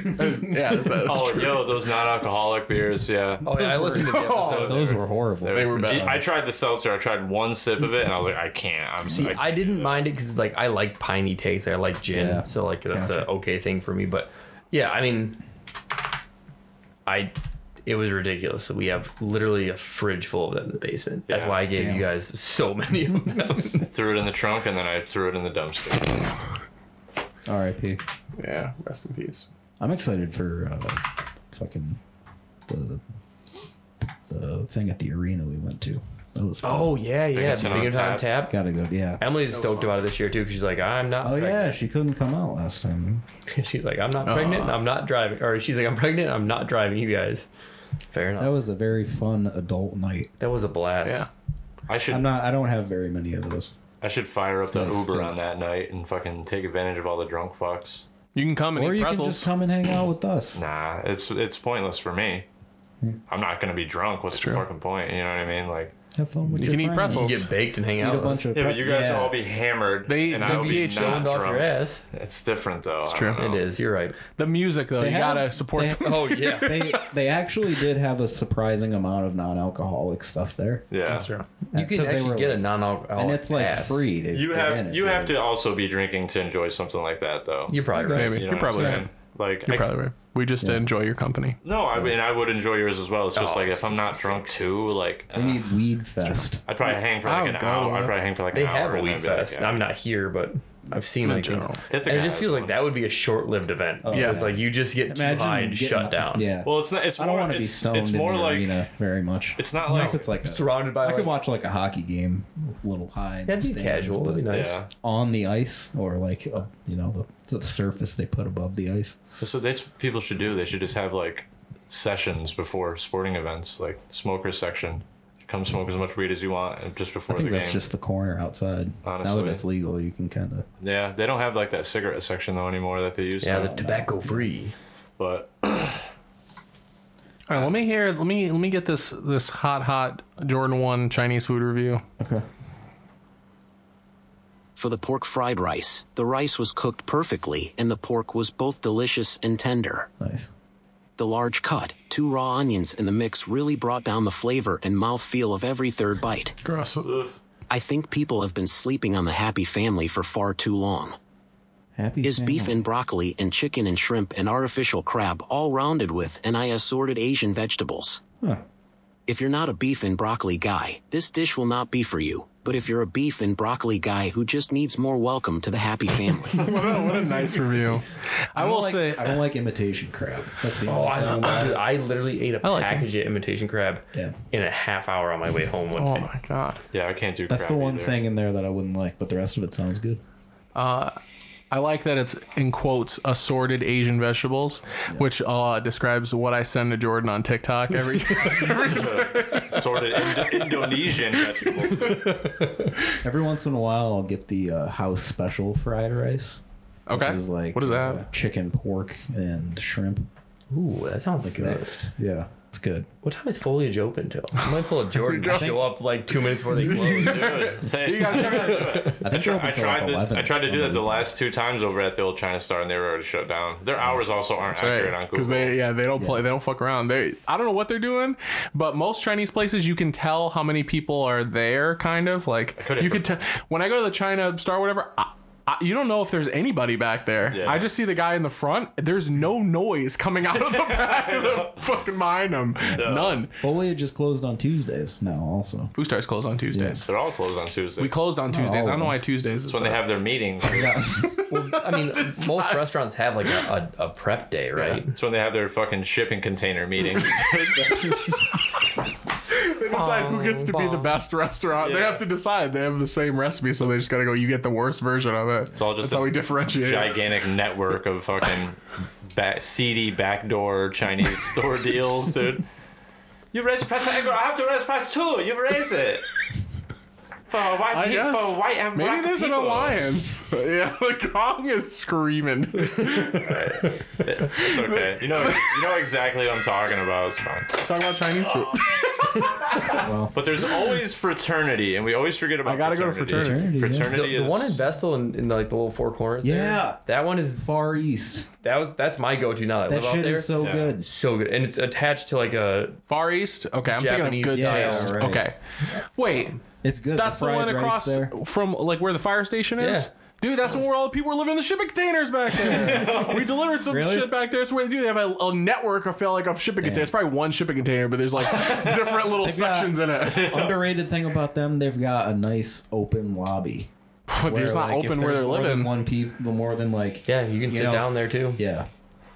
Speaker 5: that's, that's
Speaker 1: oh, yo, those non-alcoholic beers. Yeah.
Speaker 4: Oh, yeah, I listened to the episode.
Speaker 3: Those were horrible.
Speaker 5: They were bad.
Speaker 1: I tried the seltzer. I tried one sip of it, and I was like, I can't. I'm.
Speaker 4: See,
Speaker 1: I,
Speaker 4: I didn't mind it because like I like piney taste. I like gin,
Speaker 3: Yeah.
Speaker 4: so like that's a okay thing for me. But yeah, I mean, I it was ridiculous. We have literally a fridge full of them in the basement. That's
Speaker 1: Yeah.
Speaker 4: why I gave you guys so many of them.
Speaker 1: threw it in the trunk, and then I threw it in the dumpster.
Speaker 3: R.I.P.
Speaker 5: yeah. Rest in peace.
Speaker 3: I'm excited for uh, fucking the the thing at the arena we went to. That was fun.
Speaker 4: Oh yeah, yeah.
Speaker 1: it's
Speaker 4: The
Speaker 1: been on
Speaker 4: bigger time tap.
Speaker 3: gotta go. Yeah.
Speaker 4: Emily's stoked about it this year too because she's like, I'm not.
Speaker 3: Oh yeah,
Speaker 4: pregnant.
Speaker 3: she couldn't come out last time.
Speaker 4: she's like, I'm not pregnant. I'm not driving. Or she's like, I'm pregnant. I'm not driving you guys. Fair enough.
Speaker 3: That was a very fun adult night.
Speaker 4: That was a blast.
Speaker 5: Yeah.
Speaker 1: I should
Speaker 3: I'm not. I don't have very many of those.
Speaker 1: I should fire up the
Speaker 3: nice.
Speaker 1: Uber on that night and fucking take advantage of all the drunk fucks.
Speaker 5: You can come and
Speaker 3: Or
Speaker 5: eat
Speaker 3: you
Speaker 5: pretzels.
Speaker 3: can just come and hang out with us.
Speaker 1: Nah, it's it's pointless for me.
Speaker 4: Hmm.
Speaker 1: I'm not gonna be drunk. What's the
Speaker 5: true.
Speaker 1: fucking point? You know what I mean? Like,
Speaker 3: Have fun with
Speaker 5: you
Speaker 3: your
Speaker 5: can eat
Speaker 3: friends.
Speaker 5: pretzels.
Speaker 4: Get baked and hang
Speaker 3: Eat
Speaker 4: out.
Speaker 3: a
Speaker 4: with
Speaker 3: bunch
Speaker 4: us.
Speaker 3: of
Speaker 1: yeah, but
Speaker 3: pretzels.
Speaker 1: you guys
Speaker 3: yeah.
Speaker 1: will all be hammered,
Speaker 5: They-
Speaker 1: and
Speaker 5: they
Speaker 1: I will be
Speaker 5: VH
Speaker 1: not
Speaker 4: Stoned off your
Speaker 1: drunk.
Speaker 4: ass.
Speaker 1: It's different though. It's
Speaker 5: true.
Speaker 4: It is. You're right.
Speaker 5: the music though,
Speaker 3: They
Speaker 5: you
Speaker 3: have-
Speaker 5: gotta support
Speaker 3: they-
Speaker 5: them.
Speaker 4: Oh yeah.
Speaker 3: they they actually did have a surprising amount of non-alcoholic stuff there.
Speaker 1: Yeah.
Speaker 4: You can
Speaker 3: 'Cause they were
Speaker 4: actually get a oh,
Speaker 3: like-
Speaker 4: non-alcoholic
Speaker 3: and it's like
Speaker 4: pass.
Speaker 3: free. To
Speaker 1: You
Speaker 3: get in
Speaker 1: have
Speaker 3: if
Speaker 1: you have
Speaker 3: like-
Speaker 1: to also be drinking to enjoy something like that though.
Speaker 4: You're probably right.
Speaker 5: Maybe.
Speaker 1: You know
Speaker 5: You're
Speaker 1: what I'm
Speaker 5: probably
Speaker 1: saying?
Speaker 5: right.
Speaker 1: Like
Speaker 5: You're
Speaker 1: I-
Speaker 5: probably right. We just enjoy your company.
Speaker 1: no, I mean I would enjoy yours as well. It's just
Speaker 4: Oh,
Speaker 1: like if I'm not drunk too, like uh,
Speaker 3: They need weed fest.
Speaker 1: I'd probably hang for like
Speaker 5: Oh,
Speaker 1: an
Speaker 5: God,
Speaker 1: hour. I'd
Speaker 5: yeah.
Speaker 1: probably hang for like
Speaker 4: They
Speaker 1: an
Speaker 4: have
Speaker 1: hour.
Speaker 4: a
Speaker 1: and then
Speaker 4: weed
Speaker 1: be like,
Speaker 4: fest.
Speaker 1: yeah.
Speaker 4: I'm not here, but I've seen
Speaker 5: In
Speaker 4: like these-
Speaker 5: general.
Speaker 1: Ithaca
Speaker 4: And it just
Speaker 1: has
Speaker 4: feels like
Speaker 1: one.
Speaker 4: that would be a short-lived event.
Speaker 5: Yeah.
Speaker 4: It's like you just get too high and
Speaker 3: Oh, getting
Speaker 4: shut
Speaker 3: up-
Speaker 4: down.
Speaker 3: Yeah.
Speaker 1: Well, it's not. It's
Speaker 3: I don't
Speaker 1: more.
Speaker 3: want to be
Speaker 1: it's,
Speaker 3: stoned
Speaker 1: it's more
Speaker 3: in the
Speaker 1: like
Speaker 3: arena very much.
Speaker 1: it's not
Speaker 3: unless
Speaker 1: like-
Speaker 3: it's like a,
Speaker 4: Surrounded by
Speaker 3: I
Speaker 4: like,
Speaker 3: could watch like a hockey game, a little high. in
Speaker 4: That'd
Speaker 3: the
Speaker 4: be
Speaker 3: stands,
Speaker 4: casual. That'd be
Speaker 3: but
Speaker 4: nice.
Speaker 1: yeah.
Speaker 3: On the ice, or like uh, you know the, the surface they put above the ice.
Speaker 1: That's what that's what people should do. They should just have like sessions before sporting events, like smokers section. Come smoke as much weed as you want and just before
Speaker 3: I think
Speaker 1: the
Speaker 3: that's
Speaker 1: game.
Speaker 3: just the corner outside. Now
Speaker 1: Honestly.
Speaker 3: that it's legal, you can kind of.
Speaker 1: Yeah, they don't have like that cigarette section though anymore that they used
Speaker 4: Yeah,
Speaker 1: to.
Speaker 4: the tobacco-free.
Speaker 1: but
Speaker 5: All right, let me hear. Let me let me get this this hot hot Jordan One Chinese food review.
Speaker 3: Okay.
Speaker 10: For the pork fried rice, the rice was cooked perfectly and the pork was both delicious and tender.
Speaker 3: Nice.
Speaker 10: The large cut, two raw onions in the mix really brought down the flavor and mouthfeel of every third bite.
Speaker 5: Gross.
Speaker 10: I think people have been sleeping on the happy family for far too long.
Speaker 3: Happy.
Speaker 10: Is beef
Speaker 3: family.
Speaker 10: and broccoli and chicken and shrimp and artificial crab all rounded with and I assorted Asian vegetables? If you're not a beef and broccoli guy, this dish will not be for you. But if you're a beef and broccoli guy who just needs more welcome to the happy family.
Speaker 5: What a, Oh, what a nice review. I, will
Speaker 3: like,
Speaker 5: say.
Speaker 3: I don't like imitation crab. That's the
Speaker 4: Oh,
Speaker 3: only
Speaker 4: I,
Speaker 3: thing.
Speaker 4: dude, I literally ate a
Speaker 5: I like
Speaker 4: package of imitation crab
Speaker 3: Yeah.
Speaker 4: in a half hour on my way home one
Speaker 5: Oh
Speaker 4: day.
Speaker 5: my god.
Speaker 1: yeah, I can't do.
Speaker 3: That's the
Speaker 1: crab
Speaker 3: one
Speaker 1: either.
Speaker 3: thing in there that I wouldn't like, but the rest of it sounds good.
Speaker 5: I like that it's in quotes assorted Asian vegetables, which uh, describes what I send to Jordan on TikTok every
Speaker 1: Sorted Indo- Indonesian vegetables.
Speaker 3: Every once in a while, I'll get the uh, house special fried rice.
Speaker 5: Okay.
Speaker 3: Which is like
Speaker 5: what is that?
Speaker 3: uh, chicken, pork, and shrimp.
Speaker 4: Ooh, that sounds like this.
Speaker 3: Yeah, it's good.
Speaker 4: What time is foliage open till? I might pull a Jordan and show up like two minutes before they close.
Speaker 1: Hey,
Speaker 3: I think they're open
Speaker 1: I
Speaker 3: till
Speaker 1: tried
Speaker 3: like
Speaker 1: to
Speaker 3: 11.
Speaker 1: I tried to do that the last two times over at the old China Star and they were already shut down. Their hours also aren't accurate on Google.
Speaker 5: because they yeah they don't play they don't fuck around. They I don't know what they're doing, but most Chinese places you can tell how many people are there. Kind of like
Speaker 1: couldn't
Speaker 5: you
Speaker 1: for-
Speaker 5: could tell when I go to the China Star whatever. I, I, you don't know if there's anybody back there.
Speaker 1: Yeah.
Speaker 5: I just see the guy in the front. There's no noise coming out of the back of the fucking mine. Him. None.
Speaker 3: Foliage is closed on Tuesdays now, also.
Speaker 5: Food stars close on Tuesdays.
Speaker 1: They're all closed on Tuesday.
Speaker 5: We closed on Tuesdays. I don't know
Speaker 3: Oh.
Speaker 5: why Tuesdays is
Speaker 1: when they have their meetings.
Speaker 4: I mean, most restaurants have like a, a, a prep day, right?
Speaker 1: That's when they have their fucking shipping container meetings.
Speaker 5: They decide who gets to be the best restaurant. They
Speaker 1: Yeah.
Speaker 5: have to decide. They have the same recipe, so they just gotta go. You get the worst version of it. It's
Speaker 1: all just
Speaker 5: That's how
Speaker 1: a
Speaker 5: we differentiate.
Speaker 1: gigantic network of fucking back, seedy backdoor Chinese store deals, dude. You raise the price for egg roll. I have to raise price too. You raise it for white
Speaker 5: I
Speaker 1: people,
Speaker 5: guess.
Speaker 1: white and
Speaker 5: Maybe
Speaker 1: black
Speaker 5: there's
Speaker 1: people.
Speaker 5: an alliance. Yeah, the Kong is screaming.
Speaker 1: It's okay. You know, you know exactly what I'm talking about. It's fine.
Speaker 5: Talk about Chinese food.
Speaker 1: But there's always fraternity, and we always forget about.
Speaker 5: I gotta go to
Speaker 1: Fraternity,
Speaker 3: fraternity.
Speaker 1: Fraternity
Speaker 4: The,
Speaker 1: is
Speaker 4: the one in Bethel in, in like the little four corners. there,
Speaker 3: Yeah.
Speaker 4: that one is
Speaker 3: Far East.
Speaker 4: that was that's my go-to now that, I
Speaker 3: That
Speaker 4: live out
Speaker 3: shit
Speaker 4: there.
Speaker 3: is so
Speaker 1: Yeah.
Speaker 3: good.
Speaker 4: so good, and it's attached to like a
Speaker 5: Far East. Okay, I'm
Speaker 4: Japanese
Speaker 5: thinking of good
Speaker 4: style,
Speaker 5: taste.
Speaker 3: right.
Speaker 5: Okay, wait,
Speaker 3: It's good.
Speaker 5: that's the,
Speaker 3: fried
Speaker 5: one
Speaker 3: rice
Speaker 5: across
Speaker 3: there.
Speaker 5: from like where the fire station is.
Speaker 4: Yeah.
Speaker 5: Dude, that's the one where all the people were living in the shipping containers back there. we delivered some
Speaker 3: Really?
Speaker 5: shit back there. So what they do, they have a, a network. I feel like of shipping containers. Probably one shipping container, but there's like different little
Speaker 3: got-
Speaker 5: sections in it.
Speaker 3: Underrated thing about them, they've got a nice open lobby.
Speaker 5: but there's
Speaker 3: Where,
Speaker 5: not
Speaker 3: like, if
Speaker 5: open where they're
Speaker 3: there's more than
Speaker 5: living.
Speaker 3: One people, more than like
Speaker 4: yeah. You can sit
Speaker 3: know,
Speaker 4: down there too.
Speaker 3: Yeah.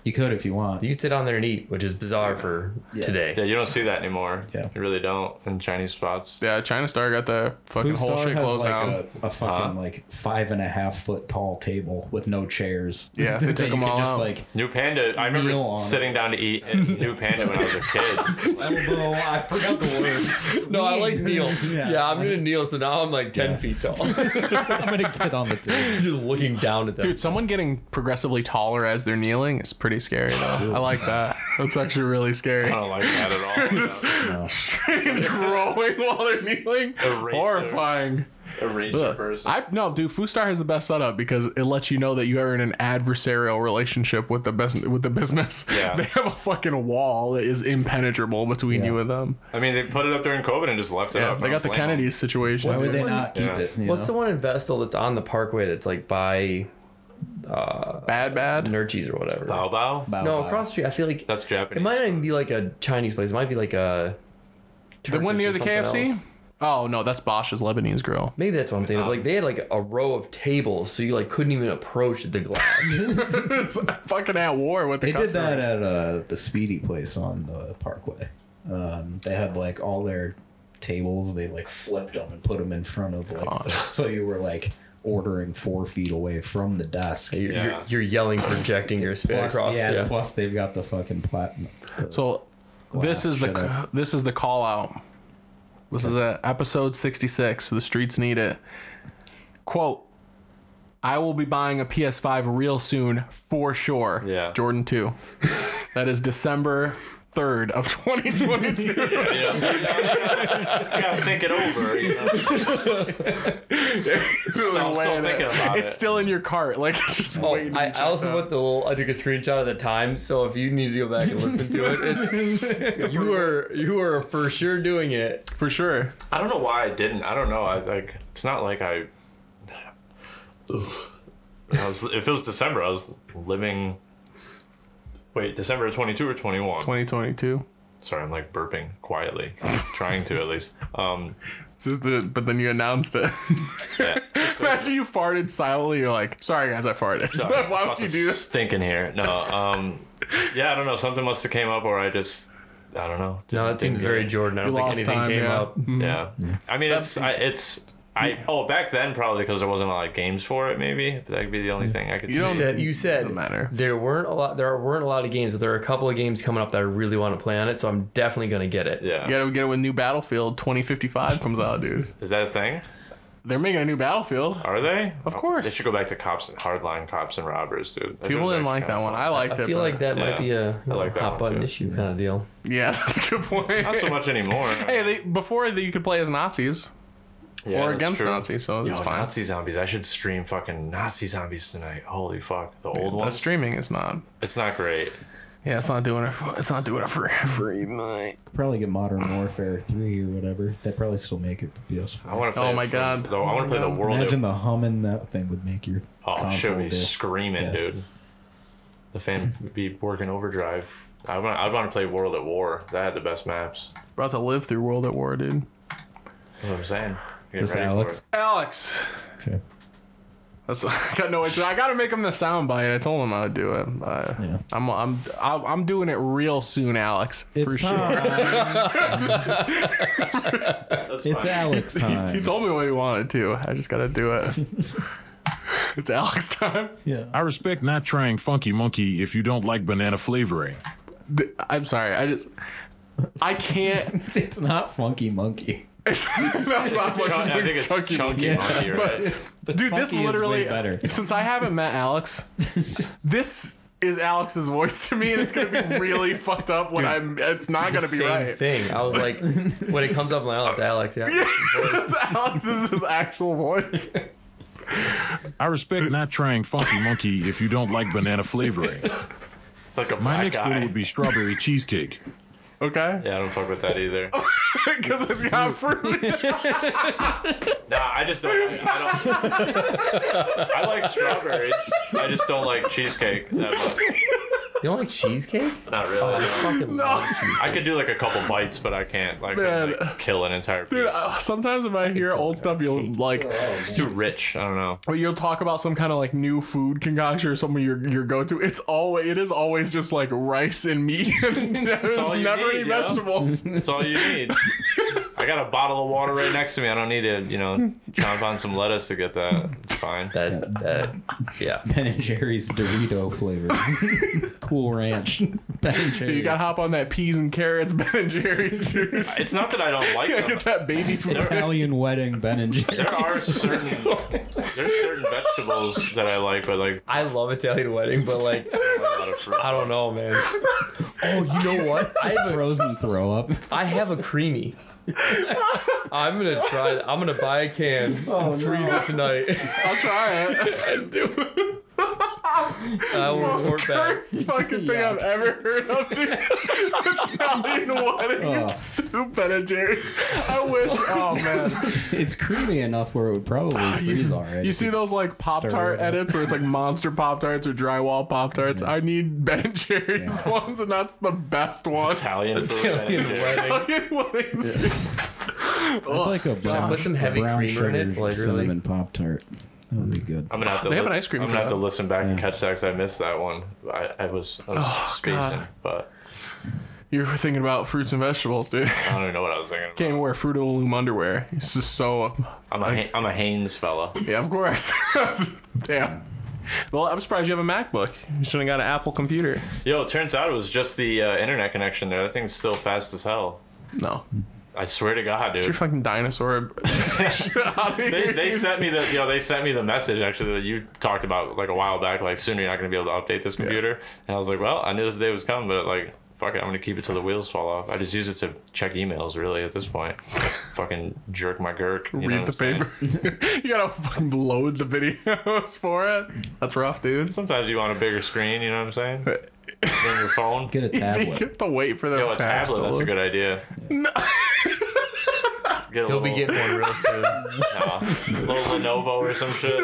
Speaker 3: You could if you want.
Speaker 4: You could sit on there and eat, which is bizarre for today.
Speaker 1: Yeah, you don't see that anymore.
Speaker 3: Yeah.
Speaker 1: You really don't in Chinese spots.
Speaker 5: Yeah, China Star got the fucking
Speaker 3: Food
Speaker 5: whole
Speaker 3: Star
Speaker 5: shit
Speaker 3: has
Speaker 5: closed
Speaker 3: like
Speaker 5: down. Uh-huh.
Speaker 3: a, a fucking like five and a half foot tall table with no chairs.
Speaker 5: Yeah, they
Speaker 3: That
Speaker 5: took
Speaker 3: you
Speaker 5: 'em
Speaker 3: could
Speaker 5: all
Speaker 3: just
Speaker 5: out.
Speaker 3: like
Speaker 1: New Panda, I
Speaker 3: Kneel
Speaker 1: remember
Speaker 3: on
Speaker 1: sitting down to eat at New Panda when I was a kid.
Speaker 3: elbow. I forgot the word.
Speaker 4: No, I like kneel.
Speaker 3: Yeah.
Speaker 4: Yeah, I'm gonna kneel, so now I'm like ten feet tall.
Speaker 3: I'm gonna get on the table.
Speaker 4: Just looking down at them.
Speaker 5: Dude, someone getting progressively taller as they're kneeling is pretty scary though. I like that. That's actually really scary.
Speaker 3: Oh
Speaker 1: I don't like that at
Speaker 5: Growing while they're kneeling.
Speaker 1: Eraser.
Speaker 5: Horrifying.
Speaker 1: all. Eraser
Speaker 5: Ugh.
Speaker 1: person.
Speaker 5: I no, dude. Foostar has the best setup because it lets you know that you are in an adversarial relationship with the best with the business.
Speaker 1: Yeah.
Speaker 5: they have a fucking wall that is impenetrable between you and them.
Speaker 1: I mean, they put it up during COVID and just left it
Speaker 5: Yeah,
Speaker 1: up. I
Speaker 5: they
Speaker 1: don't
Speaker 5: got the
Speaker 1: blame 'em.
Speaker 5: Kennedy situation.
Speaker 3: Why would they not keep
Speaker 1: Yeah.
Speaker 3: it? You
Speaker 4: What's
Speaker 3: know?
Speaker 4: the one in Vestal that's on the parkway that's like by
Speaker 5: bad, bad.
Speaker 4: Nurchies or whatever?
Speaker 1: Bao Bao?
Speaker 3: Bow
Speaker 4: no,
Speaker 3: Wow.
Speaker 4: across the street. I feel like
Speaker 1: That's Japanese.
Speaker 4: it might not even be like a Chinese place. It might be like a
Speaker 5: The one
Speaker 4: Turkish
Speaker 5: near
Speaker 4: or
Speaker 5: the
Speaker 4: something
Speaker 5: KFC.
Speaker 4: else.
Speaker 5: Oh no, that's Bosch's Lebanese grill.
Speaker 4: Maybe that's one thing.
Speaker 5: Um,
Speaker 4: Like they had like a row of tables, so you like couldn't even approach the glass.
Speaker 5: It's fucking at war with the
Speaker 3: They did
Speaker 5: customers.
Speaker 3: that at uh, the Speedy place on the Parkway. Um, they had like all their tables. They like flipped them and put them in front of like, the- so you were like ordering four feet away from the desk.
Speaker 4: you're,
Speaker 1: Yeah.
Speaker 4: you're, you're yelling, projecting your spit
Speaker 3: Plus,
Speaker 4: across.
Speaker 3: yeah,
Speaker 4: Yeah,
Speaker 3: Plus, they've got the fucking platinum.
Speaker 5: So this
Speaker 3: Glass,
Speaker 5: is the
Speaker 3: shut up.
Speaker 5: this is the call out. This is a episode 66. The streets need it. Quote I will be buying a PS5 real soon for sure.
Speaker 1: Yeah.
Speaker 5: Jordan 2. that is December 3rd of 2022.
Speaker 1: You know, so you gotta, you gotta think it over. You know? I'm still
Speaker 5: Wait a minute.
Speaker 1: thinking about
Speaker 5: it's
Speaker 1: it.
Speaker 5: still in your cart. Like it's just
Speaker 4: Oh,
Speaker 5: waiting. to
Speaker 4: I,
Speaker 5: be
Speaker 4: I also
Speaker 5: checked
Speaker 4: put
Speaker 5: out.
Speaker 4: the little. I took a screenshot of the time, so if you need to go back and listen to it, it's, you were you were for sure doing it.
Speaker 5: for sure.
Speaker 1: I don't know why I didn't. I don't know. I like. It's not like I. I was, if it was December, I was living. Wait, December twenty two or twenty one?
Speaker 5: 2022.
Speaker 1: Sorry, I'm like burping quietly, trying to at least. Um,
Speaker 5: It's just the, but then you announced it.
Speaker 1: yeah.
Speaker 5: Imagine you farted silently. You're like, sorry guys, I farted.
Speaker 1: Sorry,
Speaker 5: Why would
Speaker 1: fucking
Speaker 5: you do that?
Speaker 1: Stinking here. No. Um, yeah, I don't know. Something must have came up, or I just. I don't know.
Speaker 4: No, that seems very Jordan. I don't think
Speaker 5: lost
Speaker 4: anything
Speaker 5: time,
Speaker 4: came
Speaker 5: yeah.
Speaker 4: up.
Speaker 1: Yeah. I mean, it's I, it's I oh back then probably because there wasn't a lot of games for it. Maybe but that'd be the only thing I could.
Speaker 5: You
Speaker 1: see.
Speaker 5: don't-
Speaker 4: You said you said
Speaker 5: Doesn't matter.
Speaker 4: there weren't a lot. There weren't a lot of games, but there are a couple of games coming up that I really want to play on it. So I'm definitely gonna get it.
Speaker 1: Yeah.
Speaker 5: You gotta get it when new Battlefield 2055 comes out, dude.
Speaker 1: Is that a thing?
Speaker 5: They're making a new Battlefield.
Speaker 1: Are they?
Speaker 5: Of
Speaker 1: Oh,
Speaker 5: course.
Speaker 1: They should go back to cops, hardline cops and robbers, dude. That
Speaker 5: People
Speaker 1: was actually
Speaker 5: didn't like that
Speaker 1: kinda
Speaker 5: one.
Speaker 1: fun.
Speaker 5: I liked
Speaker 4: I
Speaker 5: it.
Speaker 4: feel
Speaker 5: but-
Speaker 4: like that
Speaker 1: yeah.
Speaker 4: might be a
Speaker 1: I like that
Speaker 4: hot
Speaker 1: one,
Speaker 4: button
Speaker 1: too.
Speaker 4: issue kind of deal.
Speaker 5: yeah, that's a good point.
Speaker 1: Not so much anymore.
Speaker 5: Hey, they, before that you could play as Nazis
Speaker 1: Yeah,
Speaker 5: or
Speaker 1: that's
Speaker 5: against
Speaker 1: true.
Speaker 5: Nazis, so
Speaker 1: Yo,
Speaker 5: it's fine.
Speaker 1: Nazi zombies. I should stream fucking Nazi zombies tonight. Holy fuck. The old
Speaker 5: The
Speaker 1: one.
Speaker 5: streaming is not.
Speaker 1: It's not great.
Speaker 5: Yeah, it's not doing it. For, it's not doing it for every night.
Speaker 3: Probably get Modern Warfare three or whatever. They probably still make it for PS4.
Speaker 1: I want to
Speaker 5: Oh
Speaker 1: play.
Speaker 5: my God.
Speaker 1: Though I want to play the world.
Speaker 3: Imagine the humming that thing would make your
Speaker 1: oh, should
Speaker 3: console
Speaker 1: be
Speaker 3: do.
Speaker 1: screaming,
Speaker 3: Yeah.
Speaker 1: dude. The fan would be working overdrive. I want. I want to play World at War. That had the best maps.
Speaker 5: About to live through World at War, dude.
Speaker 1: That's what I'm saying. Get
Speaker 3: This
Speaker 1: ready
Speaker 3: Alex?
Speaker 1: for it.
Speaker 5: Alex,
Speaker 3: Okay.
Speaker 5: that's I got no answer. I gotta make him the soundbite. I told him I'd do it. Uh,
Speaker 3: Yeah.
Speaker 5: I'm I'm I'm I'm doing it real soon, Alex. For
Speaker 3: It's
Speaker 5: sure.
Speaker 3: time. it's Alex time.
Speaker 5: He told me what he wanted to. I just gotta do it. it's Alex time.
Speaker 3: yeah.
Speaker 8: I respect not trying Funky Monkey if you don't like banana flavoring.
Speaker 5: Th- I'm sorry. I just. I can't.
Speaker 3: It's not Funky Monkey.
Speaker 5: that's not what
Speaker 1: Chun- I think
Speaker 5: makes
Speaker 1: it's
Speaker 5: chunky
Speaker 1: chunky,
Speaker 5: monkey.
Speaker 1: monkey, right?
Speaker 3: The
Speaker 5: Dude, this
Speaker 3: funky is way
Speaker 5: literally.
Speaker 3: better.
Speaker 5: Since I haven't met Alex, this is Alex's voice to me, and it's gonna be really fucked up when I'm. It's not gonna be
Speaker 4: Same
Speaker 5: right.
Speaker 4: thing. I was like, when it comes up, my like, Alex, Alex, yeah.
Speaker 5: It's Alex's his actual voice.
Speaker 8: I respect not trying Funky Monkey if you don't like banana flavoring.
Speaker 1: It's like a
Speaker 8: My
Speaker 1: black
Speaker 8: next
Speaker 1: guy.
Speaker 8: order would be strawberry cheesecake.
Speaker 5: Okay.
Speaker 1: Yeah, I don't fuck with that either.
Speaker 5: Because it's got fruit.
Speaker 1: Nah, I just don't. I, don't, I like strawberries. I just don't like cheesecake that much.
Speaker 4: You don't like cheesecake?
Speaker 1: Not really.
Speaker 4: I fucking love cheesecake.
Speaker 1: I could do like a couple bites, but I can't like,
Speaker 5: Man.
Speaker 1: like, kill an entire piece.
Speaker 5: Dude, uh, sometimes if I hear old stuff, you'll like,
Speaker 1: it's too rich. I don't know.
Speaker 5: or you'll talk about some kind of like new food concoction or something your your go to. It's always it is always just like rice and meat. There's
Speaker 1: all you
Speaker 5: never
Speaker 1: need,
Speaker 5: any
Speaker 1: yeah.
Speaker 5: vegetables.
Speaker 1: That's all you need. I got a bottle of water right next to me. I don't need to, you know, chomp on some lettuce to get that. It's fine.
Speaker 4: That that yeah.
Speaker 3: Ben and Jerry's Dorito flavor, Cool Ranch. Ben and Jerry's.
Speaker 5: you gotta hop on that peas and carrots Ben and Jerry's. Dude.
Speaker 1: It's not that I don't like them.
Speaker 5: Get that baby food.
Speaker 3: Italian wedding Ben and Jerry's.
Speaker 1: There are certain there's certain vegetables that I like, but like
Speaker 4: I love Italian wedding, but like
Speaker 1: a lot of fruit.
Speaker 4: I don't know, man. Oh, you know what? I have a,
Speaker 3: Frozen throw up.
Speaker 4: I have a creamy. I'm gonna try. I'm gonna buy a can and freeze it tonight.
Speaker 5: I'll try it.
Speaker 4: I will report back.
Speaker 5: Worst fucking thing I've ever heard of, dude. Italian wedding soup Ben and Jerry's. I wish. Oh man.
Speaker 3: It's creamy enough where it would probably freeze already.
Speaker 5: You see those like Pop
Speaker 3: Stir
Speaker 5: Tart
Speaker 3: it.
Speaker 5: edits where it's like monster Pop Tarts or drywall Pop Tarts? I need Ben and Jerry's ones, and that's the best one.
Speaker 1: Italian food. Italian
Speaker 4: Wedding.
Speaker 5: Italian wedding soup.
Speaker 3: It's like a brown,
Speaker 4: put some heavy
Speaker 3: a brown
Speaker 4: creamer in it,
Speaker 3: sugar
Speaker 4: like, really?
Speaker 3: cinnamon pop tart. That would be good.
Speaker 1: I'm gonna have to.
Speaker 5: They have an ice cream
Speaker 1: I'm gonna have to
Speaker 5: truck.
Speaker 1: listen back and catch that because I missed that one. I, I was, I was spacing,
Speaker 5: Oh, God.
Speaker 1: but
Speaker 5: You were thinking about fruits and vegetables, dude.
Speaker 1: I don't even know what I was thinking. About.
Speaker 5: Can't even wear Fruit of the Loom underwear. It's just so.
Speaker 1: I'm a Ha- I'm a Haynes fella.
Speaker 5: Yeah, of course. Damn. Well, I'm surprised you have a MacBook. You should have got an Apple computer.
Speaker 1: Yo, it turns out it was just the uh, internet connection there. That thing's still fast as hell.
Speaker 5: No.
Speaker 1: I swear to God,
Speaker 5: You're a
Speaker 1: dude.
Speaker 5: fucking dinosaur.
Speaker 1: They, they sent me the you know they sent me the message actually that you talked about like a while back like soon you're not gonna be able to update this computer and I was like well I knew this day was coming but like fuck it I'm gonna keep it till the wheels fall off I just use it to check emails really at this point fucking jerk my girk you know
Speaker 5: Read
Speaker 1: what
Speaker 5: the
Speaker 1: I'm saying?
Speaker 5: paper. you gotta fucking load the videos for it. That's rough, dude.
Speaker 1: Sometimes you want a bigger screen, you know what I'm saying?
Speaker 5: Uh,
Speaker 1: Than your phone.
Speaker 3: Get a
Speaker 5: You
Speaker 3: tablet.
Speaker 5: have to wait for that
Speaker 1: Yo, a tablet, that's a good idea. Get a
Speaker 4: He'll
Speaker 1: little,
Speaker 4: be getting one real soon.
Speaker 1: nah, little Lenovo or some shit.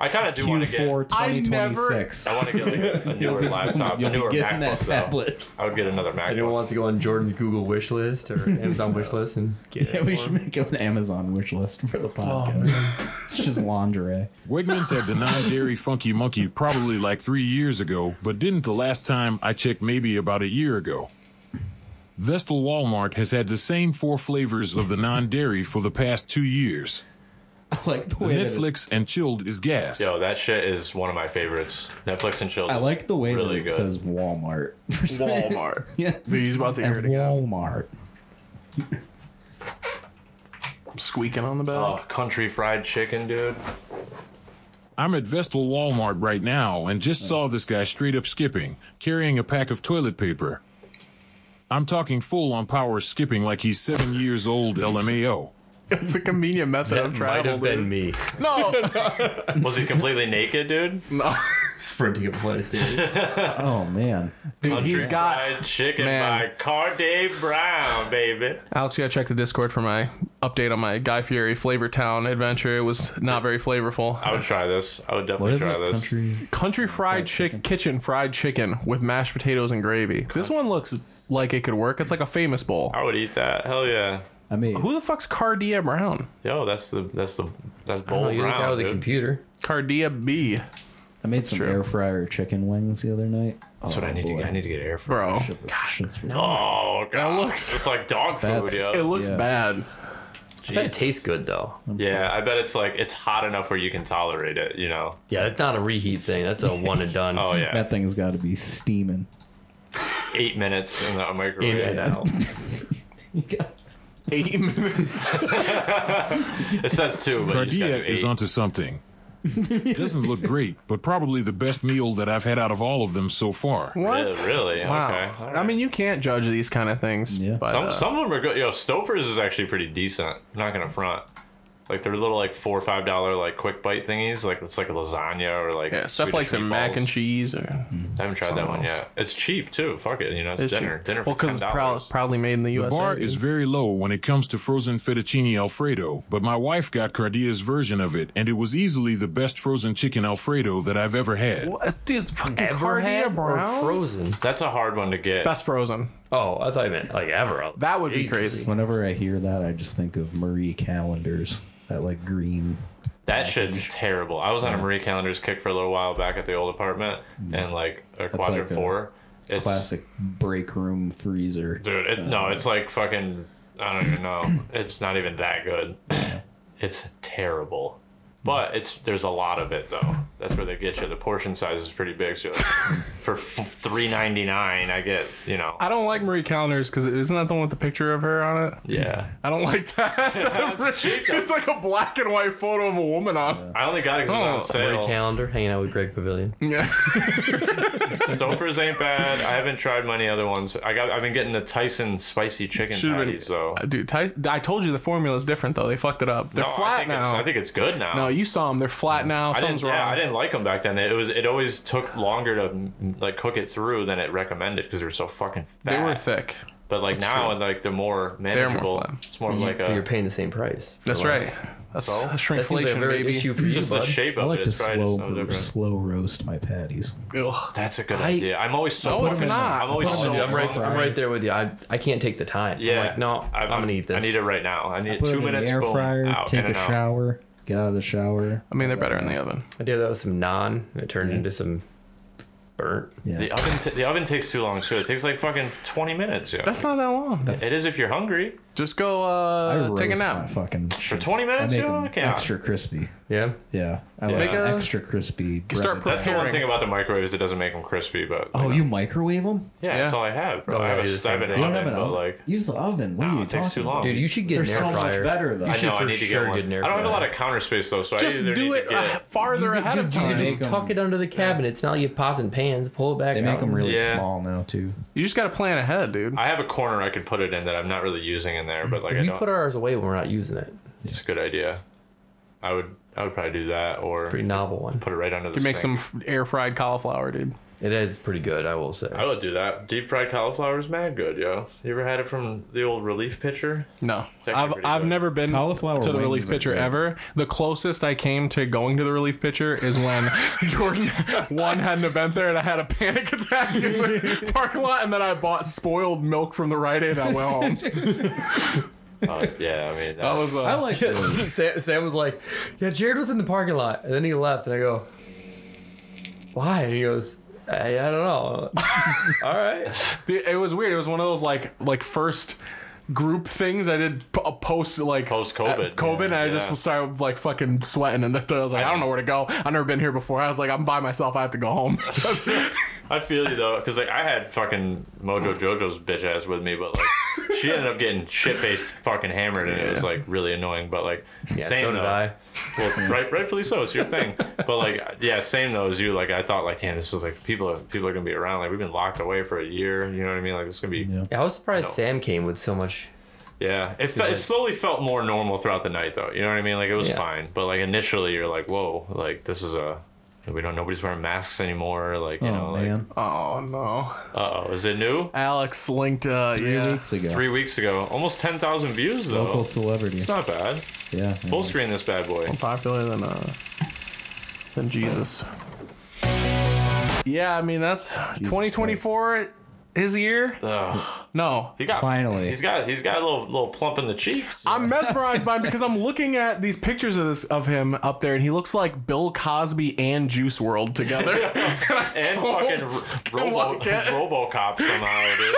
Speaker 1: I kind of do want to get.
Speaker 3: Q4
Speaker 5: I never-
Speaker 3: 2026.
Speaker 1: I want to get like a newer laptop, a
Speaker 3: You'll
Speaker 1: newer
Speaker 3: be
Speaker 1: MacBook.
Speaker 3: getting that
Speaker 1: though.
Speaker 3: tablet.
Speaker 1: I would get another
Speaker 4: Anyone
Speaker 1: MacBook.
Speaker 4: wants to go on Jordan's Google wish list or Amazon wish list and get
Speaker 3: Yeah,
Speaker 4: it.
Speaker 3: we should make an Amazon wish list for the podcast. it's just lingerie.
Speaker 7: Wegmans had the non-dairy Funky Monkey probably like three years ago, but didn't the last time I checked maybe about a year ago. Vestal Walmart has had the same four flavors of the non-dairy for the past two years.
Speaker 3: I like the
Speaker 7: The
Speaker 3: way that it-
Speaker 7: Netflix and Chilled is gas.
Speaker 1: Yo, that shit is one of my favorites. Netflix and chill.
Speaker 3: I like the way
Speaker 1: really
Speaker 3: that it
Speaker 1: good.
Speaker 3: says Walmart.
Speaker 5: Walmart.
Speaker 3: yeah.
Speaker 5: Dude, he's about to hear
Speaker 3: At
Speaker 5: it again.
Speaker 3: Walmart.
Speaker 5: I'm squeaking on the bed.
Speaker 1: Oh, country fried chicken, dude.
Speaker 7: I'm at Vestal Walmart right now and just saw this guy straight up skipping, carrying a pack of toilet paper. I'm talking full on power skipping like he's seven years old LMAO.
Speaker 5: It's a convenient method
Speaker 4: That
Speaker 5: of
Speaker 4: might
Speaker 5: travel.
Speaker 4: have been
Speaker 5: dude.
Speaker 4: me
Speaker 5: No,
Speaker 1: Was he completely naked, dude?
Speaker 5: no.
Speaker 4: sprinting up flight of stairs.
Speaker 3: Oh man.
Speaker 5: Dude, he's got.
Speaker 1: Fried chicken
Speaker 5: man.
Speaker 1: by Cardi Brown, baby.
Speaker 5: Alex, you gotta check the Discord for my update on my Guy Fieri Flavor Town adventure. It was not very flavorful.
Speaker 1: I would try this. I would
Speaker 3: What
Speaker 1: definitely
Speaker 3: is
Speaker 1: try
Speaker 3: it?
Speaker 1: this.
Speaker 3: Country.
Speaker 5: Country fried chick kitchen fried chicken with mashed potatoes and gravy. This one looks like it could work. It's like a famous bowl.
Speaker 1: I would eat that. Hell yeah.
Speaker 3: I mean,
Speaker 5: Who the fuck's Cardia Brown?
Speaker 1: Yo, that's the that's the that's
Speaker 4: Oh,
Speaker 1: bold
Speaker 4: you're the guy
Speaker 1: brown.
Speaker 4: with the
Speaker 1: dude.
Speaker 4: computer.
Speaker 5: Cardia B,
Speaker 3: I made some air fryer chicken wings the other night. Oh,
Speaker 1: That's what I
Speaker 4: Oh,
Speaker 1: need to get. I need to get air fryer.
Speaker 5: bro.
Speaker 1: Oh god,
Speaker 5: looks-
Speaker 1: it's like dog food,
Speaker 3: That's-
Speaker 5: It
Speaker 1: yo.
Speaker 5: looks
Speaker 3: Yeah.
Speaker 5: bad.
Speaker 4: I bet it tastes good though.
Speaker 1: Yeah, I bet it's like it's hot enough where you can tolerate it. You know?
Speaker 4: Yeah, that's not a reheat thing. That's a one and done.
Speaker 1: Oh yeah,
Speaker 3: That thing's got to be steaming.
Speaker 1: eight minutes in the microwave.
Speaker 4: In and out.
Speaker 5: Eight minutes.
Speaker 1: It says two, but you just gotta
Speaker 7: Cardia
Speaker 1: do eight.
Speaker 7: is onto something. Doesn't look great, but probably the best meal that I've had out of all of them so far.
Speaker 5: What?
Speaker 1: Yeah, really?
Speaker 5: Wow.
Speaker 1: Okay.
Speaker 5: I mean, you can't judge these kind of things.
Speaker 3: Yeah.
Speaker 5: But,
Speaker 1: Some
Speaker 5: uh,
Speaker 1: some of them are good. Yo, Stouffer's is actually pretty decent. I'm not gonna front. Like they're little like four or five dollar like quick bite thingies. Like it's like a lasagna or like
Speaker 5: yeah, stuff
Speaker 1: Swedish
Speaker 5: like some mac
Speaker 1: meatballs.
Speaker 5: and cheese or
Speaker 1: I haven't tried that one yet. It's cheap too. Fuck it. You know, it's,
Speaker 5: It's
Speaker 1: dinner.
Speaker 5: cheap.
Speaker 1: Dinner
Speaker 5: Well,
Speaker 1: for
Speaker 5: because
Speaker 1: ten
Speaker 5: it's prou-
Speaker 1: dollars.
Speaker 5: proudly made in the,
Speaker 7: The
Speaker 5: USA.
Speaker 7: bar is very low when it comes to frozen fettuccine alfredo, but my wife got Cardilla's version of it, and it was easily the best frozen chicken alfredo that I've ever had.
Speaker 5: What? Dude, it's fucking
Speaker 4: Ever
Speaker 5: Cardia
Speaker 4: had
Speaker 5: Brown?
Speaker 4: or frozen?
Speaker 1: That's a hard one to get.
Speaker 5: That's frozen.
Speaker 4: Oh, I thought you meant like ever.
Speaker 5: That would be
Speaker 4: Jesus.
Speaker 5: crazy.
Speaker 3: Whenever I hear that, I just think of Marie Callender's that like green.
Speaker 1: That shit's terrible. I was on a Marie Callender's kick for a little while back at the old apartment, and like a quadrant
Speaker 3: like a
Speaker 1: four. It's
Speaker 3: Classic break room freezer.
Speaker 1: dude. It, no, it's like fucking. I don't even know. It's not even that good. it's terrible. But it's there's a lot of it though. That's where they get you. The portion size is pretty big. So you're like, for f- three ninety nine, I get you know.
Speaker 5: I don't like Marie Callender's because isn't that the one with the picture of her on it?
Speaker 1: Yeah,
Speaker 5: I don't like that. it's like a black and white photo of a woman on.
Speaker 1: I only got it 'cause it was
Speaker 5: Oh,
Speaker 1: on
Speaker 4: Marie
Speaker 1: sale.
Speaker 4: Calendar hanging out with Greg Pavilion.
Speaker 5: it. Yeah.
Speaker 1: Stouffer's ain't bad. I haven't tried many other ones. I got. I've been getting the Tyson spicy chicken
Speaker 5: Should've been-
Speaker 1: patties though.
Speaker 5: Dude, Ty- I told you the formula is different though. They fucked it up. They're
Speaker 1: No, I
Speaker 5: flat
Speaker 1: think it's-
Speaker 5: now.
Speaker 1: I think it's good now.
Speaker 5: no, you saw them. They're flat now.
Speaker 1: I
Speaker 5: Something's
Speaker 1: didn't,
Speaker 5: wrong.
Speaker 1: yeah, I didn't like them back then. It was it always took longer to mm, like cook it through than it recommended because they were so fucking fat.
Speaker 5: They were thick.
Speaker 1: But like now, and like they're more manageable.
Speaker 5: flat.
Speaker 1: it's more of
Speaker 4: You,
Speaker 1: like uh,
Speaker 4: but you're
Speaker 1: a
Speaker 4: paying the same price. for
Speaker 5: That's
Speaker 4: less.
Speaker 5: right. That's
Speaker 1: So?
Speaker 5: a
Speaker 1: That
Speaker 4: That seems like a
Speaker 5: shrinkflation,
Speaker 4: very
Speaker 5: baby.
Speaker 4: issue for you,
Speaker 1: just the
Speaker 4: bud.
Speaker 1: shape
Speaker 3: I
Speaker 1: of
Speaker 3: like
Speaker 1: it.
Speaker 3: to
Speaker 1: It's right. It's
Speaker 3: slow
Speaker 1: no different.
Speaker 3: slow roast my patties.
Speaker 5: Ugh.
Speaker 1: That's a good
Speaker 4: I-
Speaker 1: idea. I'm always so.
Speaker 5: No, it's
Speaker 1: fucking-
Speaker 5: not.
Speaker 1: I'm always
Speaker 5: Put 'em
Speaker 1: so.
Speaker 4: Dude, I'm right. I'm
Speaker 3: Fry.
Speaker 4: right there with you. I I can't take the time. I'm
Speaker 1: Yeah.
Speaker 4: like, no, I'm, gonna eat this.
Speaker 1: I need it right now. I need
Speaker 3: Put
Speaker 1: two
Speaker 3: it in
Speaker 1: minutes.
Speaker 3: the air
Speaker 1: boom,
Speaker 3: fryer.
Speaker 1: out,
Speaker 3: take
Speaker 1: in
Speaker 3: a
Speaker 1: and out.
Speaker 3: shower. Get out of the shower.
Speaker 5: I mean, they're better in the oven.
Speaker 4: I did that with some naan. It turned into some burnt.
Speaker 3: Yeah,
Speaker 1: The oven. T- the oven takes too long too. It takes like fucking 20 minutes. Yeah.
Speaker 5: That's not that long.
Speaker 1: It is if you're hungry.
Speaker 5: Just go
Speaker 3: I
Speaker 5: uh,
Speaker 3: roast
Speaker 5: take a
Speaker 3: my
Speaker 5: nap.
Speaker 3: fucking for
Speaker 1: 20 minutes,
Speaker 3: I make
Speaker 1: yo?
Speaker 3: 'em
Speaker 1: Okay.
Speaker 3: extra crispy.
Speaker 4: Yeah.
Speaker 3: Yeah, I like
Speaker 5: Make a-
Speaker 3: extra crispy.
Speaker 5: start
Speaker 3: breaded-
Speaker 5: pre-
Speaker 1: That's the one
Speaker 5: Herring.
Speaker 1: thing about the microwave is it doesn't make them crispy, but
Speaker 3: oh, you microwave them?
Speaker 1: yeah, that's all I have. Bro.
Speaker 4: Oh,
Speaker 1: I
Speaker 4: yeah,
Speaker 1: have a
Speaker 4: you just
Speaker 1: seven
Speaker 4: have-
Speaker 1: oven,
Speaker 4: You
Speaker 3: don't have an
Speaker 1: but
Speaker 3: oven?
Speaker 1: like
Speaker 3: Use the oven. What
Speaker 1: No,
Speaker 3: are you
Speaker 1: it takes
Speaker 3: talking
Speaker 1: too
Speaker 3: about?
Speaker 1: long.
Speaker 4: Dude, you should get
Speaker 3: They're
Speaker 4: an air
Speaker 3: so much
Speaker 4: fryer.
Speaker 3: better though.
Speaker 4: You
Speaker 1: I
Speaker 4: should
Speaker 1: know
Speaker 4: for
Speaker 1: I need to
Speaker 4: sure
Speaker 1: get one.
Speaker 4: get an air
Speaker 1: I don't have a
Speaker 4: fryer.
Speaker 1: lot of counter space though, so I
Speaker 5: Just
Speaker 1: either
Speaker 5: do
Speaker 1: need
Speaker 5: it
Speaker 1: to get.
Speaker 5: uh, farther ahead of time.
Speaker 3: Make
Speaker 4: Just
Speaker 3: 'em-
Speaker 4: tuck it under the cabinet. It's not your pots and pans. Pull it back.
Speaker 3: They make
Speaker 4: out.
Speaker 3: them really
Speaker 1: Yeah.
Speaker 3: small now too.
Speaker 5: You just got to plan ahead, dude.
Speaker 1: I have a corner I could put it in that I'm not really using in there, but like I
Speaker 4: We
Speaker 1: don't.
Speaker 4: put ours away when we're not using it.
Speaker 1: it's a good idea. I would I would probably do that or
Speaker 4: Pretty novel one.
Speaker 1: put it right under the.
Speaker 5: You make some
Speaker 1: sink.
Speaker 5: f- air fried cauliflower, dude.
Speaker 4: It is pretty good, I will say.
Speaker 1: I would do that. Deep fried cauliflower is mad good, yo. You ever had it from the old relief pitcher?
Speaker 5: No,
Speaker 1: actually
Speaker 5: I've
Speaker 1: pretty
Speaker 5: I've
Speaker 1: good.
Speaker 5: never been
Speaker 3: Cauliflower
Speaker 5: to the
Speaker 3: wings
Speaker 5: relief
Speaker 3: are
Speaker 5: pitcher
Speaker 3: good.
Speaker 5: ever. The closest I came to going to the relief pitcher is when Jordan one had an event there and I had a panic attack in the parking lot, and then I bought spoiled milk from the Rite Aid. and I went home.
Speaker 1: Uh, yeah, I mean
Speaker 5: That was uh,
Speaker 3: I like those.
Speaker 4: Sam, Sam was like, "Yeah, Jared was in the parking lot," and then he left, and I go, "Why?" And he goes, "I, I don't know." All right,
Speaker 5: It it was weird. It was one of those like like first group things I did p- a post like
Speaker 1: Post-COVID.
Speaker 5: at COVID, and I
Speaker 1: Yeah.
Speaker 5: just started like fucking sweating, and then I was like, I don't know where to go. I've never been here before. I was like, I'm by myself. I have to go home.
Speaker 1: I feel you though, because like I had fucking Mojo Jojo's bitch ass with me, but like she ended up getting shit faced, fucking hammered, and it was like really annoying. But like, same
Speaker 4: so did
Speaker 1: though.
Speaker 4: I.
Speaker 1: Well, right, rightfully so. It's your thing. But like, yeah, same though as you. Like I thought, like, damn, this was like people, are, people are gonna be around. Like we've been locked away for a year. You know what I mean? Like it's gonna be, yeah.
Speaker 4: Yeah, I was surprised Sam came with so much.
Speaker 1: It, fe- it slowly felt more normal throughout the night, though. You know what I mean? Like it was
Speaker 4: Yeah.
Speaker 1: fine, but like initially, you're like, whoa, like this is a. We don't. Nobody's wearing masks anymore. Like you know,
Speaker 3: Oh man,
Speaker 5: oh no!
Speaker 1: like uh oh, is it new?
Speaker 5: Alex linked. Uh, yeah.
Speaker 3: weeks ago,
Speaker 1: Three weeks ago, almost ten thousand views though.
Speaker 3: local celebrity.
Speaker 1: It's not bad.
Speaker 3: Yeah, yeah.
Speaker 1: Full screen this bad boy.
Speaker 5: popular than uh than Jesus. Yeah, I mean that's 2024 his year. No.
Speaker 1: He got
Speaker 3: Finally.
Speaker 1: He's got he's got a little little plump in the cheeks.
Speaker 5: I'm mesmerized by him because I'm looking at these pictures of this of him up there, and he looks like Bill Cosby and Juice World together.
Speaker 1: and fucking ro- Robo,
Speaker 5: look at-
Speaker 1: RoboCop somehow. Dude.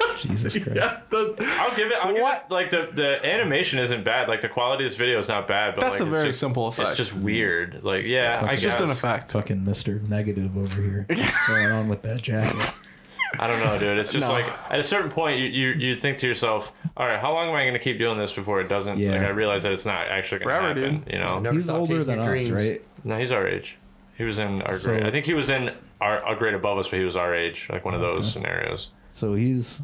Speaker 3: Oh, Jesus Christ.
Speaker 5: The-
Speaker 1: I'll give it. I'll
Speaker 5: What?
Speaker 1: Give it, like the the animation isn't bad. Like the quality of this video is not bad. But
Speaker 5: That's
Speaker 1: like,
Speaker 5: a
Speaker 1: it's
Speaker 5: very
Speaker 1: just-
Speaker 5: simple effect.
Speaker 1: It's just weird. Like yeah, I
Speaker 5: it's just
Speaker 1: guess.
Speaker 5: an effect.
Speaker 3: Fucking Mr. Negative over here. What's going on with that jacket?
Speaker 1: I don't know, dude. It's just
Speaker 5: No.
Speaker 1: like at a certain point, you, you you think to yourself, all right, how long am I going to keep doing this before it doesn't?
Speaker 3: Yeah.
Speaker 1: Like I realize that it's not actually going to
Speaker 5: Forever,
Speaker 1: happen. You know.
Speaker 4: Never
Speaker 3: He's
Speaker 4: stop
Speaker 3: older
Speaker 4: chasing
Speaker 3: than
Speaker 4: your
Speaker 3: us,
Speaker 4: dreams.
Speaker 3: right?
Speaker 1: No, he's our age. He was in our
Speaker 3: So-
Speaker 1: grade. I think he was in our a grade above us, but he was our age, like one of those scenarios.
Speaker 3: So he's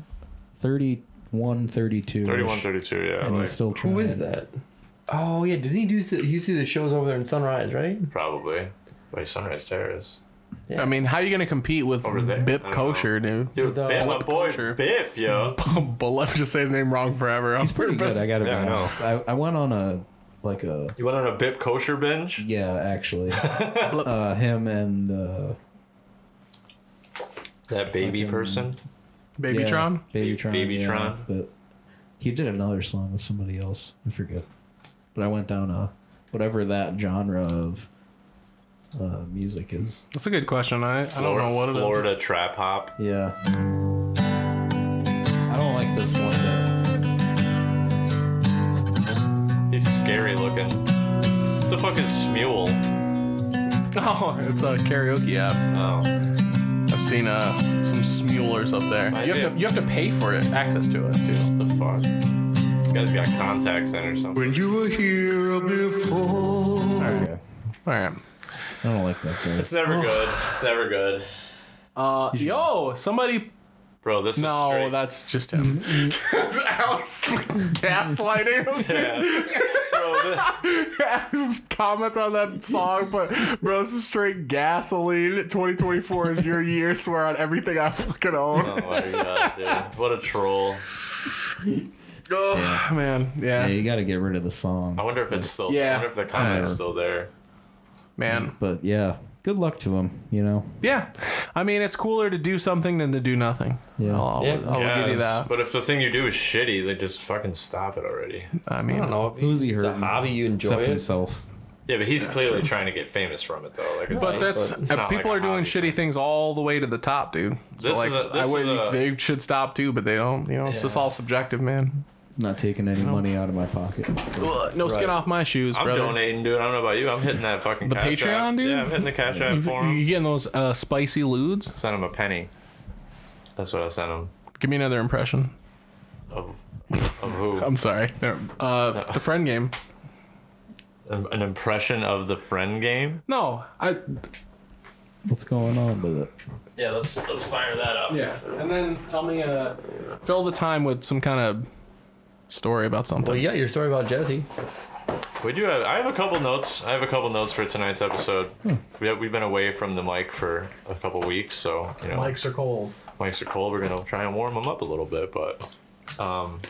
Speaker 3: 31, 32.
Speaker 1: 31, 32, yeah.
Speaker 3: And
Speaker 1: Like,
Speaker 3: he's still trying.
Speaker 4: Who is that? Oh yeah, didn't he do? You see the shows over there in Sunrise, right?
Speaker 1: probably. By Sunrise Terrace.
Speaker 5: I mean, how are you gonna compete with
Speaker 1: Over there? I
Speaker 5: Bip
Speaker 1: don't
Speaker 5: Kosher, dude?
Speaker 1: Dude,
Speaker 4: uh,
Speaker 1: Bip, my boy, Bip, yo.
Speaker 5: Hmm. But let me just say his name wrong forever. I'm
Speaker 3: He's pretty good. I gotta
Speaker 1: Yeah, I
Speaker 3: be
Speaker 1: know.
Speaker 3: honest. I, I went on a like a
Speaker 1: You went on a Bip kosher binge?
Speaker 3: yeah, actually, uh, him and uh,
Speaker 1: That baby
Speaker 3: Fucking-
Speaker 1: person?
Speaker 3: yeah,
Speaker 5: Babytron.
Speaker 3: Babytron,
Speaker 1: Babytron.
Speaker 3: yeah, but he did another song with somebody else. I forget. But I went down a whatever that genre of uh, music is.
Speaker 5: That's a good question. I, I don't
Speaker 1: Flor-
Speaker 5: know what it is.
Speaker 1: Florida trap hop.
Speaker 3: Yeah. I don't like this one though.
Speaker 1: He's scary looking. What the fuck is Smule?
Speaker 5: Oh, it's a karaoke app.
Speaker 1: Oh.
Speaker 5: I've seen uh, some smulers up there.
Speaker 1: I
Speaker 5: you have
Speaker 1: did.
Speaker 5: to you have to pay for it, access to it too.
Speaker 1: What the fuck? This guy's got contacts in or something.
Speaker 8: When you were here before.
Speaker 3: Okay.
Speaker 5: All right.
Speaker 3: I don't like that guy.
Speaker 1: It's never good. It's never good.
Speaker 5: Uh, yo, somebody.
Speaker 1: Bro, this is
Speaker 5: No,
Speaker 1: straight.
Speaker 5: that's just him.
Speaker 1: Mm-hmm.
Speaker 5: Alex gaslighting him. Dude.
Speaker 1: Bro, this-
Speaker 5: comments on that song, but bro, this is straight gasoline. 2024 is your year. Swear on everything I fucking own.
Speaker 1: oh my god, dude. What a troll.
Speaker 5: Oh man, yeah,
Speaker 3: Yeah, you gotta get rid of the song.
Speaker 1: I wonder if it's still
Speaker 5: Yeah.
Speaker 1: I wonder if the comment's still there.
Speaker 5: man,
Speaker 3: But yeah, good luck to him. You know.
Speaker 5: yeah. I mean, it's cooler to do something than to do nothing.
Speaker 3: Yeah.
Speaker 5: I'll, I'll-
Speaker 4: Yeah.
Speaker 5: I'll give you
Speaker 1: Yes,
Speaker 5: that.
Speaker 1: But if the thing you do is shitty, they just fucking stop it already.
Speaker 5: I
Speaker 4: I
Speaker 5: mean,
Speaker 4: don't know. If
Speaker 3: Who's he
Speaker 4: it's a
Speaker 3: hurting?
Speaker 4: hobby you enjoy
Speaker 3: Except
Speaker 4: it.
Speaker 3: himself.
Speaker 1: Yeah, but he's clearly trying to get famous from it though. Like, it's
Speaker 5: But
Speaker 1: like-
Speaker 5: that's
Speaker 1: it's
Speaker 5: and
Speaker 1: not
Speaker 5: people
Speaker 1: like
Speaker 5: are
Speaker 1: a
Speaker 5: doing
Speaker 1: hobby.
Speaker 5: shitty things all the way to the top, dude. So
Speaker 1: This
Speaker 5: like,
Speaker 1: is a-
Speaker 5: I
Speaker 1: this
Speaker 5: would,
Speaker 1: is a-
Speaker 5: they should stop too, but they don't. You know, it's just all subjective, man.
Speaker 3: He's not taking any money out of my pocket.
Speaker 5: Ugh, no skin off my shoes,
Speaker 1: I'm
Speaker 5: brother.
Speaker 1: donating, dude. I don't know about you. I'm hitting that fucking
Speaker 5: The
Speaker 1: cash app.
Speaker 5: Patreon, dude?
Speaker 1: Yeah, I'm hitting the cash app for
Speaker 5: You
Speaker 1: him.
Speaker 5: getting those uh, spicy ludes?
Speaker 1: Sent him a penny. That's what I sent him.
Speaker 5: Give me another impression.
Speaker 1: Of, of who?
Speaker 5: I'm sorry. Uh, the friend game.
Speaker 1: An an impression of the friend game.
Speaker 5: No, I
Speaker 3: What's going on with it?
Speaker 1: Yeah, let's let's fire that up.
Speaker 5: yeah. And then tell me, uh, fill the time with some kind of story about something.
Speaker 4: Well, yeah, your story about Jesse.
Speaker 1: We do have. I have a couple notes. I have a couple notes for tonight's episode.
Speaker 5: Hmm.
Speaker 1: We have, we've been away from the mic for a couple weeks, so you know, mics,
Speaker 5: are cold.
Speaker 1: mics are cold. We're gonna try and warm them up a little bit, but, um,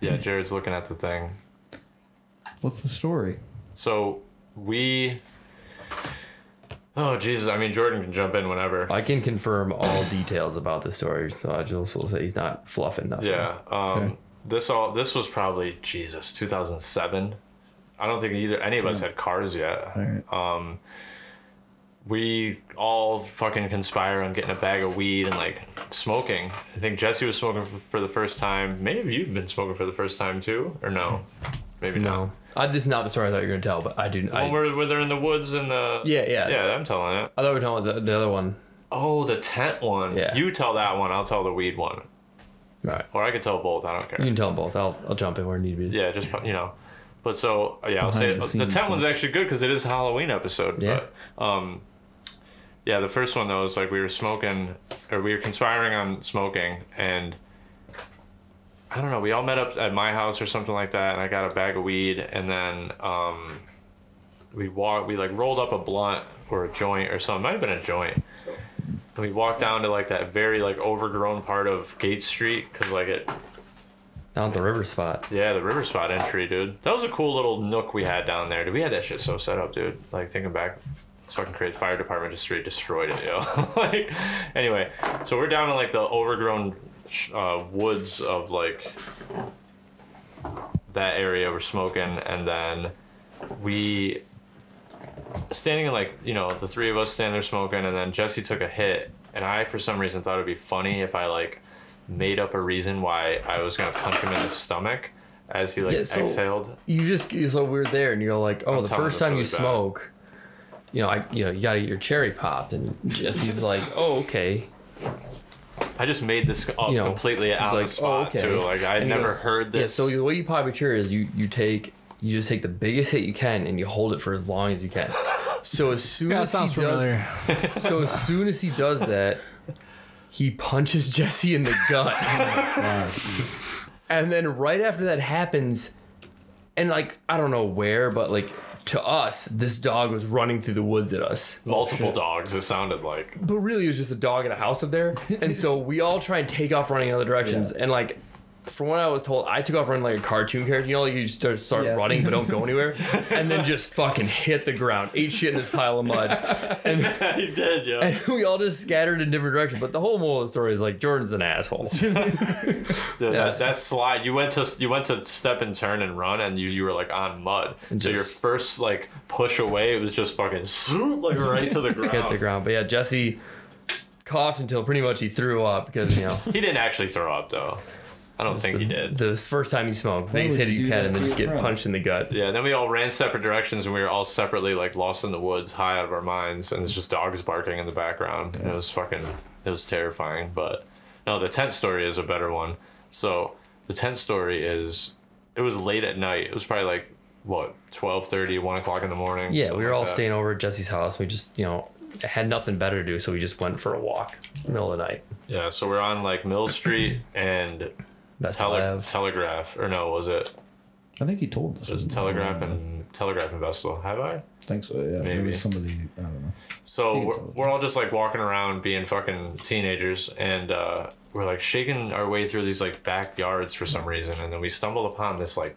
Speaker 1: yeah, Jared's looking at the thing.
Speaker 3: What's the story?
Speaker 1: So we. Oh Jesus! I mean, Jordan can jump in whenever.
Speaker 4: I can confirm all details about the story, so I just will say he's not fluffing nothing.
Speaker 1: Yeah. Um,
Speaker 3: Okay.
Speaker 1: This all this was probably Jesus 2007. I don't think either any of us had cars yet.
Speaker 3: All right.
Speaker 1: We all fucking conspire on getting a bag of weed and like smoking. I think Jesse was smoking f- for the first time. Maybe you've been smoking for the first time too, or no? Maybe not.
Speaker 4: No, I, this is not the story I thought you were gonna tell, but I do. I,
Speaker 1: Well, where, where they're in the woods and the
Speaker 4: Yeah, yeah.
Speaker 1: yeah I'm telling it.
Speaker 4: I thought we were talking about the, the other one.
Speaker 1: Oh, the tent one.
Speaker 4: Yeah.
Speaker 1: You tell that one. I'll tell the weed one.
Speaker 4: All right,
Speaker 1: Or I could tell both. I don't care.
Speaker 4: you can tell them both. I'll I'll jump in where need be.
Speaker 1: yeah, just you know. But so yeah, I'll say
Speaker 3: Behind the
Speaker 1: the,
Speaker 3: scenes
Speaker 1: tenth one's
Speaker 3: folks.
Speaker 1: actually good because it is a Halloween episode.
Speaker 4: Yeah.
Speaker 1: But, um, yeah, the first one though is like we were smoking or we were conspiring on smoking and I don't know. We all met up at my house or something like that, and I got a bag of weed, and then um, we walked. We like rolled up a blunt or a joint or something. Might have been a joint. And we walked down to like that very like overgrown part of Gate Street because like it
Speaker 4: Down at the river spot.
Speaker 1: yeah, the river spot entry, dude. That was a cool little nook we had down there. Dude, we had that shit so set up, dude. Like thinking back, it's fucking crazy. Fire department just straight destroyed it, yo. like, anyway, so we're down in like the overgrown sh- uh, woods of like that area. We're smoking, and then we standing in like you know the three of us stand there smoking, and then Jesse took a hit, and I for some reason thought it'd be funny if I like made up a reason why I was gonna punch him in the stomach as he like
Speaker 4: Yeah, so-
Speaker 1: exhaled.
Speaker 4: You just you so we're there, and you're like, oh, the
Speaker 1: telling
Speaker 4: first
Speaker 1: this
Speaker 4: time you
Speaker 1: really bad.
Speaker 4: smoke, you know, I you know you gotta get your cherry popped, and Jesse's like, oh, okay.
Speaker 1: I just made this up
Speaker 4: You know,
Speaker 1: completely
Speaker 4: He's
Speaker 1: out
Speaker 4: like, oh,
Speaker 1: of the spot too. Like I
Speaker 4: And
Speaker 1: had
Speaker 4: he
Speaker 1: never
Speaker 4: goes,
Speaker 1: heard this.
Speaker 4: Yeah, so the way you pop your chair is you you take you just take the biggest hit you can and you hold it for as long as you can. So as soon
Speaker 5: Yeah, that
Speaker 4: as he
Speaker 5: sounds
Speaker 4: does,
Speaker 5: familiar.
Speaker 4: so as soon as he does that, he punches Jesse in the gut, and then right after that happens, and like I don't know where, but like to us, this dog was running through the woods at us.
Speaker 1: Multiple dogs, it sounded like.
Speaker 4: But really, it was just a dog in a house up there. And so we all try and take off running in other directions. And like, from what I was told, I took off running like a cartoon character. You know, like you just start, start
Speaker 3: Yeah.
Speaker 4: running but don't go anywhere, and then just fucking hit the ground, ate shit in this pile of mud, and
Speaker 1: he did, yeah.
Speaker 4: and we all just scattered in different directions. But the whole moral of the story is like Jordan's an asshole.
Speaker 1: Dude,
Speaker 4: Yes.
Speaker 1: that, that slide, you went to you went to step and turn and run, and you you were like on mud.
Speaker 4: And
Speaker 1: so your
Speaker 4: just-
Speaker 1: first like push away, it was just fucking swoop, like right to the ground.
Speaker 4: Hit the ground. But yeah, Jesse coughed until pretty much he threw up because you know
Speaker 1: He didn't actually throw up though. I don't think he did.
Speaker 4: the first time you smoke, biggest
Speaker 3: would
Speaker 4: hit
Speaker 3: you
Speaker 4: you
Speaker 3: do
Speaker 4: can,
Speaker 3: that
Speaker 4: and then
Speaker 3: to
Speaker 4: just
Speaker 3: your
Speaker 4: get
Speaker 3: friend?
Speaker 4: punched in the gut.
Speaker 1: Yeah, then we all ran separate directions and we were all separately like lost in the woods, high out of our minds, and it's just dogs barking in the background. And it was fucking it was terrifying. But no, the tent story is a better one. So the tent story is it was late at night. It was probably like what, 12:30, 1 o'clock in the morning.
Speaker 4: Yeah,
Speaker 1: something
Speaker 4: we were
Speaker 1: like
Speaker 4: all
Speaker 1: that.
Speaker 4: staying over at Jesse's house. We just, you know, had nothing better to do, so we just went for a walk, middle of the night.
Speaker 1: Yeah, so we're on like Mill Street and
Speaker 4: That's how I
Speaker 1: Tele-
Speaker 4: have.
Speaker 1: Telegraph. Or no, was it?
Speaker 3: I think he told us.
Speaker 1: It was Telegraph and Telegraph and Vestal. Have I?
Speaker 3: I think so. Yeah, There
Speaker 1: Maybe.
Speaker 3: was somebody. I don't know.
Speaker 1: So
Speaker 3: You
Speaker 1: we're,
Speaker 3: told
Speaker 1: we're all just like walking around being fucking teenagers and uh, we're like shaking our way through these like backyards for some reason. And then we stumbled upon this like,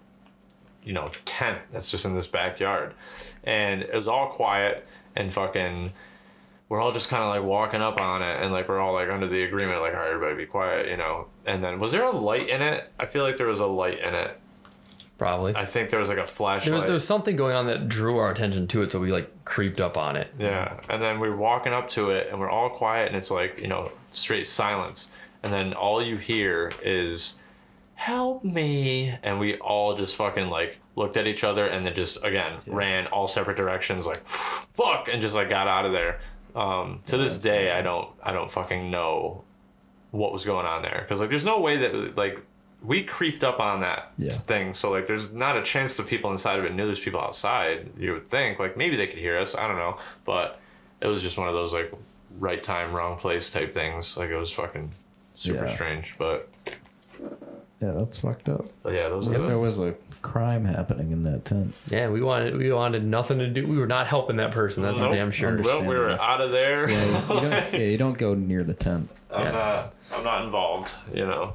Speaker 1: you know, tent that's just in this backyard. And it was all quiet and fucking. We're all just kind of like walking up on it and like we're all like under the agreement, like, all right, everybody be quiet, you know. And then was there a light in it? I feel like there was a light in it.
Speaker 4: Probably.
Speaker 1: I think there was like a
Speaker 4: There
Speaker 1: flashlight.
Speaker 4: was, there was something going on that drew our attention to it, so we like creeped up on it.
Speaker 1: Yeah, and then we're walking up to it, and we're all quiet, and it's like you know straight silence, and then all you hear is "help me," and we all just fucking like looked at each other, and then just again ran all separate directions, like fuck, and just like got out of there. Um, to this day, I don't, I don't fucking know what was going on there, because like there's no way that like we creeped up on that
Speaker 3: Yeah.
Speaker 1: thing. So like, there's not a chance the people inside of it knew there's people outside. You would think like maybe they could hear us. I don't know, but it was just one of those like right time, wrong place type things. Like it was fucking super
Speaker 3: Yeah.
Speaker 1: strange. But,
Speaker 3: Yeah, that's fucked up.
Speaker 1: but yeah, those are
Speaker 3: If
Speaker 1: the,
Speaker 3: there was a crime happening in that tent,
Speaker 4: Yeah, we wanted we wanted nothing to do. We were not helping that person. That's
Speaker 1: Nope.
Speaker 4: for damn sure.
Speaker 1: well, we were out of there.
Speaker 3: yeah, you don't, yeah, you don't go near the tent.
Speaker 1: I'm not, I'm not involved. You know.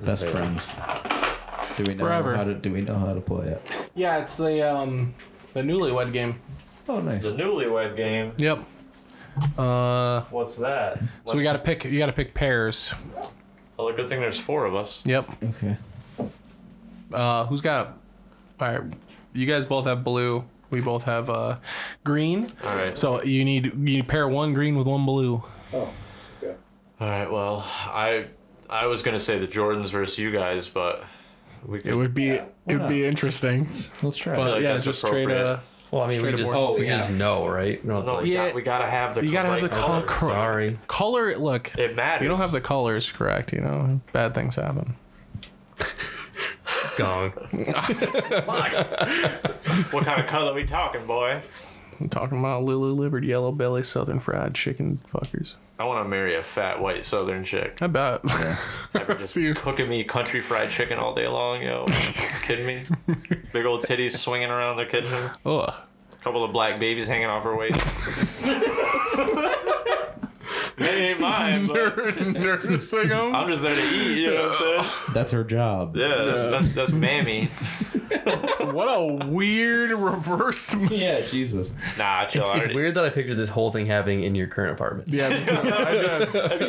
Speaker 3: Best friends. Do we know
Speaker 5: Forever.
Speaker 3: how to? Do we know how to play it?
Speaker 11: Yeah, it's the um the newlywed game.
Speaker 3: Oh, nice.
Speaker 1: The newlywed game.
Speaker 5: Yep. Uh,
Speaker 1: What's that?
Speaker 5: so we got to pick. You got to pick pairs.
Speaker 1: Well, good thing there's four of us.
Speaker 5: Yep.
Speaker 3: Okay.
Speaker 5: Uh, who's got? All right. You guys both have blue. We both have uh, green.
Speaker 1: All right.
Speaker 5: So you need you need pair one green with one blue.
Speaker 1: All right. Well, I I was gonna say the Jordans versus you guys, but we could,
Speaker 5: It would be it would be interesting.
Speaker 3: Let's try.
Speaker 5: But
Speaker 1: like
Speaker 5: yeah,
Speaker 1: that's
Speaker 5: just straight
Speaker 1: appropriate.
Speaker 5: uh
Speaker 4: well, I mean, we
Speaker 5: Straight
Speaker 4: just
Speaker 5: aboard. Oh,
Speaker 4: we just know, right? No,
Speaker 1: no,
Speaker 4: like,
Speaker 1: we,
Speaker 5: Yeah.
Speaker 1: got, we gotta have the
Speaker 5: You gotta have
Speaker 1: right
Speaker 5: the col-
Speaker 1: colors.
Speaker 5: cor-
Speaker 4: sorry.
Speaker 5: color. Look,
Speaker 1: It matters.
Speaker 5: you don't have the colors correct. You know, bad things happen.
Speaker 4: Gong.
Speaker 1: What kind of color we talking, boy?
Speaker 5: I'm talking about Lulu livered yellow belly southern fried chicken fuckers.
Speaker 1: I want to marry a fat white southern chick.
Speaker 5: I bet.
Speaker 1: Just
Speaker 5: See,
Speaker 1: cooking me country fried chicken all day long, yo. kidding me? Big old titties swinging around the kitchen.
Speaker 5: ugh.
Speaker 1: couple of black babies hanging off her waist. Maybe ain't mine, but
Speaker 5: Nursing 'em.
Speaker 1: I'm just there to eat, you know what I'm saying?
Speaker 3: That's her job.
Speaker 1: Yeah, that's, that's, that's mammy.
Speaker 5: What a weird reverse.
Speaker 3: Yeah, Jesus.
Speaker 1: Nah, chill. I
Speaker 4: It's
Speaker 1: already
Speaker 4: weird that I pictured this whole thing happening in your current apartment.
Speaker 5: Yeah,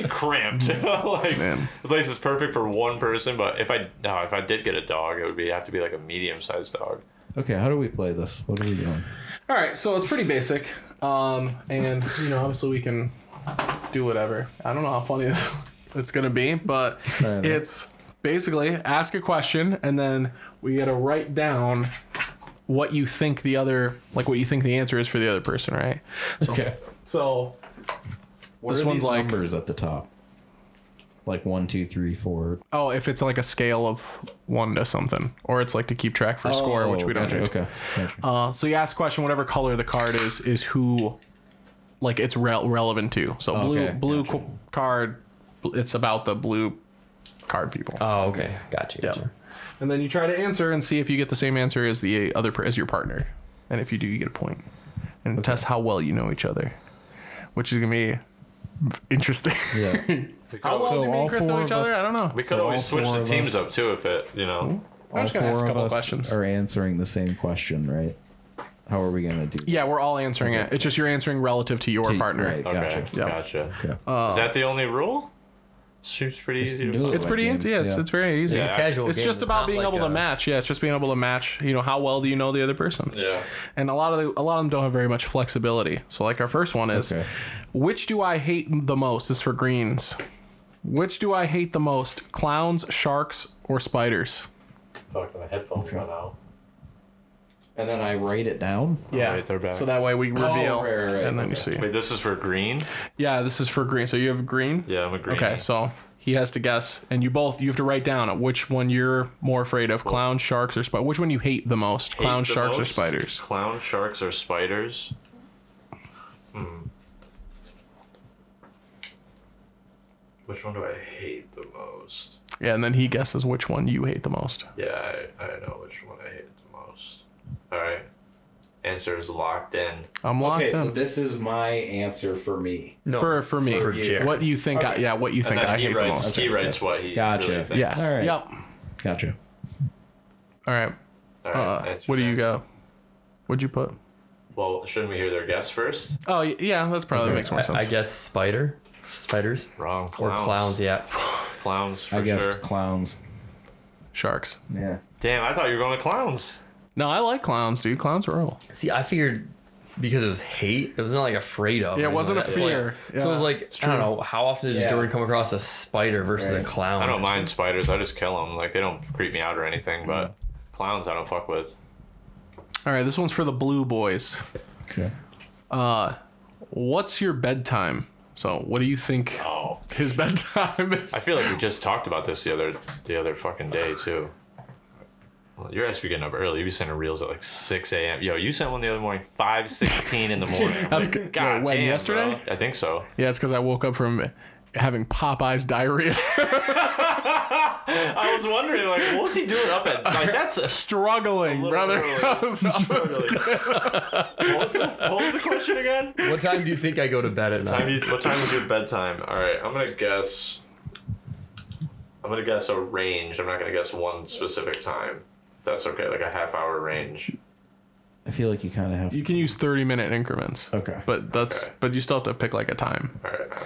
Speaker 1: cramped. like the place is perfect for one person, but if I no, if I did get a dog, it would be have to be like a medium sized dog.
Speaker 3: Okay, how do we play this? What are we doing?
Speaker 11: All right, so it's pretty basic. Um and you know, obviously we can do whatever. I don't know how funny it's going to be, but
Speaker 3: enough.
Speaker 5: it's basically ask a question and then we got to write down what you think the other like what you think the answer is for the other person, right?
Speaker 3: Okay.
Speaker 5: So
Speaker 3: What
Speaker 5: This
Speaker 3: are
Speaker 5: one's
Speaker 3: these
Speaker 5: like-
Speaker 3: numbers at the top? Like one, two, three, four.
Speaker 5: oh, if it's like a scale of one to something, or it's like to keep track for score, which we don't
Speaker 3: gotcha,
Speaker 5: do.
Speaker 3: Oh, Okay. gotcha.
Speaker 5: Uh, so you ask a question, whatever color the card is, is who, like it's rel relevant to. So blue,
Speaker 3: Okay,
Speaker 5: blue co- card, it's about the blue card people.
Speaker 4: Oh, okay, got you. Got you.
Speaker 5: Uh, and then you try to answer and see if you get the same answer as the other per- as your partner, and if you do, you get a point. And it tests how well you know each other, which is gonna be interesting.
Speaker 3: Yeah.
Speaker 5: how well
Speaker 3: So
Speaker 5: do me
Speaker 3: all
Speaker 5: and Chris
Speaker 3: four
Speaker 5: know
Speaker 3: of
Speaker 5: each other?
Speaker 3: us-
Speaker 5: I don't know.
Speaker 1: We could
Speaker 3: So
Speaker 1: always
Speaker 3: all
Speaker 1: switch
Speaker 3: four
Speaker 1: the
Speaker 3: of
Speaker 1: teams
Speaker 3: us- Hmm?
Speaker 1: up too if it, you know.
Speaker 5: I'm
Speaker 3: All
Speaker 5: just gonna ask
Speaker 3: four
Speaker 5: a
Speaker 3: of
Speaker 5: couple
Speaker 3: us
Speaker 5: questions.
Speaker 3: are answering the same question, right? How are we gonna do?
Speaker 5: Yeah, we're all answering it. It's just you're answering relative to your
Speaker 3: To-
Speaker 5: partner.
Speaker 3: right,
Speaker 1: Okay,
Speaker 3: Gotcha.
Speaker 5: Yeah.
Speaker 1: gotcha.
Speaker 3: Okay.
Speaker 1: Is
Speaker 4: Oh.
Speaker 1: that the only rule? Seems pretty
Speaker 3: Just
Speaker 1: easy.
Speaker 3: do
Speaker 1: To
Speaker 3: it.
Speaker 5: It's pretty
Speaker 3: Like
Speaker 5: easy.
Speaker 3: game,
Speaker 5: Yeah, it's,
Speaker 3: yeah.
Speaker 5: it's very easy.
Speaker 1: It's a
Speaker 5: Yeah.
Speaker 4: casual
Speaker 5: It's
Speaker 4: game.
Speaker 5: just
Speaker 4: It's
Speaker 5: about
Speaker 4: not
Speaker 5: being
Speaker 4: like
Speaker 5: able to
Speaker 4: a-
Speaker 5: match. Yeah, it's just being able to match. You know, how well do you know the other person?
Speaker 1: yeah.
Speaker 5: And a lot of the, a lot of them don't have very much flexibility. So like our first one is,
Speaker 3: Okay.
Speaker 5: which do I hate the most? Is for greens. Which do I hate the most? Clowns, sharks, or spiders?
Speaker 1: Fuck, my headphones run out.
Speaker 3: And then I write it down. Oh,
Speaker 5: Yeah,
Speaker 1: right, they're back.
Speaker 5: so that way we reveal,
Speaker 3: right, right, right.
Speaker 5: and then you see.
Speaker 1: Wait, this is for green?
Speaker 5: Yeah, this is for green. So you have green.
Speaker 1: Yeah, I'm a green.
Speaker 5: Okay, so he has to guess, and you both you have to write down at which one you're more afraid of: clown, sharks, or spider. Which one you hate the most: clown,
Speaker 1: the
Speaker 5: sharks, or
Speaker 1: most?
Speaker 5: spiders?
Speaker 1: Clown sharks or spiders? Hmm. Which one do I hate the most?
Speaker 5: Yeah, and then he guesses which one you hate the most.
Speaker 1: Yeah, I, I know which one I hate the most. All right. Answer is locked in.
Speaker 5: I'm locked
Speaker 3: Okay, so
Speaker 5: in.
Speaker 3: this is my answer for me.
Speaker 4: No.
Speaker 5: for for me,
Speaker 4: For Jared.
Speaker 5: what do you think? I, yeah, what you
Speaker 1: And
Speaker 5: think
Speaker 1: then
Speaker 5: I
Speaker 1: he
Speaker 5: hate the
Speaker 1: writes,
Speaker 5: most?
Speaker 1: he writes what he
Speaker 3: Gotcha.
Speaker 1: really thinks.
Speaker 5: Yeah.
Speaker 3: All right.
Speaker 5: Yep.
Speaker 3: Gotcha.
Speaker 5: All right.
Speaker 1: All right,
Speaker 5: Uh,
Speaker 1: answer
Speaker 5: what do you
Speaker 1: that.
Speaker 5: got? What'd you put?
Speaker 1: Well, shouldn't we hear their guess first?
Speaker 5: Oh y- yeah, that's probably makes more
Speaker 4: I,
Speaker 5: sense.
Speaker 4: I guess spider, spiders,
Speaker 1: Wrong.
Speaker 4: or
Speaker 1: Clowns.
Speaker 4: clowns. yeah,
Speaker 1: Clowns, for
Speaker 3: I guessed
Speaker 1: sure.
Speaker 3: clowns.
Speaker 5: Sharks.
Speaker 3: Yeah.
Speaker 1: Damn, I thought you were going to clowns.
Speaker 5: No, I like clowns, dude. Clowns rule.
Speaker 4: See, I figured because it was hate, it wasn't like afraid of.
Speaker 5: Yeah, it
Speaker 4: or
Speaker 5: wasn't a
Speaker 4: anything like that.
Speaker 5: fear.
Speaker 4: It's like- So it was like I don't know how often does
Speaker 3: Yeah.
Speaker 4: Jordan come across a spider versus a
Speaker 3: Right.
Speaker 4: clown?
Speaker 1: I don't mind spiders. I just kill them. Like they don't creep me out or anything. But clowns, I don't fuck with.
Speaker 5: All right, this one's for the blue boys.
Speaker 3: Okay.
Speaker 5: What's your bedtime? So, what do you think
Speaker 1: Oh,
Speaker 5: his bedtime is?
Speaker 1: I feel like we just talked about this the other the other fucking day too. Well, your ass be getting up early. You be sending reels at like six a.m. Yo, you sent one the other morning, five sixteen in the morning. I'm
Speaker 5: That's
Speaker 1: like,
Speaker 5: good.
Speaker 1: God
Speaker 5: Wait, when,
Speaker 1: damn,
Speaker 5: yesterday?
Speaker 1: bro." I think so.
Speaker 5: Yeah, it's because I woke up from having Popeye's diarrhea,
Speaker 1: I was wondering, like, what was he doing up at? Like, that's a
Speaker 5: struggling, brother. I was-
Speaker 1: what, was the, what was the question again?
Speaker 4: What time do you think I go to bed at
Speaker 1: Time
Speaker 4: night?
Speaker 1: you, what time is your bedtime? All right, I'm gonna guess. I'm gonna guess a range. I'm not gonna guess one specific time. If that's okay, like a half hour range.
Speaker 3: I feel like you kind of have.
Speaker 5: you can use thirty minute increments.
Speaker 3: Okay.
Speaker 5: But that's
Speaker 1: Okay.
Speaker 5: but you still have to pick like a time.
Speaker 1: All right, um,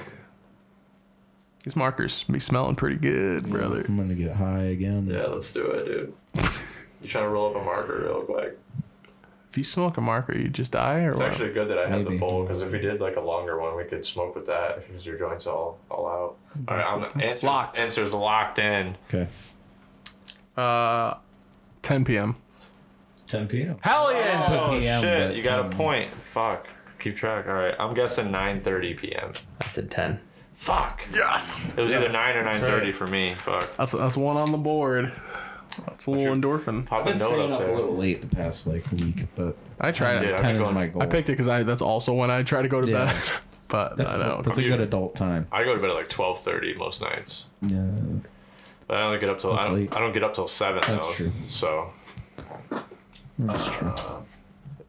Speaker 5: These markers be smelling pretty
Speaker 3: Mm-hmm.
Speaker 5: good, brother.
Speaker 3: I'm gonna get high again.
Speaker 1: yeah, let's do it, dude. You trying to roll up a marker real quick?
Speaker 5: If you smoke a marker, you just die or
Speaker 1: It's
Speaker 5: what?
Speaker 1: actually good that I have the
Speaker 3: Maybe.
Speaker 1: bowl because if we did like a longer one, we could smoke with that because your joints all all out. All right, I'm answers,
Speaker 5: Locked.
Speaker 1: Answers locked in.
Speaker 3: Okay.
Speaker 5: 10 p.m.
Speaker 3: 10 p.m.
Speaker 5: Hell yeah!
Speaker 1: Oh
Speaker 3: PM,
Speaker 1: shit!
Speaker 3: but,
Speaker 1: You got a
Speaker 3: um,
Speaker 1: point. Fuck. Keep track. All right, I'm guessing 9:30 p.m.
Speaker 4: I said ten.
Speaker 1: Fuck.
Speaker 5: Yes.
Speaker 1: It was either nine or nine thirty
Speaker 4: right.
Speaker 1: for me. Fuck.
Speaker 5: That's that's one on the board. That's a little endorphin.
Speaker 1: Pop
Speaker 3: I've
Speaker 1: a
Speaker 3: been
Speaker 1: note
Speaker 3: staying
Speaker 1: up
Speaker 3: up
Speaker 1: there.
Speaker 3: a little late the past like week, but
Speaker 5: I tried
Speaker 1: Yeah,
Speaker 5: it.
Speaker 1: I've
Speaker 3: 10
Speaker 1: been
Speaker 3: is
Speaker 1: going-
Speaker 3: my goal.
Speaker 5: I picked it because I that's also when I try to go to
Speaker 3: Yeah.
Speaker 5: bed. But
Speaker 3: that's,
Speaker 5: I don't.
Speaker 3: that's a good adult time.
Speaker 1: I go to bed at like twelve thirty most nights.
Speaker 3: Yeah.
Speaker 1: But I only get up till I
Speaker 3: That's
Speaker 1: don't,
Speaker 3: late.
Speaker 1: I don't get up till seven
Speaker 3: That's
Speaker 1: though.
Speaker 3: true.
Speaker 1: So,
Speaker 3: That's true.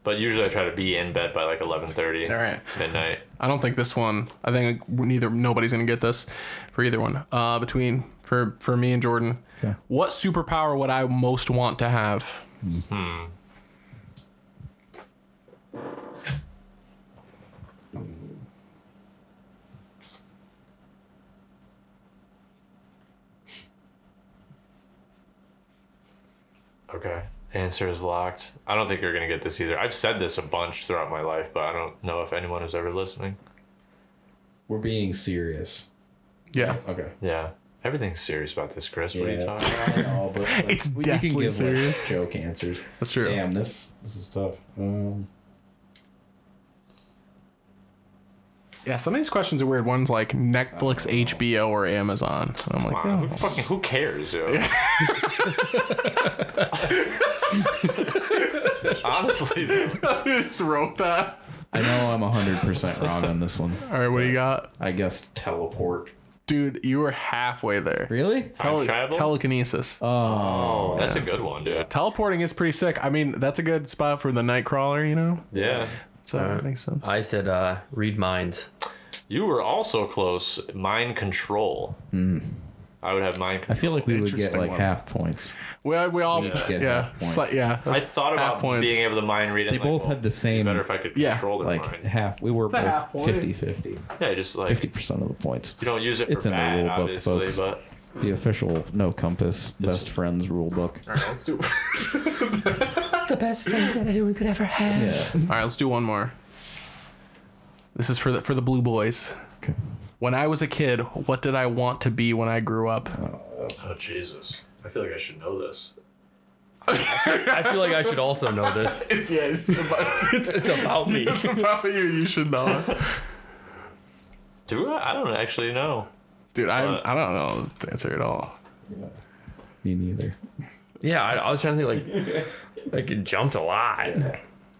Speaker 1: but usually I try to be in bed by like eleven thirty.
Speaker 5: All right.
Speaker 1: Midnight.
Speaker 5: I don't think this one. I think neither nobody's gonna get this for either one. Uh, between for for me and Jordan,
Speaker 3: Okay.
Speaker 5: what superpower would I most want to have?
Speaker 1: Okay. Answer is locked. I don't think you're gonna get this either. I've said this a bunch throughout my life, but I don't know if anyone is ever listening.
Speaker 3: We're being serious.
Speaker 5: Yeah,
Speaker 3: Okay.
Speaker 1: Yeah. Everything's serious about this, Chris. What are you
Speaker 3: Yeah.
Speaker 1: talking about?
Speaker 3: I know, but like,
Speaker 5: It's
Speaker 3: we,
Speaker 5: deathly
Speaker 3: you can give
Speaker 5: serious.
Speaker 3: like, joke answers.
Speaker 5: that's true.
Speaker 3: Damn, this this is tough. Um,
Speaker 5: Yeah, some of these questions are weird. Ones like Netflix, HBO, or Amazon. And I'm like,
Speaker 1: Wow,
Speaker 5: oh.
Speaker 1: who fucking who cares? Yo? Honestly, though.
Speaker 5: I just wrote that.
Speaker 3: I know I'm hundred percent wrong on this one.
Speaker 5: All right, what do you got?
Speaker 3: I guess teleport.
Speaker 5: Dude, you were halfway there.
Speaker 3: Really?
Speaker 5: Tele- telekinesis.
Speaker 3: Oh, oh
Speaker 1: that's yeah. a good one, dude.
Speaker 5: Teleporting is pretty sick. I mean, that's a good spot for the Nightcrawler, you know?
Speaker 1: Yeah.
Speaker 5: So uh, that makes sense.
Speaker 4: I said uh, read minds.
Speaker 1: You were also close. Mind control.
Speaker 4: Hmm.
Speaker 3: Mm.
Speaker 1: I would have mind control.
Speaker 3: I feel like we would get like one. half points.
Speaker 5: We, uh, we all yeah.
Speaker 3: get
Speaker 5: yeah.
Speaker 3: half points.
Speaker 5: Sli- yeah
Speaker 1: I thought about
Speaker 5: points.
Speaker 1: being able to mind read it.
Speaker 3: They
Speaker 1: like,
Speaker 3: both
Speaker 1: well,
Speaker 3: had the same.
Speaker 1: Better if I could
Speaker 5: Yeah.
Speaker 1: control their
Speaker 3: like
Speaker 1: mind.
Speaker 3: half. We were
Speaker 5: It's a half
Speaker 3: both
Speaker 5: point.
Speaker 3: 50 50.
Speaker 1: Yeah, just like
Speaker 3: 50% of the points.
Speaker 1: you don't use it. For
Speaker 3: It's in
Speaker 1: bad,
Speaker 3: the rule book,
Speaker 1: obviously,
Speaker 3: folks.
Speaker 1: but
Speaker 3: The official No Compass Best Friends rule book.
Speaker 5: All right, let's do
Speaker 10: the best friends that anyone could ever have.
Speaker 5: All right, let's do one more. This is for the for the blue boys.
Speaker 3: Okay.
Speaker 5: When I was a kid, what did I want to be when I grew up?
Speaker 1: oh Jesus, I feel like I should know this.
Speaker 4: I feel like I should also know this.
Speaker 5: It's, yeah, it's about,
Speaker 4: It's, it's about me.
Speaker 5: it's about you. You should know it.
Speaker 1: Do I? I don't actually know.
Speaker 5: Dude, I, I don't know the answer at all.
Speaker 3: Me neither.
Speaker 4: Yeah, I, I was trying to think like like it jumped a lot.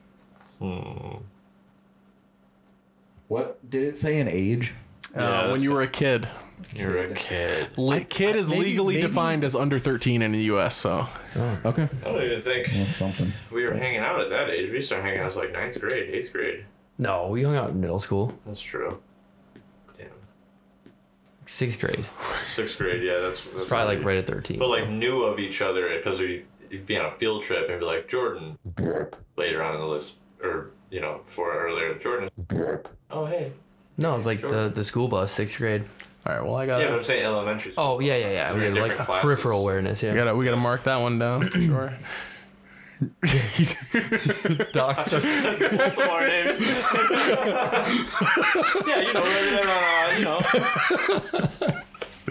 Speaker 1: Hmm.
Speaker 3: What? Did it say an age?
Speaker 5: uh, when
Speaker 1: that's
Speaker 5: you were a kid,
Speaker 1: You're a kid.
Speaker 5: Le- kid is
Speaker 3: maybe-
Speaker 5: legally
Speaker 3: maybe-
Speaker 5: defined as under 13 in the U.S. So
Speaker 3: Okay.
Speaker 1: I don't even think
Speaker 3: That's something.
Speaker 1: we were hanging out at that age. We started hanging out as like ninth grade, eighth grade.
Speaker 4: No, we hung out in middle school,
Speaker 1: That's true. Damn.
Speaker 4: sixth grade.
Speaker 1: Sixth grade, yeah, that's, that's
Speaker 4: Probably
Speaker 1: what
Speaker 4: like
Speaker 1: we-
Speaker 4: right at thirteen.
Speaker 1: But like knew of each other because we you'd be on a field trip and be like Jordan later on in the list or you know before earlier Jordan. Oh hey.
Speaker 4: no, it's like the, the school bus, sixth grade.
Speaker 5: all right, well I got
Speaker 1: Yeah, but
Speaker 5: to
Speaker 1: I'm saying elementary. School.
Speaker 4: Oh yeah, yeah, yeah. We
Speaker 1: They're
Speaker 4: had like
Speaker 1: different classes.
Speaker 4: peripheral awareness.
Speaker 5: we
Speaker 4: Yeah.
Speaker 5: gotta we gotta mark that one down. for sure.
Speaker 4: Docs just-
Speaker 1: Both of our names. yeah, you know, right there on, uh, you know,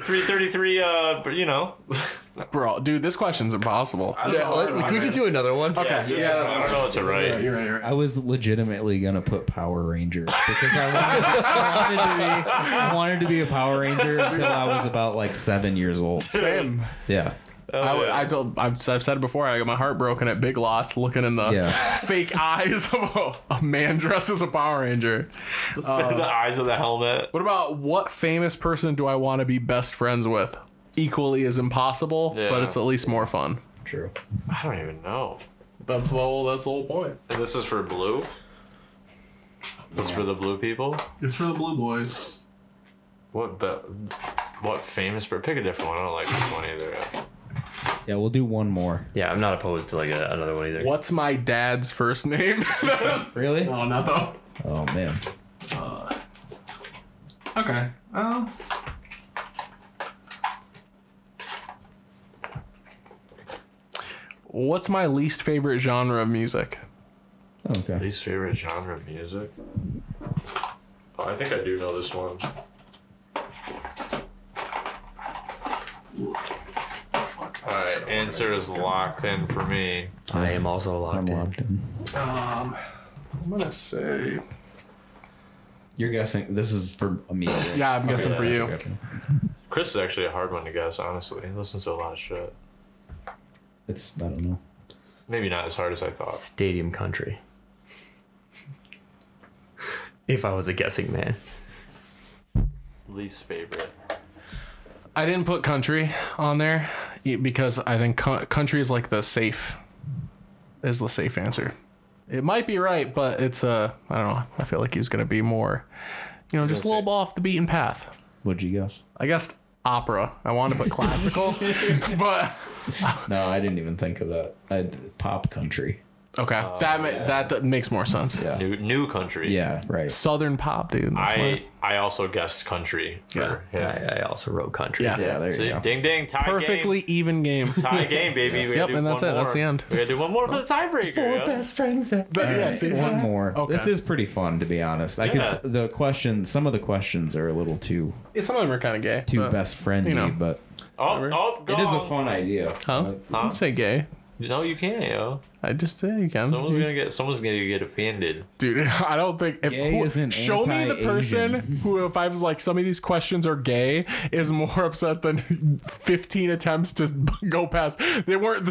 Speaker 1: three thirty-three. Uh, but, you know,
Speaker 5: Bro, dude, this question's impossible.
Speaker 1: I don't know what's
Speaker 4: Can we
Speaker 1: right.
Speaker 4: just do another one?
Speaker 1: Yeah,
Speaker 5: Okay,
Speaker 1: yeah,
Speaker 5: yeah, that's
Speaker 1: I don't know what's right.
Speaker 5: right, you're
Speaker 3: I was legitimately gonna put Power Ranger because I wanted, I wanted to be I wanted to be a Power Ranger until I was about like seven years old.
Speaker 5: Same.
Speaker 3: Yeah.
Speaker 5: I, I told, I've, I've said it before. I got my heart broken at Big Lots, looking in the
Speaker 3: Yeah.
Speaker 5: fake eyes of a, a man dressed as a Power Ranger.
Speaker 1: the eyes of the helmet.
Speaker 5: What about what famous person do I want to be best friends with? Equally is impossible,
Speaker 1: Yeah.
Speaker 5: but it's at least more fun.
Speaker 3: True.
Speaker 1: I don't even know.
Speaker 5: That's the whole. That's the whole point.
Speaker 1: And this is for blue. This is for the blue people.
Speaker 5: It's for the blue boys.
Speaker 1: What but what famous? But pick a different one. I don't like this one either.
Speaker 3: Yeah, we'll do one more.
Speaker 4: Yeah, I'm not opposed to like a, another one either.
Speaker 5: What's my dad's first name?
Speaker 3: Really?
Speaker 5: oh, not though.
Speaker 3: Oh man.
Speaker 5: Okay. Well, what's my least favorite genre of music?
Speaker 3: Okay.
Speaker 1: Least favorite genre of music. Oh, I think I do know this one. All right, answer is locked in for me.
Speaker 4: I am also locked
Speaker 3: I'm
Speaker 4: in.
Speaker 3: locked in.
Speaker 5: Um, I'm gonna say.
Speaker 3: You're guessing this is for me. right?
Speaker 5: Yeah, I'm guessing for you.
Speaker 3: Okay.
Speaker 1: Chris is actually a hard one to guess, honestly. He listens to a lot of shit.
Speaker 3: It's I don't know.
Speaker 1: Maybe not as hard as I thought.
Speaker 4: Stadium country. If I was a guessing man,
Speaker 1: Least favorite.
Speaker 5: I didn't put country on there e- because I think co- country is like the safe, is the safe answer. It might be right, but it's uh, I don't know. I feel like he's gonna be more, you know, just a little off the beaten path.
Speaker 3: What'd you guess?
Speaker 5: I guessed opera. I wanted to put classical, but
Speaker 3: No, I didn't even think of that. I pop country.
Speaker 5: okay, that, ma- that that makes more sense.
Speaker 3: Yeah.
Speaker 1: New new country.
Speaker 3: Yeah, right.
Speaker 5: Southern pop, dude. That's
Speaker 1: I
Speaker 5: my-
Speaker 1: I also guessed country. For yeah. Him.
Speaker 4: I, I also wrote country.
Speaker 5: yeah.
Speaker 3: Yeah, there
Speaker 1: See,
Speaker 3: you go.
Speaker 1: ding ding tie
Speaker 5: perfectly
Speaker 1: game.
Speaker 5: even game.
Speaker 1: tie game baby. We
Speaker 5: Yep,
Speaker 1: gotta do
Speaker 5: and that's
Speaker 1: one
Speaker 5: it. That's
Speaker 1: more.
Speaker 5: the end.
Speaker 1: We gotta do one more for the tiebreaker.
Speaker 10: Four
Speaker 1: yo.
Speaker 10: best friends that
Speaker 5: But yeah,
Speaker 3: Alright,
Speaker 5: see,
Speaker 3: one more.
Speaker 5: Okay.
Speaker 3: This is pretty fun, to be honest. I could
Speaker 1: Yeah.
Speaker 3: s- the question. Some of the questions are a little too
Speaker 5: Yeah, some of them are kind of gay.
Speaker 3: too
Speaker 5: but-
Speaker 3: best friendly,
Speaker 5: you know.
Speaker 3: but
Speaker 1: Oh, oh,
Speaker 3: it is a
Speaker 1: gone.
Speaker 3: fun idea.
Speaker 5: Huh?
Speaker 3: Like,
Speaker 5: I'd say gay.
Speaker 1: No, you can't, yo.
Speaker 5: I just yeah, you can.
Speaker 1: Someone's
Speaker 5: You-
Speaker 1: gonna get someone's gonna get offended.
Speaker 5: Dude, I don't think if
Speaker 1: Gay
Speaker 5: who-
Speaker 1: isn't
Speaker 5: show me the person who, if I was like, some of these questions are gay, is more upset than 15 attempts to go past. They weren't the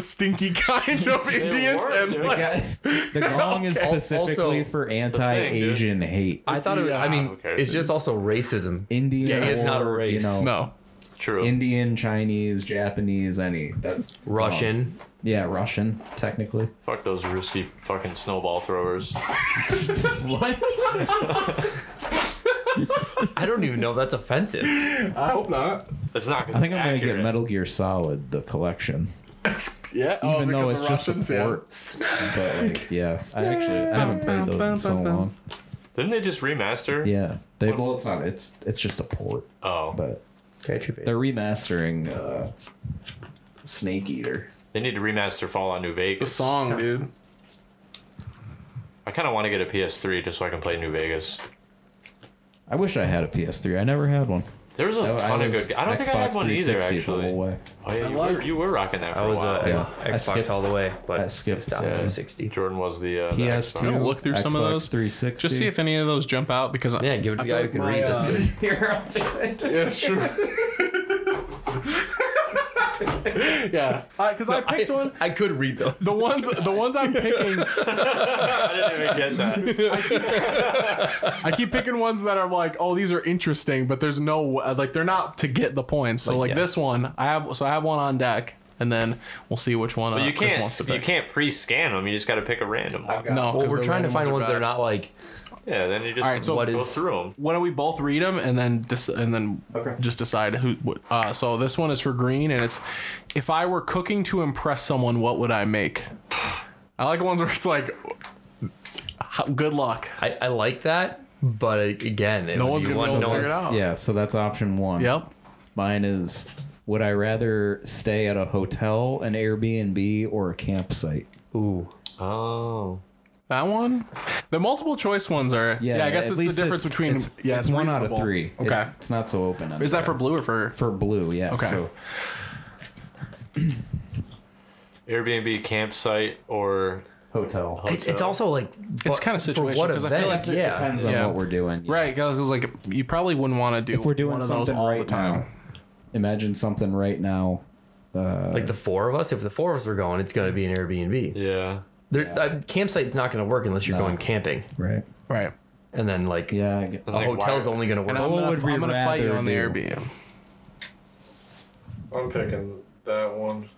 Speaker 5: stinky kind of
Speaker 12: They
Speaker 5: Indians,
Speaker 12: weren't,
Speaker 5: and
Speaker 12: dude.
Speaker 5: like,
Speaker 3: The gong is
Speaker 5: Okay.
Speaker 3: specifically
Speaker 4: Also-
Speaker 3: for
Speaker 4: It's a thing, dude.
Speaker 3: anti-Asian hate.
Speaker 4: I thought it. was I mean, it's just
Speaker 3: all
Speaker 4: also racism.
Speaker 3: Indian.
Speaker 4: Gay is not a
Speaker 3: or,
Speaker 4: race.
Speaker 3: You know,
Speaker 4: No.
Speaker 1: True.
Speaker 3: Indian, Chinese, Japanese, any. That's
Speaker 4: Russian.
Speaker 3: wrong. Yeah, Russian technically.
Speaker 1: Fuck those risky fucking snowball throwers.
Speaker 3: what?
Speaker 4: I don't even know if that's offensive.
Speaker 5: I hope not.
Speaker 1: It's not. 'cause
Speaker 3: I think
Speaker 1: it's
Speaker 3: I'm gonna get
Speaker 1: accurate.
Speaker 3: Metal Gear Solid the collection.
Speaker 5: yeah, oh,
Speaker 3: Even though
Speaker 5: because
Speaker 3: it's
Speaker 5: the
Speaker 3: just a
Speaker 5: Russians, yeah.
Speaker 3: port. But like, yeah, I actually I haven't played those in so long.
Speaker 1: Didn't they just remaster?
Speaker 3: Yeah, they well, it's not. It's it's just a port.
Speaker 1: Oh,
Speaker 3: but
Speaker 4: they're
Speaker 3: remastering uh, Snake Eater.
Speaker 1: They need to remaster Fallout New Vegas.
Speaker 5: The song, dude.
Speaker 1: I kind of want to get a PS3 just so I can play New Vegas.
Speaker 3: I wish I had a PS3. I never had one.
Speaker 1: There was a
Speaker 3: I- I
Speaker 1: ton of
Speaker 3: was
Speaker 1: good. ga- I don't think I had
Speaker 3: Xbox
Speaker 1: one either.
Speaker 3: 360 the
Speaker 1: Actually.
Speaker 3: whole way.
Speaker 1: Oh yeah, you were, you were rocking that for
Speaker 4: I was
Speaker 1: a while.
Speaker 4: uh,
Speaker 3: Yeah. I
Speaker 4: Xbox
Speaker 3: skipped-
Speaker 4: all the way, but
Speaker 3: I skipped,
Speaker 4: stopped
Speaker 3: yeah.
Speaker 4: at 360.
Speaker 1: Jordan was the uh,
Speaker 3: PS2.
Speaker 5: I'm gonna look through some of
Speaker 3: Xbox
Speaker 5: those.
Speaker 3: 360.
Speaker 5: Just see if any of those jump out because I-
Speaker 4: Yeah, give it to
Speaker 5: I
Speaker 4: the
Speaker 5: feel
Speaker 4: guy
Speaker 5: like my,
Speaker 4: who can read.
Speaker 5: uh,
Speaker 4: That's good.
Speaker 5: Yeah, sure. yeah, because I picked one.
Speaker 4: I could read those.
Speaker 5: The ones, the ones I'm picking,
Speaker 1: I didn't even get that.
Speaker 5: I keep picking ones that are like, oh, these are interesting, but there's no uh, like they're not to get the points. So like,
Speaker 1: Like, yeah.
Speaker 5: this one, I have so I have one on deck, and then we'll see which one.
Speaker 1: But
Speaker 5: uh,
Speaker 1: you
Speaker 5: Chris
Speaker 1: can't
Speaker 5: wants to
Speaker 1: you
Speaker 5: pick.
Speaker 1: can't pre-scan them. You just got to pick a random one.
Speaker 5: No,
Speaker 4: well,
Speaker 5: 'cause
Speaker 4: we're
Speaker 5: the
Speaker 4: trying to
Speaker 5: random
Speaker 4: find
Speaker 5: ones
Speaker 4: ones
Speaker 5: are
Speaker 4: that
Speaker 5: bad.
Speaker 4: are not like.
Speaker 1: Yeah, then you just
Speaker 5: All right, so
Speaker 1: go
Speaker 5: what is-
Speaker 1: through them.
Speaker 5: Why don't we both read them and then dis- and then just decide who? What, uh, so this one is for green, and it's if I were cooking to impress someone, what would I make? I like ones where it's like, how- good luck.
Speaker 4: I, I like that, but uh, again, it
Speaker 5: No
Speaker 4: would
Speaker 5: one's
Speaker 4: be
Speaker 5: gonna
Speaker 4: one-
Speaker 5: be able to
Speaker 4: no
Speaker 5: figure it
Speaker 4: one's-
Speaker 5: out.
Speaker 3: Yeah, so that's option one.
Speaker 5: Yep.
Speaker 3: Mine is would I rather stay at a hotel, an Airbnb, or a campsite?
Speaker 4: Ooh.
Speaker 1: Oh.
Speaker 5: That one, the multiple choice ones are. Yeah, I guess that's
Speaker 3: at
Speaker 5: the
Speaker 3: least
Speaker 5: difference
Speaker 3: it's-
Speaker 5: between.
Speaker 3: it's,
Speaker 5: yeah,
Speaker 3: it's, one out of
Speaker 5: reasonable.
Speaker 3: three. It-
Speaker 5: Okay,
Speaker 3: it's not so open.
Speaker 5: is that for blue or for?
Speaker 3: for blue? Yeah.
Speaker 5: Okay.
Speaker 3: So
Speaker 1: Airbnb campsite or
Speaker 3: hotel.
Speaker 4: It- it's also like
Speaker 5: It's
Speaker 4: but
Speaker 5: kind of
Speaker 4: for
Speaker 5: situation
Speaker 4: what
Speaker 5: because I feel
Speaker 4: event?
Speaker 5: like it
Speaker 4: yeah.
Speaker 3: depends on what we're doing.
Speaker 5: Right, because like you probably wouldn't want to do
Speaker 3: if we're doing
Speaker 5: one of those
Speaker 3: something
Speaker 5: all
Speaker 3: right
Speaker 5: the time.
Speaker 3: now, imagine something right now. Uh,
Speaker 4: like the four of us. If the four of us were going, it's gonna be an Airbnb.
Speaker 1: Yeah.
Speaker 4: There, uh, campsite's not gonna work unless you're
Speaker 3: No.
Speaker 4: going camping,
Speaker 3: right.
Speaker 5: Right.
Speaker 4: and then like
Speaker 3: Yeah. I get,
Speaker 4: a hotel's only gonna work.
Speaker 5: And I'm
Speaker 3: What
Speaker 5: gonna,
Speaker 3: would we
Speaker 5: I'm gonna fight you
Speaker 3: rather
Speaker 5: on the
Speaker 3: do?
Speaker 5: Airbnb.
Speaker 13: I'm picking that one.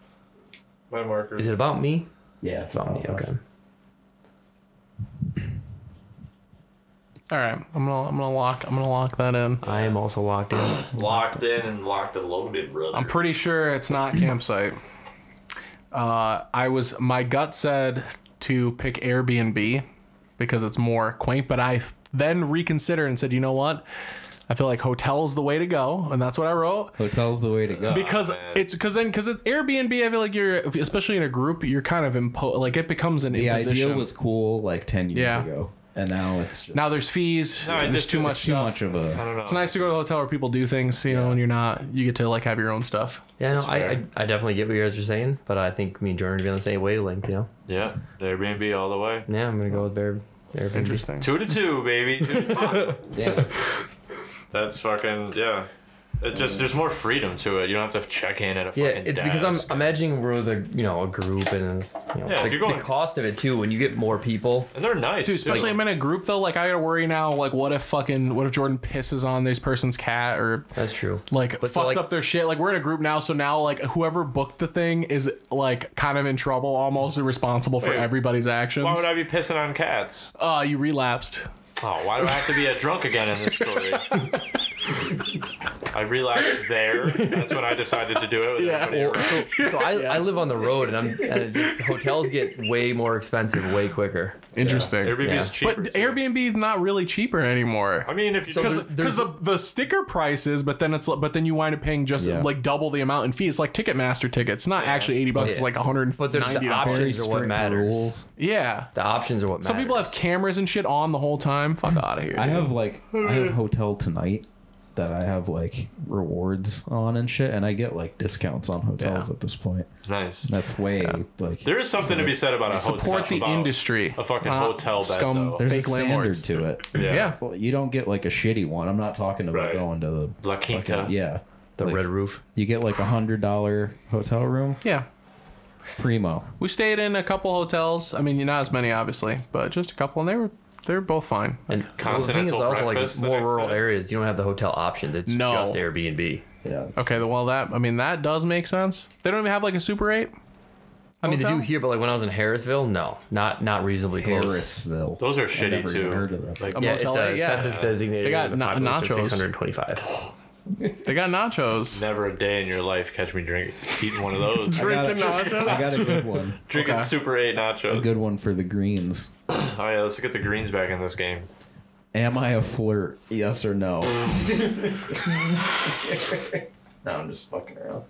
Speaker 13: My marker.
Speaker 4: Is it about me?
Speaker 3: yeah.
Speaker 4: It's about me. Okay.
Speaker 5: All right, I'm gonna I'm gonna lock I'm gonna lock that in.
Speaker 4: I am also locked in.
Speaker 1: Locked in and locked and loaded, brother.
Speaker 5: I'm pretty sure it's not campsite. Uh, I was my gut said to pick Airbnb because it's more quaint, but I then reconsidered and said, you know what? I feel like hotel is the way to go, and that's what I wrote.
Speaker 3: Hotel's the way to go.
Speaker 5: because
Speaker 1: man.
Speaker 5: it's because then because it's Airbnb. I feel like you're especially in a group, you're kind of impo- like it becomes an
Speaker 3: the
Speaker 5: imposition.
Speaker 3: idea was cool like ten years
Speaker 5: Yeah.
Speaker 3: ago, and now it's just
Speaker 5: now there's fees.
Speaker 1: No, it
Speaker 5: there's
Speaker 1: just-
Speaker 5: too much
Speaker 3: it's too
Speaker 5: stuff.
Speaker 3: much of a.
Speaker 1: I don't know.
Speaker 5: It's nice to go to a hotel where people do things, you know, and you're not. You get to like have your own stuff.
Speaker 4: Yeah, no, I, I I definitely get what you guys are saying, but I think me and Jordan are gonna say wavelength. You know?
Speaker 1: Yeah, Airbnb all the way.
Speaker 4: Yeah, I'm gonna go with Bear. Airbnb.
Speaker 5: Interesting.
Speaker 1: Two to two, baby. Two to two.
Speaker 3: Damn.
Speaker 1: That's fucking yeah. It just there's more freedom to it. You don't have to check in at a fucking
Speaker 4: Yeah, it's because I'm imagining we're the you know a group and it's, you know,
Speaker 1: Yeah, if
Speaker 4: the,
Speaker 1: you're going-
Speaker 4: the cost of it too. When you get more people,
Speaker 1: and they're nice,
Speaker 5: Dude, especially
Speaker 1: too.
Speaker 5: I'm in a group though. Like I gotta worry now. Like what if fucking what if Jordan pisses on this person's cat or
Speaker 4: that's true.
Speaker 5: like
Speaker 4: But
Speaker 5: fucks
Speaker 4: so, like-
Speaker 5: up their shit? Like we're in a group now, so now like whoever booked the thing is like kind of in trouble, almost responsible for
Speaker 1: Wait.
Speaker 5: everybody's actions.
Speaker 1: Why would I be pissing on cats?
Speaker 5: uh, you relapsed.
Speaker 1: Oh, why do I have to be a drunk again in this story? I relapsed there. That's when I decided to do it. With
Speaker 5: Yeah.
Speaker 1: everybody around.
Speaker 4: so I, I live on the road and I'm and it just hotels get way more expensive way quicker.
Speaker 5: Interesting.
Speaker 1: Airbnb is
Speaker 4: Yeah.
Speaker 1: cheaper.
Speaker 5: But
Speaker 1: too.
Speaker 5: Airbnb is not really cheaper anymore.
Speaker 1: I mean, if you
Speaker 5: because
Speaker 1: because
Speaker 5: because the, the sticker prices, but then it's li- but then you wind up paying just
Speaker 3: Yeah.
Speaker 5: like double the amount in fees. Like Ticketmaster tickets, not actually eighty bucks,
Speaker 4: But-
Speaker 5: it's like one hundred
Speaker 4: But there's
Speaker 5: ninety
Speaker 4: the
Speaker 5: dollars.
Speaker 4: options are what
Speaker 3: strict
Speaker 4: matters.
Speaker 3: rules.
Speaker 5: Yeah,
Speaker 4: The options are what matters.
Speaker 5: some people have cameras and shit on the whole time. Fuck out of here.
Speaker 3: I
Speaker 5: dude.
Speaker 3: have like I have hotel tonight that I have like rewards on and shit, and I get like discounts on hotels at this point.
Speaker 1: Nice.
Speaker 3: That's way like
Speaker 1: There is something to be said about a hotel. about A fucking hotel bed, though.
Speaker 3: There's a standard to it.
Speaker 1: Yeah. Yeah.
Speaker 3: Well, you don't get like a shitty one. I'm not talking about going to the
Speaker 1: La Quinta.
Speaker 3: fucking- yeah.
Speaker 4: The red roof.
Speaker 3: You get like a hundred dollar hotel room.
Speaker 5: Yeah.
Speaker 3: Primo.
Speaker 5: We stayed in a couple hotels. I mean, not as many, obviously, but just a couple, and they were they were both fine.
Speaker 4: And the thing is also like more rural areas, you don't have the hotel options. It's
Speaker 5: No.
Speaker 4: just Airbnb.
Speaker 3: Yeah.
Speaker 5: Okay, well that I mean that does make sense. They don't even have like a Super Eight.
Speaker 4: I mean, they do
Speaker 5: Hotel?
Speaker 4: here, but like when I was in Harrisville, no, not not reasonably close.
Speaker 3: Harrisville.
Speaker 1: Those are shitty, never even too. heard of that. Like-
Speaker 4: yeah,
Speaker 1: A
Speaker 4: it's
Speaker 1: motel,
Speaker 4: a
Speaker 1: yeah.
Speaker 4: census designated.
Speaker 1: They got na- nachos.
Speaker 4: Six hundred twenty-five.
Speaker 5: They got nachos.
Speaker 1: Never a day in your life catch me drink eating one of those.
Speaker 3: I got a- I got a good one.
Speaker 1: Drinking
Speaker 3: Okay.
Speaker 1: Super 8
Speaker 3: A
Speaker 1: nachos.
Speaker 3: good one for the greens.
Speaker 1: Oh yeah, let's get the greens back in this game.
Speaker 3: Am I a flirt? Yes or no? no, I'm just fucking around.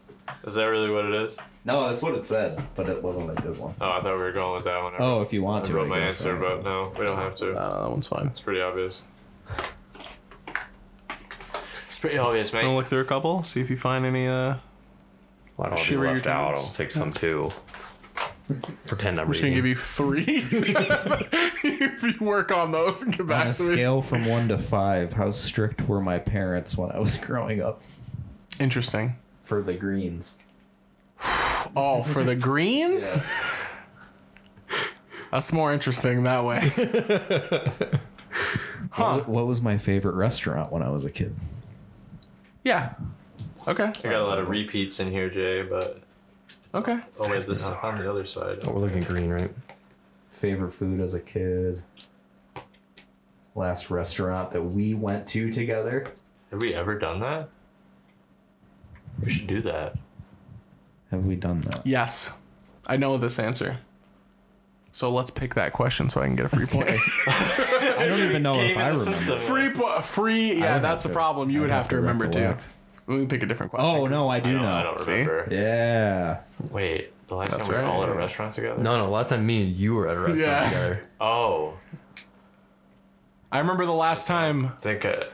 Speaker 1: Is that really what it is?
Speaker 3: No, that's what it said, but it wasn't a good one.
Speaker 1: Oh, I thought we were going with that one.
Speaker 3: Oh, if you want
Speaker 1: I
Speaker 3: to,
Speaker 1: wrote
Speaker 3: I
Speaker 1: my
Speaker 3: guess,
Speaker 1: answer,
Speaker 3: uh,
Speaker 1: but no, we don't have to.
Speaker 5: Uh, that one's fine. It's
Speaker 1: pretty obvious. It's pretty obvious,
Speaker 5: I'm gonna
Speaker 1: mate.
Speaker 5: look through a couple, see if you find any. Uh,
Speaker 4: I don't
Speaker 5: Shiver
Speaker 4: be
Speaker 5: your
Speaker 4: left out.
Speaker 5: timbers.
Speaker 4: I'll take some too. Pretend I'm
Speaker 5: I'm just gonna give
Speaker 4: reading.
Speaker 5: you three.
Speaker 14: if you work on those and get
Speaker 3: On
Speaker 14: back
Speaker 3: a
Speaker 14: to me.
Speaker 3: scale from one to five, how strict were my parents when I was growing up?
Speaker 5: Interesting.
Speaker 3: For the greens.
Speaker 5: Oh, for the greens? That's more interesting that way.
Speaker 3: Huh. What, what was my favorite restaurant when I was a kid?
Speaker 5: yeah. Okay.
Speaker 1: I got a lot of repeats in here, Jay, but
Speaker 5: Okay.
Speaker 1: oh wait, this on the other side.
Speaker 4: Oh, we're looking green, right?
Speaker 3: Favorite food as a kid. Last restaurant that we went to together.
Speaker 1: Have we ever done that? We should do that.
Speaker 3: Have we done that?
Speaker 5: Yes. I know this answer. So let's pick that question so I can get a free point.
Speaker 3: I don't even know if I remember.
Speaker 5: free, po- free.
Speaker 3: I
Speaker 5: Yeah,
Speaker 3: would
Speaker 5: that's
Speaker 3: have
Speaker 5: the
Speaker 3: to-
Speaker 5: problem. You
Speaker 3: I'd
Speaker 5: would
Speaker 3: have
Speaker 5: have to
Speaker 3: to
Speaker 5: remember too.
Speaker 3: recollect.
Speaker 5: We can pick a different question.
Speaker 3: Oh no, I do know.
Speaker 1: I don't remember.
Speaker 3: Yeah.
Speaker 1: Wait, the last
Speaker 5: That's
Speaker 1: time we were
Speaker 5: right,
Speaker 1: all at a
Speaker 5: yeah.
Speaker 1: restaurant together?
Speaker 4: No, no. Last time me and you were at a restaurant
Speaker 5: Yeah.
Speaker 4: together.
Speaker 1: Oh,
Speaker 5: I remember the last time.
Speaker 1: I think uh,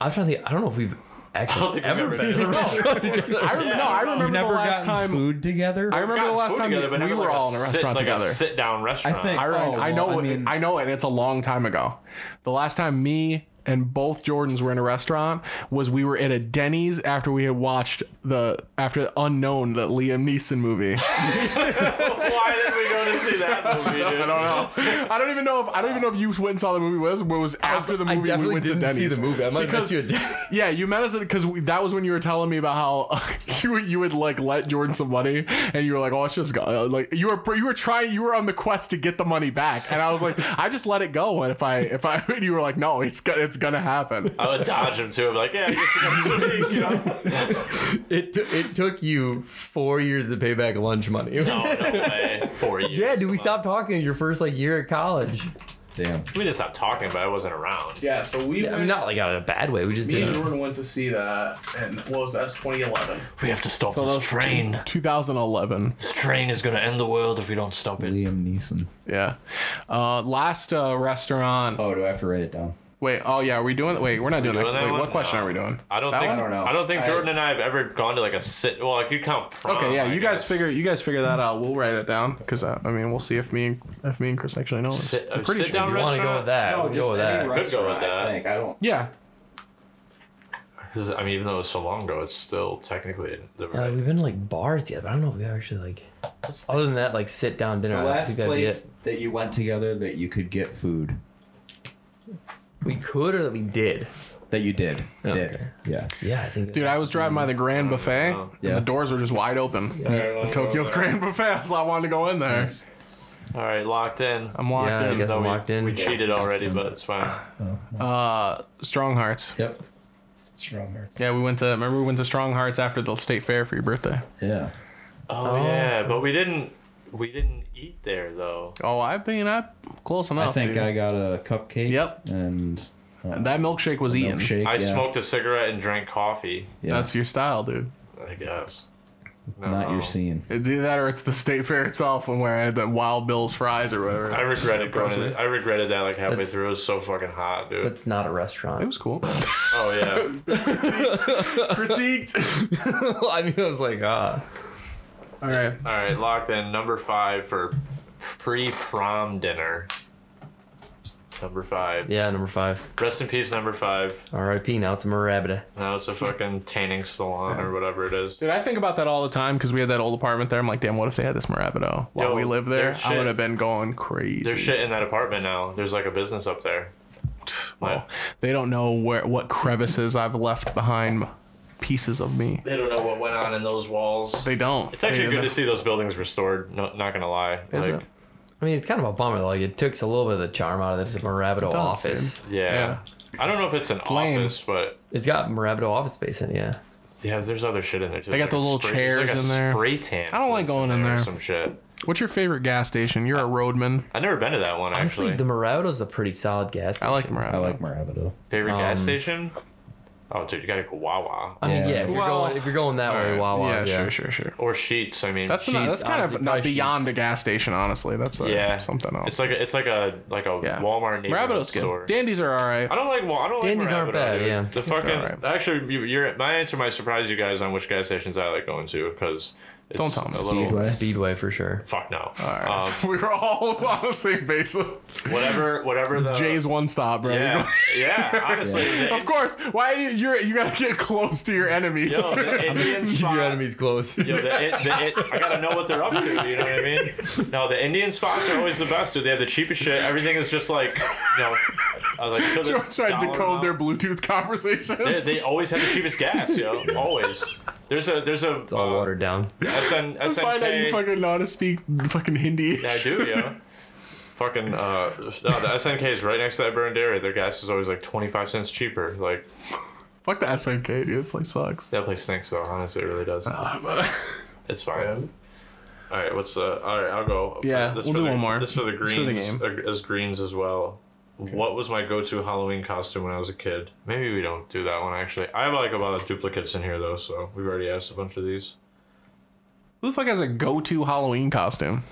Speaker 4: I'm trying to think. I don't know if we've
Speaker 1: I don't
Speaker 4: actually
Speaker 1: think we've
Speaker 4: ever
Speaker 1: ever
Speaker 4: been
Speaker 1: been
Speaker 4: at a
Speaker 1: to a
Speaker 4: restaurant together.
Speaker 5: I remember. no, I remember
Speaker 3: You've never
Speaker 5: the last
Speaker 3: gotten
Speaker 5: time.
Speaker 3: food together?
Speaker 5: I remember the last
Speaker 1: food
Speaker 5: time
Speaker 1: together, but
Speaker 5: we
Speaker 1: never
Speaker 5: were
Speaker 1: like
Speaker 5: all in a restaurant
Speaker 1: sit,
Speaker 5: together.
Speaker 1: Like a sit down restaurant.
Speaker 3: I think.
Speaker 5: I, re-
Speaker 3: oh,
Speaker 5: I know
Speaker 3: well,
Speaker 5: it,
Speaker 3: I mean,
Speaker 5: I know it. It's a long time ago. The last time me and both Jordans were in a restaurant was we were at a Denny's after we had watched the after Unknown, the Liam Neeson movie.
Speaker 1: Why did we go to see that movie? Dude? I don't know.
Speaker 5: I don't even know if I don't even know if you went and saw the movie with us. But it was after the
Speaker 4: I
Speaker 5: movie we
Speaker 4: definitely
Speaker 5: went to
Speaker 4: didn't
Speaker 5: Denny's.
Speaker 4: see the movie. I might have met
Speaker 5: because,
Speaker 4: you at Denny's.
Speaker 5: Yeah, you met us because that was when you were telling me about how you you would like let Jordan some money, and you were like, "Oh, it's just go-" like you were you were trying you were on the quest to get the money back," and I was like, "I just let it go." And if I if I and you were like, "No, it's gonna it's gonna happen."
Speaker 1: I would dodge him too. I'm like, yeah, you know?
Speaker 4: It t- it took you four years to pay back lunch money.
Speaker 1: no, Oh, no way. Four years.
Speaker 4: yeah, dude, we stopped talking your first like year at college.
Speaker 3: Damn.
Speaker 1: We just stopped talking, but I wasn't around.
Speaker 15: Yeah, so we
Speaker 4: Yeah, I mean, not like out of a bad way. We just
Speaker 15: me and
Speaker 4: didn't.
Speaker 15: Jordan went to see that, and what was that? That's 2011.
Speaker 1: We have to stop
Speaker 5: So that was
Speaker 1: this train.
Speaker 5: 2011.
Speaker 1: This train is gonna end the world if we don't stop it.
Speaker 3: Liam Neeson.
Speaker 5: Yeah. Uh, last uh, restaurant.
Speaker 3: Oh, do I have to write it down?
Speaker 5: Wait. Oh yeah. Are we doing? Wait. We're not doing,
Speaker 1: doing
Speaker 5: that.
Speaker 1: that
Speaker 5: Wait,
Speaker 1: one?
Speaker 5: what question
Speaker 1: No.
Speaker 5: are we doing?
Speaker 1: I don't
Speaker 5: That
Speaker 1: think.
Speaker 5: one?
Speaker 3: don't know.
Speaker 1: I don't think
Speaker 3: I-
Speaker 1: Jordan and I have ever gone to like a sit. Well, like you count prom.
Speaker 5: Okay, yeah,
Speaker 1: I
Speaker 5: you guys
Speaker 1: guess.
Speaker 5: figure you guys figure that out. We'll write it down because uh, I mean we'll see if me and if me and Chris actually know. It.
Speaker 1: Sit,
Speaker 5: I'm pretty sure.
Speaker 1: down
Speaker 4: If you want to go with that? we'll go with that.
Speaker 1: Could go with that.
Speaker 3: I think. I don't.
Speaker 5: Yeah,
Speaker 1: Because I mean, even though it was so long ago, it's still technically the
Speaker 4: Yeah, like, we've been to like bars together, but I don't know if we actually like. Other than that, like sit down dinner.
Speaker 3: The
Speaker 4: I don't
Speaker 3: last
Speaker 4: think that'd be it.
Speaker 3: place that you went together that you could get food
Speaker 4: we could or that we did.
Speaker 3: that you did. Did. Yeah.
Speaker 4: Yeah, I think.
Speaker 5: dude, I was driving by the Grand Buffet.
Speaker 3: Yeah.
Speaker 5: And the doors were just wide open.
Speaker 1: well,
Speaker 5: The Tokyo
Speaker 1: well,
Speaker 5: Grand Buffet. So I wanted to go in there.
Speaker 1: All right, locked in.
Speaker 5: I'm locked
Speaker 4: Yeah, I
Speaker 5: in.
Speaker 4: guess
Speaker 1: Though
Speaker 4: I'm
Speaker 1: we,
Speaker 4: locked in.
Speaker 1: We cheated already, but it's fine.
Speaker 5: Uh, Strong Hearts.
Speaker 3: Yep. Strong hearts.
Speaker 5: Yeah, we went to. Remember we went to Strong Hearts after the State Fair for your birthday.
Speaker 3: Yeah.
Speaker 1: Oh, yeah, but we didn't. We didn't eat there though.
Speaker 5: Oh, I mean, I close
Speaker 3: I
Speaker 5: enough.
Speaker 3: think
Speaker 5: dude.
Speaker 3: I got a cupcake.
Speaker 5: Yep.
Speaker 3: And uh,
Speaker 5: that milkshake was eaten.
Speaker 3: milkshake.
Speaker 1: I
Speaker 3: yeah.
Speaker 1: smoked a cigarette and drank coffee.
Speaker 3: Yeah.
Speaker 5: That's your style, dude.
Speaker 1: I guess.
Speaker 3: Not your scene.
Speaker 5: It's either that or it's the state fair itself, when where I had the Wild Bill's fries or whatever.
Speaker 1: I regretted going.
Speaker 5: Impressed me.
Speaker 1: To, I regretted that like halfway
Speaker 4: That's-
Speaker 1: through. It was so fucking hot, dude.
Speaker 4: That's not a restaurant. It was
Speaker 5: cool.
Speaker 1: Oh yeah.
Speaker 5: Critiqued.
Speaker 4: I mean, I was like, ah.
Speaker 5: All right.
Speaker 1: All right, locked in number five for pre-prom dinner. Number five.
Speaker 4: Yeah, number five.
Speaker 1: Rest in peace, number five.
Speaker 4: R.I.P. Now it's Marabita.
Speaker 1: Now it's a fucking tanning salon or whatever it is.
Speaker 5: Dude, I think about that all the time because we had that old apartment there. I'm like, damn, what if they had this Morabito while
Speaker 1: Yo,
Speaker 5: we lived there?
Speaker 1: there's
Speaker 5: I
Speaker 1: shit.
Speaker 5: would have been going crazy.
Speaker 1: There's shit in that apartment now. There's like a business up there.
Speaker 5: Well, they don't know where what crevices I've left behind pieces of me.
Speaker 1: They don't know what went on in those walls.
Speaker 5: They don't.
Speaker 1: It's actually
Speaker 5: They-
Speaker 1: good to see those buildings restored. No, not gonna lie.
Speaker 5: Is
Speaker 1: like,
Speaker 5: it?
Speaker 4: I mean, it's kind of a bummer. Like, it takes a little bit of the charm out of the Marabito
Speaker 1: does,
Speaker 4: office.
Speaker 1: Yeah. I don't know if it's an office, but
Speaker 4: It's got Marabito office space in it, yeah.
Speaker 1: yeah, there's other shit in there too.
Speaker 5: They got
Speaker 1: There's
Speaker 5: those little
Speaker 1: spray- there's
Speaker 5: chairs
Speaker 1: like a
Speaker 5: in there.
Speaker 1: Spray tan.
Speaker 5: I don't like
Speaker 1: place
Speaker 5: going in
Speaker 1: or
Speaker 5: there.
Speaker 1: Some shit.
Speaker 5: What's your favorite gas station? You're a roadman.
Speaker 1: I've never been to that one
Speaker 4: Actually,
Speaker 1: actually.
Speaker 4: the Marabito's a pretty solid gas station. I
Speaker 5: like Marabito.
Speaker 3: I like Marabito.
Speaker 1: Favorite gas
Speaker 4: um,
Speaker 1: station? Oh, dude, you gotta go Wawa.
Speaker 4: I mean, yeah, if, you're
Speaker 5: Well-
Speaker 4: going, if you're going that way,
Speaker 5: Alright,
Speaker 4: Wawa.
Speaker 5: yeah, sure, sure, sure.
Speaker 1: Or Sheets. I mean,
Speaker 5: That's not, that's
Speaker 4: Sheets,
Speaker 5: kind
Speaker 4: honestly,
Speaker 5: of not
Speaker 4: probably
Speaker 5: beyond
Speaker 4: Sheets.
Speaker 5: a gas station, honestly. That's a,
Speaker 1: Yeah.
Speaker 5: something else.
Speaker 1: It's like a, it's like a like a
Speaker 5: Yeah.
Speaker 1: Walmart neighborhood
Speaker 5: Marabito's
Speaker 1: store.
Speaker 5: good. Dandies are all right.
Speaker 1: I don't like well, I don't
Speaker 4: Dandies
Speaker 1: like
Speaker 4: aren't
Speaker 1: Marabito,
Speaker 4: bad,
Speaker 1: dude.
Speaker 4: yeah.
Speaker 1: The fucking
Speaker 5: they're alright.
Speaker 1: actually, you, you're my answer might surprise you guys on which gas stations I like going to because
Speaker 5: Don't tell me.
Speaker 1: a
Speaker 3: Speedway.
Speaker 1: little
Speaker 4: Speedway for sure.
Speaker 1: fuck no.
Speaker 5: right.
Speaker 1: Um,
Speaker 5: we were all on the same basis.
Speaker 1: whatever, whatever the
Speaker 5: Jay's one stop, bro.
Speaker 1: Yeah, yeah. Honestly, the-
Speaker 5: Of course. Why you you're, you gotta get close to your enemies?
Speaker 1: Yo, the Indian spot.
Speaker 4: Your enemy's close.
Speaker 1: Yo, the, in- the, in- I gotta know what they're up to. You know what I mean? No, the Indian spots are always the best, dude. They have the cheapest shit. Everything is just like, you know, uh, like to the
Speaker 5: Trying to
Speaker 1: dollar
Speaker 5: decode
Speaker 1: amount.
Speaker 5: their Bluetooth conversations.
Speaker 1: They, they always have the cheapest gas, yo. Always. There's a there's a
Speaker 4: It's all watered down.
Speaker 1: SN,
Speaker 5: I find out you
Speaker 1: SNK.
Speaker 5: fucking know how to speak fucking Hindi.
Speaker 1: Yeah, I do, yo. Fucking uh, no, the SNK is right next to that burned area. Their gas is always like twenty five cents cheaper. Like
Speaker 5: Fuck the SNK, dude. That place sucks.
Speaker 1: that place stinks, though. Honestly, it really does. It's fine. All right, what's the? All right, I'll go.
Speaker 5: Yeah,
Speaker 1: This
Speaker 5: we'll
Speaker 1: for
Speaker 5: do
Speaker 1: the-
Speaker 5: one more.
Speaker 1: This for the
Speaker 5: This
Speaker 1: greens,
Speaker 5: for the
Speaker 1: uh, as greens as well. What was my go-to Halloween costume when I was a kid? Maybe we don't do that one actually. I have like a lot of duplicates in here though, so we've already asked a bunch of these.
Speaker 5: Who the fuck has a go-to Halloween costume?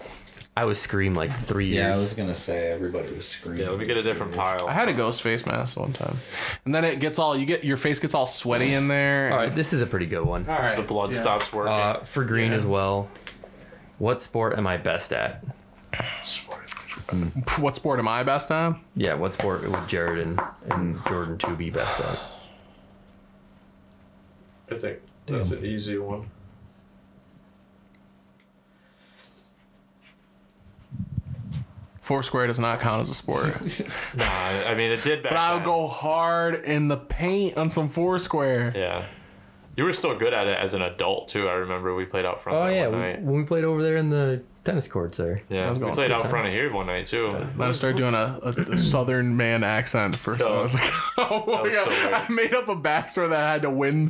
Speaker 4: I was Scream like three
Speaker 3: Yeah, I
Speaker 4: years.
Speaker 3: was gonna say everybody was screaming.
Speaker 1: Yeah, let me get a different pile.
Speaker 5: I had a ghost face mask one time, and then it gets all you get your face gets all sweaty in there.
Speaker 4: All right, this is a pretty good one.
Speaker 5: All right.
Speaker 1: The blood stops working.
Speaker 4: Uh, for green as well. What sport am I best at?
Speaker 5: What sport am I best at?
Speaker 4: Yeah, what sport would Jared and, and Jordan two be best at?
Speaker 1: I think that's an easy one.
Speaker 5: Foursquare does not count as a sport.
Speaker 1: Nah, I I mean it did back.
Speaker 5: but I would
Speaker 1: then.
Speaker 5: go hard in the paint on some Foursquare.
Speaker 1: Yeah, you were still good at it as an adult too. I remember we played out front.
Speaker 4: Oh
Speaker 1: that
Speaker 4: yeah,
Speaker 1: one
Speaker 4: we,
Speaker 1: night.
Speaker 4: when we played over there in the tennis courts there.
Speaker 1: yeah,
Speaker 5: was
Speaker 1: we
Speaker 5: going
Speaker 1: played
Speaker 5: good
Speaker 1: out
Speaker 5: times.
Speaker 1: front of here one night too.
Speaker 5: I'm gonna start doing a, a, a southern man accent first.
Speaker 1: Yo.
Speaker 5: I was like, oh my
Speaker 1: was
Speaker 5: God.
Speaker 1: so weird.
Speaker 5: I made up a backstory that I had to win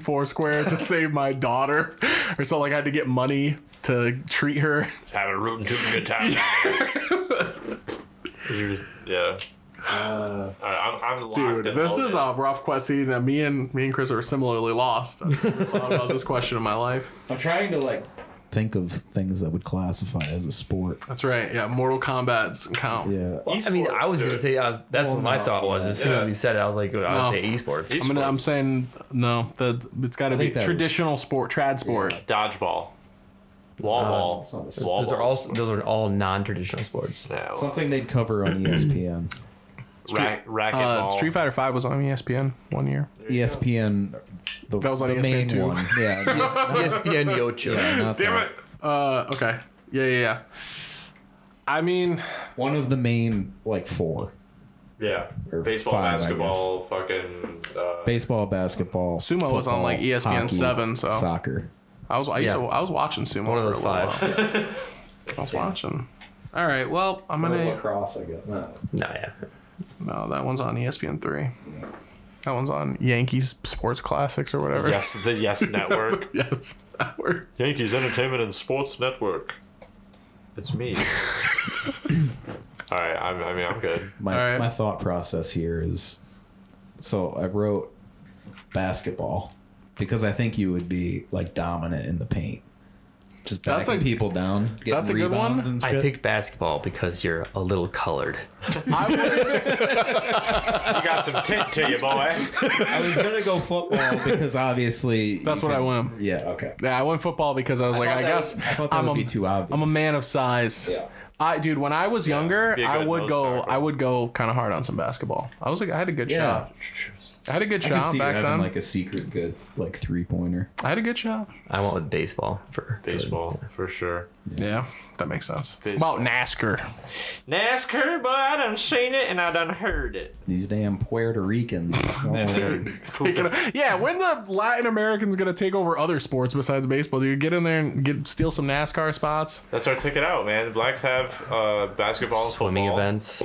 Speaker 5: Foursquare to save my daughter, or so like I had to get money to treat her.
Speaker 1: Having a rootin' tootin' good time. You just- uh, yeah. All right, I'm, I'm locked
Speaker 5: Dude,
Speaker 1: in
Speaker 5: this
Speaker 1: all
Speaker 5: is
Speaker 1: day.
Speaker 5: a rough question that me and me and Chris are similarly lost. I never thought about this question in my life.
Speaker 3: I'm trying to like think of things that would classify as a sport.
Speaker 5: That's right. Yeah, Mortal Kombat's count.
Speaker 3: Yeah.
Speaker 4: I mean, I was gonna say I was, that's what my thought was. As soon as we said it, I was like, I would
Speaker 5: No.
Speaker 4: say esports.
Speaker 5: I'm gonna, I'm saying no. That it's got to be
Speaker 3: think that would-
Speaker 5: traditional sport, trad sport.
Speaker 1: dodgeball, wall
Speaker 5: Uh,
Speaker 1: ball,
Speaker 3: not the-
Speaker 1: wall
Speaker 4: Those are
Speaker 1: ball.
Speaker 4: all those are all non-traditional sports.
Speaker 1: yeah, well,
Speaker 3: Something they'd cover on ESPN.
Speaker 1: rack, racket
Speaker 5: Uh,
Speaker 1: ball.
Speaker 5: Street Fighter Five was on E ESPN one year.
Speaker 3: E ESPN. The,
Speaker 5: That was on E
Speaker 3: the
Speaker 5: ESPN
Speaker 3: main
Speaker 5: too.
Speaker 3: one. Yeah.
Speaker 4: E ESPN Yocho.
Speaker 3: yeah not
Speaker 5: Damn
Speaker 3: that.
Speaker 5: it. Uh, okay. Yeah, yeah, yeah. I mean,
Speaker 3: One of the main like four:
Speaker 1: yeah,
Speaker 3: Or
Speaker 1: baseball,
Speaker 3: five, I
Speaker 1: basketball, fucking. Uh,
Speaker 3: baseball, basketball.
Speaker 5: Sumo was on, like, E ESPN
Speaker 3: hockey,
Speaker 5: 7, so-
Speaker 3: soccer.
Speaker 5: I was I, used
Speaker 4: Yeah.
Speaker 5: to, I was watching sumo
Speaker 4: One
Speaker 5: for
Speaker 4: of those
Speaker 5: a little
Speaker 4: five.
Speaker 5: while. I was watching. All right. Well, I'm
Speaker 3: Oh,
Speaker 5: gonna.
Speaker 3: lacrosse, I guess. No.
Speaker 4: No, yeah.
Speaker 5: No, that one's on E ESPN three. That one's on Yankees Sports Classics or whatever.
Speaker 1: yes, the Yes Network,
Speaker 5: yes. That worked.
Speaker 1: Yankees Entertainment and Sports Network. It's me. all right, I'm, I mean, I'm good.
Speaker 3: My
Speaker 5: All right.
Speaker 3: my thought process here is, so I wrote basketball because I think you would be like dominant in the paint. Just
Speaker 5: That's
Speaker 3: backing
Speaker 5: a-
Speaker 3: people down. getting
Speaker 5: that's a good one.
Speaker 3: rebounds and
Speaker 4: I
Speaker 3: shit.
Speaker 4: picked basketball because you're a little colored.
Speaker 1: You got some tint to you, boy.
Speaker 3: I was gonna go football because obviously
Speaker 5: That's
Speaker 3: you
Speaker 5: what I
Speaker 3: can-
Speaker 5: went.
Speaker 3: Yeah. Okay.
Speaker 5: Yeah, I went football because I was like,
Speaker 3: thought
Speaker 5: I
Speaker 3: that
Speaker 5: guess
Speaker 3: was- I thought that
Speaker 5: am
Speaker 3: would
Speaker 5: a,
Speaker 3: be too obvious.
Speaker 5: I'm a man of size.
Speaker 3: Yeah.
Speaker 5: I dude, when I was younger,
Speaker 1: be a
Speaker 5: I
Speaker 1: good
Speaker 5: would
Speaker 1: nose
Speaker 5: go.
Speaker 1: tackle.
Speaker 5: I would go kind of hard on some basketball. I was like, I had a good
Speaker 3: Yeah.
Speaker 5: shot. I had a good
Speaker 3: I could
Speaker 5: shot
Speaker 3: see you
Speaker 5: back
Speaker 3: having
Speaker 5: then.
Speaker 3: like a secret good like three pointer.
Speaker 5: I had a good shot.
Speaker 4: I went with baseball for
Speaker 1: Baseball, for sure.
Speaker 5: Yeah, that makes sense.
Speaker 1: Baseball.
Speaker 5: About NASCAR.
Speaker 1: NASCAR, but I done seen it and I done heard it.
Speaker 3: These damn Puerto Ricans.
Speaker 5: Taking a- yeah, when the Latin Americans gonna take over other sports besides baseball? Dude, get in there and get steal some NASCAR spots.
Speaker 1: That's our ticket out, man. The Blacks have uh, basketball and
Speaker 4: swimming
Speaker 1: football.
Speaker 4: events.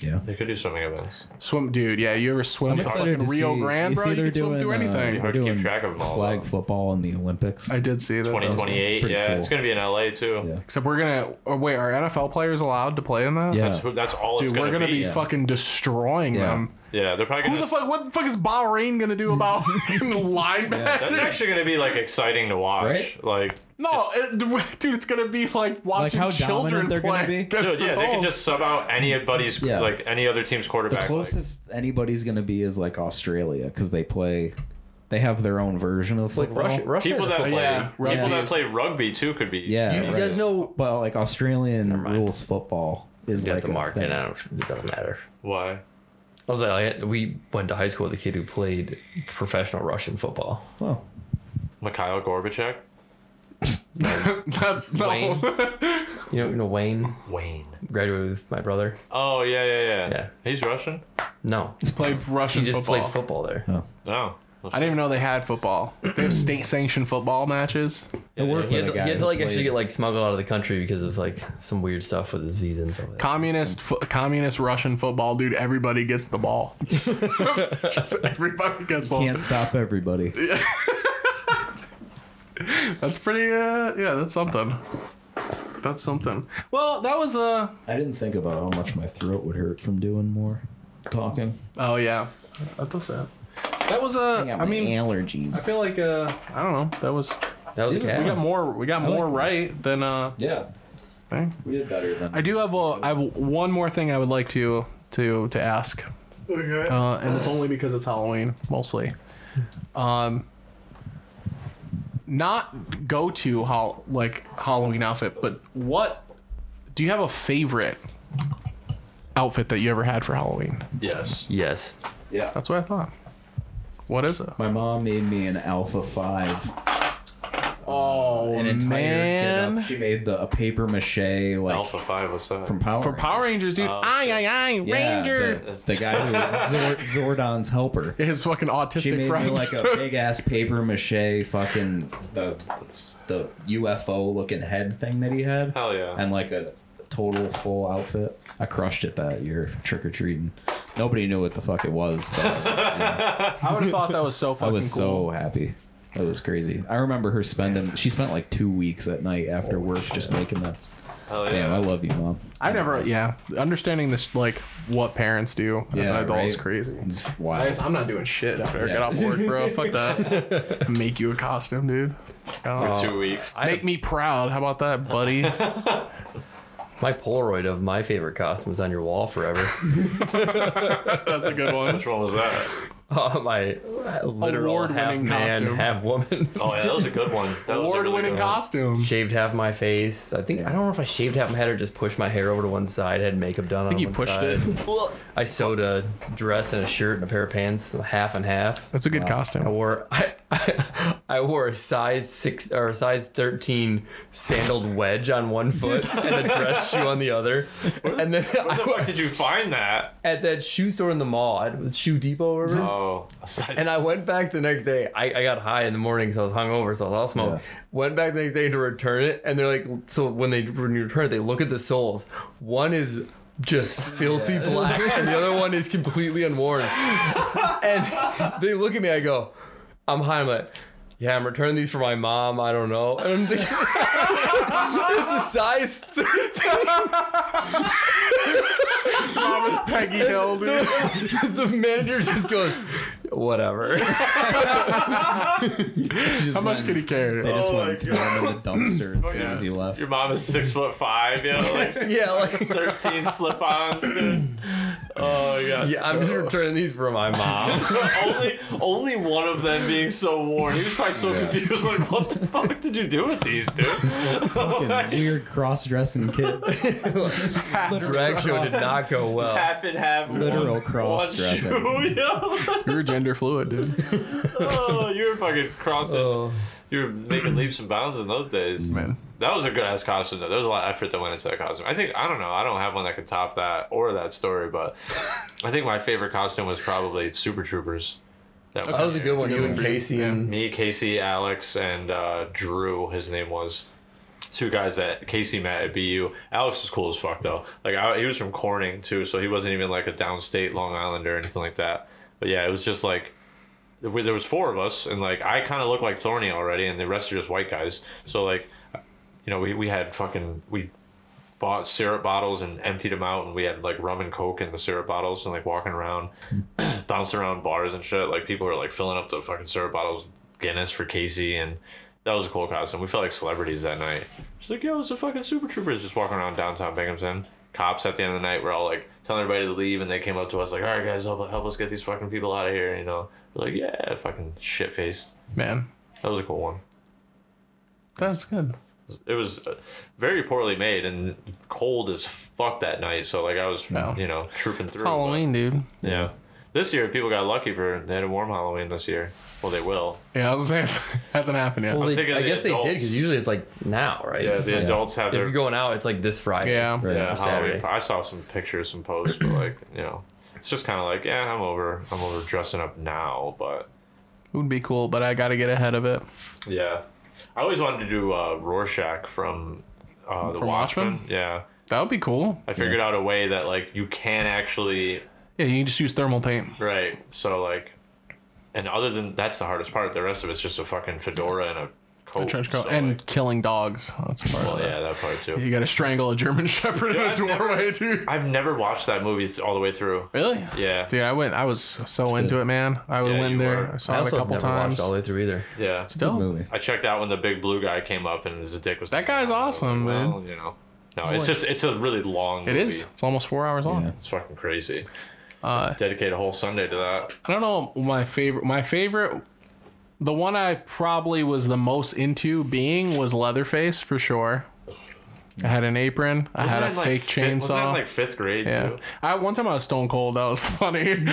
Speaker 3: yeah.
Speaker 1: They could do swimming events.
Speaker 5: Swim, dude. Yeah, you ever swim
Speaker 3: I'm
Speaker 5: to
Speaker 3: excited
Speaker 5: fucking
Speaker 3: to
Speaker 5: Rio
Speaker 3: see-
Speaker 5: Grande,
Speaker 3: you
Speaker 5: bro?
Speaker 3: see
Speaker 5: You
Speaker 3: they're
Speaker 5: can swim
Speaker 3: doing,
Speaker 5: through
Speaker 3: uh,
Speaker 5: anything.
Speaker 1: Hard to keep
Speaker 3: doing
Speaker 1: track of them all,
Speaker 3: Flag
Speaker 1: though.
Speaker 3: football in the Olympics.
Speaker 5: I did see that. though.
Speaker 1: 2028,
Speaker 3: pretty
Speaker 1: yeah.
Speaker 3: cool.
Speaker 1: It's going to be in LA, too.
Speaker 5: Except we're gonna. Or wait, are NFL players allowed to play in that?
Speaker 3: Yeah.
Speaker 1: That's, who, that's all
Speaker 5: Dude,
Speaker 1: it's going
Speaker 5: we're
Speaker 1: to
Speaker 5: gonna
Speaker 1: be.
Speaker 5: be
Speaker 1: yeah.
Speaker 5: fucking destroying
Speaker 3: Yeah.
Speaker 5: them.
Speaker 1: they're probably
Speaker 5: Who
Speaker 1: going
Speaker 5: the
Speaker 1: to.
Speaker 5: fuck? What the fuck is Bahrain gonna do about linebacker?
Speaker 1: That's actually going to be, like, exciting to watch.
Speaker 3: Right?
Speaker 1: Like,
Speaker 5: No, it, dude, it's gonna be like watching
Speaker 3: how
Speaker 5: children
Speaker 3: dominant they're gonna
Speaker 5: play.
Speaker 3: be?
Speaker 5: That's
Speaker 1: dude,
Speaker 5: the
Speaker 1: yeah, they can
Speaker 5: goal.
Speaker 1: just sub out anybody's,
Speaker 3: Yeah.
Speaker 1: like, any other team's
Speaker 3: The
Speaker 1: quarterback. like-
Speaker 3: closest anybody's gonna be is like Australia because they play, they have their own version of
Speaker 4: Like
Speaker 3: football.
Speaker 4: Russia, Russia
Speaker 1: people
Speaker 4: has
Speaker 1: that
Speaker 4: a
Speaker 1: play,
Speaker 4: football
Speaker 5: yeah,
Speaker 4: league.
Speaker 1: people
Speaker 5: rugby
Speaker 1: that
Speaker 5: is-
Speaker 1: play rugby, too, could be.
Speaker 3: Yeah,
Speaker 4: You guys know-
Speaker 3: but like Australian
Speaker 4: mind.
Speaker 3: rules football is
Speaker 4: You
Speaker 3: like
Speaker 4: have to
Speaker 3: a
Speaker 4: mark
Speaker 3: thing.
Speaker 4: it. I don't. It doesn't matter.
Speaker 1: Why?
Speaker 4: I was like, I- we went to high school with a kid who played professional Russian football.
Speaker 3: Well,
Speaker 1: Mikhail Gorbachev?
Speaker 5: That's no.
Speaker 4: Wayne. You know, you know Wayne
Speaker 1: Wayne.
Speaker 4: graduated with my brother.
Speaker 1: Oh, yeah, yeah, yeah.
Speaker 4: Yeah.
Speaker 1: He's Russian?
Speaker 4: No,
Speaker 5: Played
Speaker 4: he
Speaker 5: Russian
Speaker 4: just
Speaker 5: football.
Speaker 4: played football there.
Speaker 1: No.
Speaker 5: I didn't even know they had football. They have state sanctioned football matches.
Speaker 3: it worked
Speaker 4: He
Speaker 3: with
Speaker 4: had,
Speaker 3: a
Speaker 4: to,
Speaker 3: guy
Speaker 4: he had
Speaker 3: who
Speaker 4: to like
Speaker 3: played-
Speaker 4: actually get like smuggled out of the country because of like some weird stuff with his visa and stuff. Like that.
Speaker 5: Communist, fo- communist Russian football, dude. Everybody gets the ball. Just everybody gets all.
Speaker 3: can't stop everybody.
Speaker 5: That's pretty. Uh, yeah, that's something. That's something. Well, that was Uh,
Speaker 3: I didn't think about how much my throat would hurt from doing more talking.
Speaker 5: oh yeah, that was that. That was
Speaker 3: I,
Speaker 5: Uh,
Speaker 3: got
Speaker 5: I
Speaker 3: my
Speaker 5: mean, I
Speaker 3: allergies.
Speaker 5: feel like. Uh, I don't know. That was.
Speaker 4: that was a
Speaker 5: We got
Speaker 4: cat.
Speaker 5: more. We got more
Speaker 3: like that.
Speaker 5: right than. Uh,
Speaker 3: Yeah,
Speaker 5: thing.
Speaker 3: we did better than
Speaker 5: I do have a, I have one more thing I would like to to to ask,
Speaker 16: Okay.
Speaker 5: uh, and it's only because it's Halloween mostly. Um, not go to hol- like Halloween outfit, but what do you have a favorite outfit that you ever had for Halloween?
Speaker 1: Yes.
Speaker 4: Yes.
Speaker 5: That's what I thought. What is it?
Speaker 3: My mom made me an Alpha Five.
Speaker 5: Oh
Speaker 3: An entire
Speaker 5: man,
Speaker 3: get up. She made the a paper mache like
Speaker 1: Alpha 5, what's that?
Speaker 3: from Power
Speaker 5: for Power Rangers, Oh, dude! aye, aye, aye,
Speaker 3: Yeah, the-
Speaker 5: Rangers!
Speaker 3: The, guy who Zord, Zordon's helper.
Speaker 5: His fucking autistic
Speaker 3: She made
Speaker 5: friend.
Speaker 3: me like a big ass paper mache fucking the the UFO looking head thing that he had.
Speaker 1: Hell yeah.
Speaker 3: And like a total full outfit. I crushed it that year trick or treating. Nobody knew what the fuck it was, but
Speaker 5: I would have thought that was so
Speaker 3: I
Speaker 5: fucking
Speaker 3: was
Speaker 5: cool.
Speaker 3: so happy. It was crazy. I remember her spending. She spent like two weeks at night after work just making that.
Speaker 1: Hell yeah.
Speaker 3: Damn, I love you, mom.
Speaker 5: I never, yeah. Understanding this, like what parents do as an adult is
Speaker 3: right?
Speaker 5: crazy.
Speaker 3: It's
Speaker 5: I
Speaker 3: wild.
Speaker 5: am not doing shit after I
Speaker 3: Yeah.
Speaker 5: get off work, bro. Fuck that. Make you a costume, dude.
Speaker 1: For
Speaker 5: Oh.
Speaker 1: two weeks.
Speaker 5: Make me proud. How about that, buddy?
Speaker 4: My Polaroid of my favorite costume is on your wall forever.
Speaker 5: That's a good one.
Speaker 1: Which one was that?
Speaker 4: oh, my literal
Speaker 5: Award-winning
Speaker 4: half man,
Speaker 5: costume.
Speaker 4: half woman.
Speaker 1: Oh, yeah, that was a good one. That was a really
Speaker 5: Award-winning
Speaker 1: good one.
Speaker 5: costume.
Speaker 4: shaved half my face. I think I don't know if I shaved half my head or just pushed my hair over to one side. Had makeup done. I
Speaker 5: You pushed it.
Speaker 4: I sewed a dress and a shirt and a pair of pants, half and half.
Speaker 5: That's a good
Speaker 4: I
Speaker 5: costume.
Speaker 4: wore I, I, I wore a size six or a size thirteen sandaled wedge on one foot and a dress shoe on the other, and then
Speaker 1: Where the
Speaker 4: I,
Speaker 1: fuck did you find that?
Speaker 4: at that shoe store in the mall, at Shoe Depot, or whatever.
Speaker 1: Oh.
Speaker 4: And I went back the next day. I, I got high in the morning, so I was hungover, so I was all smoked. Went back the next day to return it, and they're like, so when they when you return it, they look at the soles. One is just filthy black, and the other one is completely unworn. and they look at me. I go, I'm high. I'm like, yeah, I'm returning these for my mom. I don't know. And I'm thinking, it's a size 13.
Speaker 5: Thomas Peggy Hill, dude.
Speaker 4: the manager just goes, whatever.
Speaker 5: How much could he carry?
Speaker 3: They just went throw him in the dumpster as soon as he left.
Speaker 1: Your mom is six foot five, you know, like,
Speaker 4: yeah, like
Speaker 1: thirteen slip-ons, dude. Oh yeah.
Speaker 4: Yeah, I'm just returning these for my mom.
Speaker 1: only, only one of them being so worn. He was probably so confused, like, what the fuck did you do with these, dude?
Speaker 3: Fucking weird cross-dressing kid.
Speaker 4: Drag show did not go well.
Speaker 1: half and half.
Speaker 3: Literal
Speaker 1: one,
Speaker 3: cross-dressing.
Speaker 1: One shoe, yo.
Speaker 5: You're gender fluid, dude.
Speaker 1: oh, you were fucking crossing. You were making leaps and bounds in those days. Man. That was a good ass costume though. There was a lot of effort that went into that costume. I think I don't know. I don't have one that could top that or that story, but I think my favorite costume was probably Super Troopers. That
Speaker 4: That was a
Speaker 1: year.
Speaker 4: good one. You and Casey and
Speaker 1: Me, Casey, Alex, and uh, Drew. His name was. Two guys that Casey met at BU. Alex was cool as fuck though. Like I, he was from Corning too, so he wasn't even like a downstate Long Islander or anything like that. But yeah, it was just like we- there was four of us, and like I kind of looked like Thorny already, and the rest are just white guys. So like, you know, we, we had fucking we bought syrup bottles and emptied them out, and we had like rum and coke in the syrup bottles, and like walking around, bouncing around bars and shit. Like people were like filling up the fucking syrup bottles, Guinness for Casey, and that was a cool costume. We felt like celebrities that night. Just like yo, it's the fucking Super Troopers just walking around downtown Binghamton. Cops at the end of the night were all like telling everybody to leave, and they came up to us like, "All right, guys, help, help us get these fucking people out of here." You know, we're like, "Yeah, fucking shit faced."
Speaker 5: Man,
Speaker 1: That was a cool one.
Speaker 5: that's good.
Speaker 1: It was uh, very poorly made and cold as fuck that night. So like I was, you know, trooping
Speaker 5: It's
Speaker 1: through.
Speaker 5: Halloween, dude.
Speaker 1: but- yeah. This year, people got lucky for they had a warm Halloween this year. Well, they will.
Speaker 5: Yeah, I was saying hasn't happened yet.
Speaker 4: Well,
Speaker 1: I'm
Speaker 4: they,
Speaker 1: thinking
Speaker 4: I
Speaker 1: the
Speaker 4: guess they did
Speaker 1: adults.
Speaker 4: because usually it's like now, right?
Speaker 1: Yeah, the adults have
Speaker 4: If
Speaker 1: their
Speaker 4: you're going out, it's like this Friday.
Speaker 5: Yeah.
Speaker 4: or
Speaker 1: yeah
Speaker 4: Saturday.
Speaker 1: Halloween. I saw some pictures, some posts, but like you know, it's just kind of like yeah, I'm over, I'm over dressing up now, but
Speaker 5: It would be cool, but I got to get ahead of it.
Speaker 1: yeah, I always wanted to do uh, Rorschach from uh, the
Speaker 5: From
Speaker 1: Watchmen.
Speaker 5: Watchmen?
Speaker 1: Yeah,
Speaker 5: That would be cool.
Speaker 1: I figured out a way that like you can actually
Speaker 5: Yeah, you can just use thermal paint.
Speaker 1: Right. So like, and other than that's the hardest part. The rest of it's just a fucking fedora and a coat.
Speaker 5: A trench coat
Speaker 1: so,
Speaker 5: and killing dogs. That's part
Speaker 1: well,
Speaker 5: of it.
Speaker 1: yeah, that part too.
Speaker 5: You got to strangle a German Shepherd in a doorway, dude.
Speaker 1: I've never watched that movie th- all the way through.
Speaker 5: Really?
Speaker 1: Yeah.
Speaker 5: Dude, I went. I was so into
Speaker 3: good.
Speaker 5: it, man. I
Speaker 1: Yeah,
Speaker 5: went
Speaker 1: you
Speaker 5: there.
Speaker 1: were.
Speaker 5: I
Speaker 4: I
Speaker 5: saw it a
Speaker 4: also
Speaker 5: couple
Speaker 4: never
Speaker 5: times.
Speaker 4: watched all the way through either.
Speaker 1: Yeah.
Speaker 5: It's dope.
Speaker 3: movie.
Speaker 1: I checked out when the big blue guy came up and his dick was.
Speaker 5: That guy's awesome, man.
Speaker 1: Well, you know. No, it's, just it's a really long.
Speaker 5: It
Speaker 1: movie.
Speaker 5: is. It's almost four hours long.
Speaker 1: It's fucking crazy.
Speaker 5: Uh,
Speaker 1: Dedicate a whole Sunday to that.
Speaker 5: I don't know my favorite. My favorite, the one I probably was the most into being was Leatherface for sure. I had an apron. I
Speaker 1: Wasn't
Speaker 5: had a
Speaker 1: that in, like,
Speaker 5: fake
Speaker 1: fi-
Speaker 5: chainsaw.
Speaker 1: Wasn't that in, like fifth grade
Speaker 5: yeah,
Speaker 1: too?
Speaker 5: I one time I was stone cold. That was funny.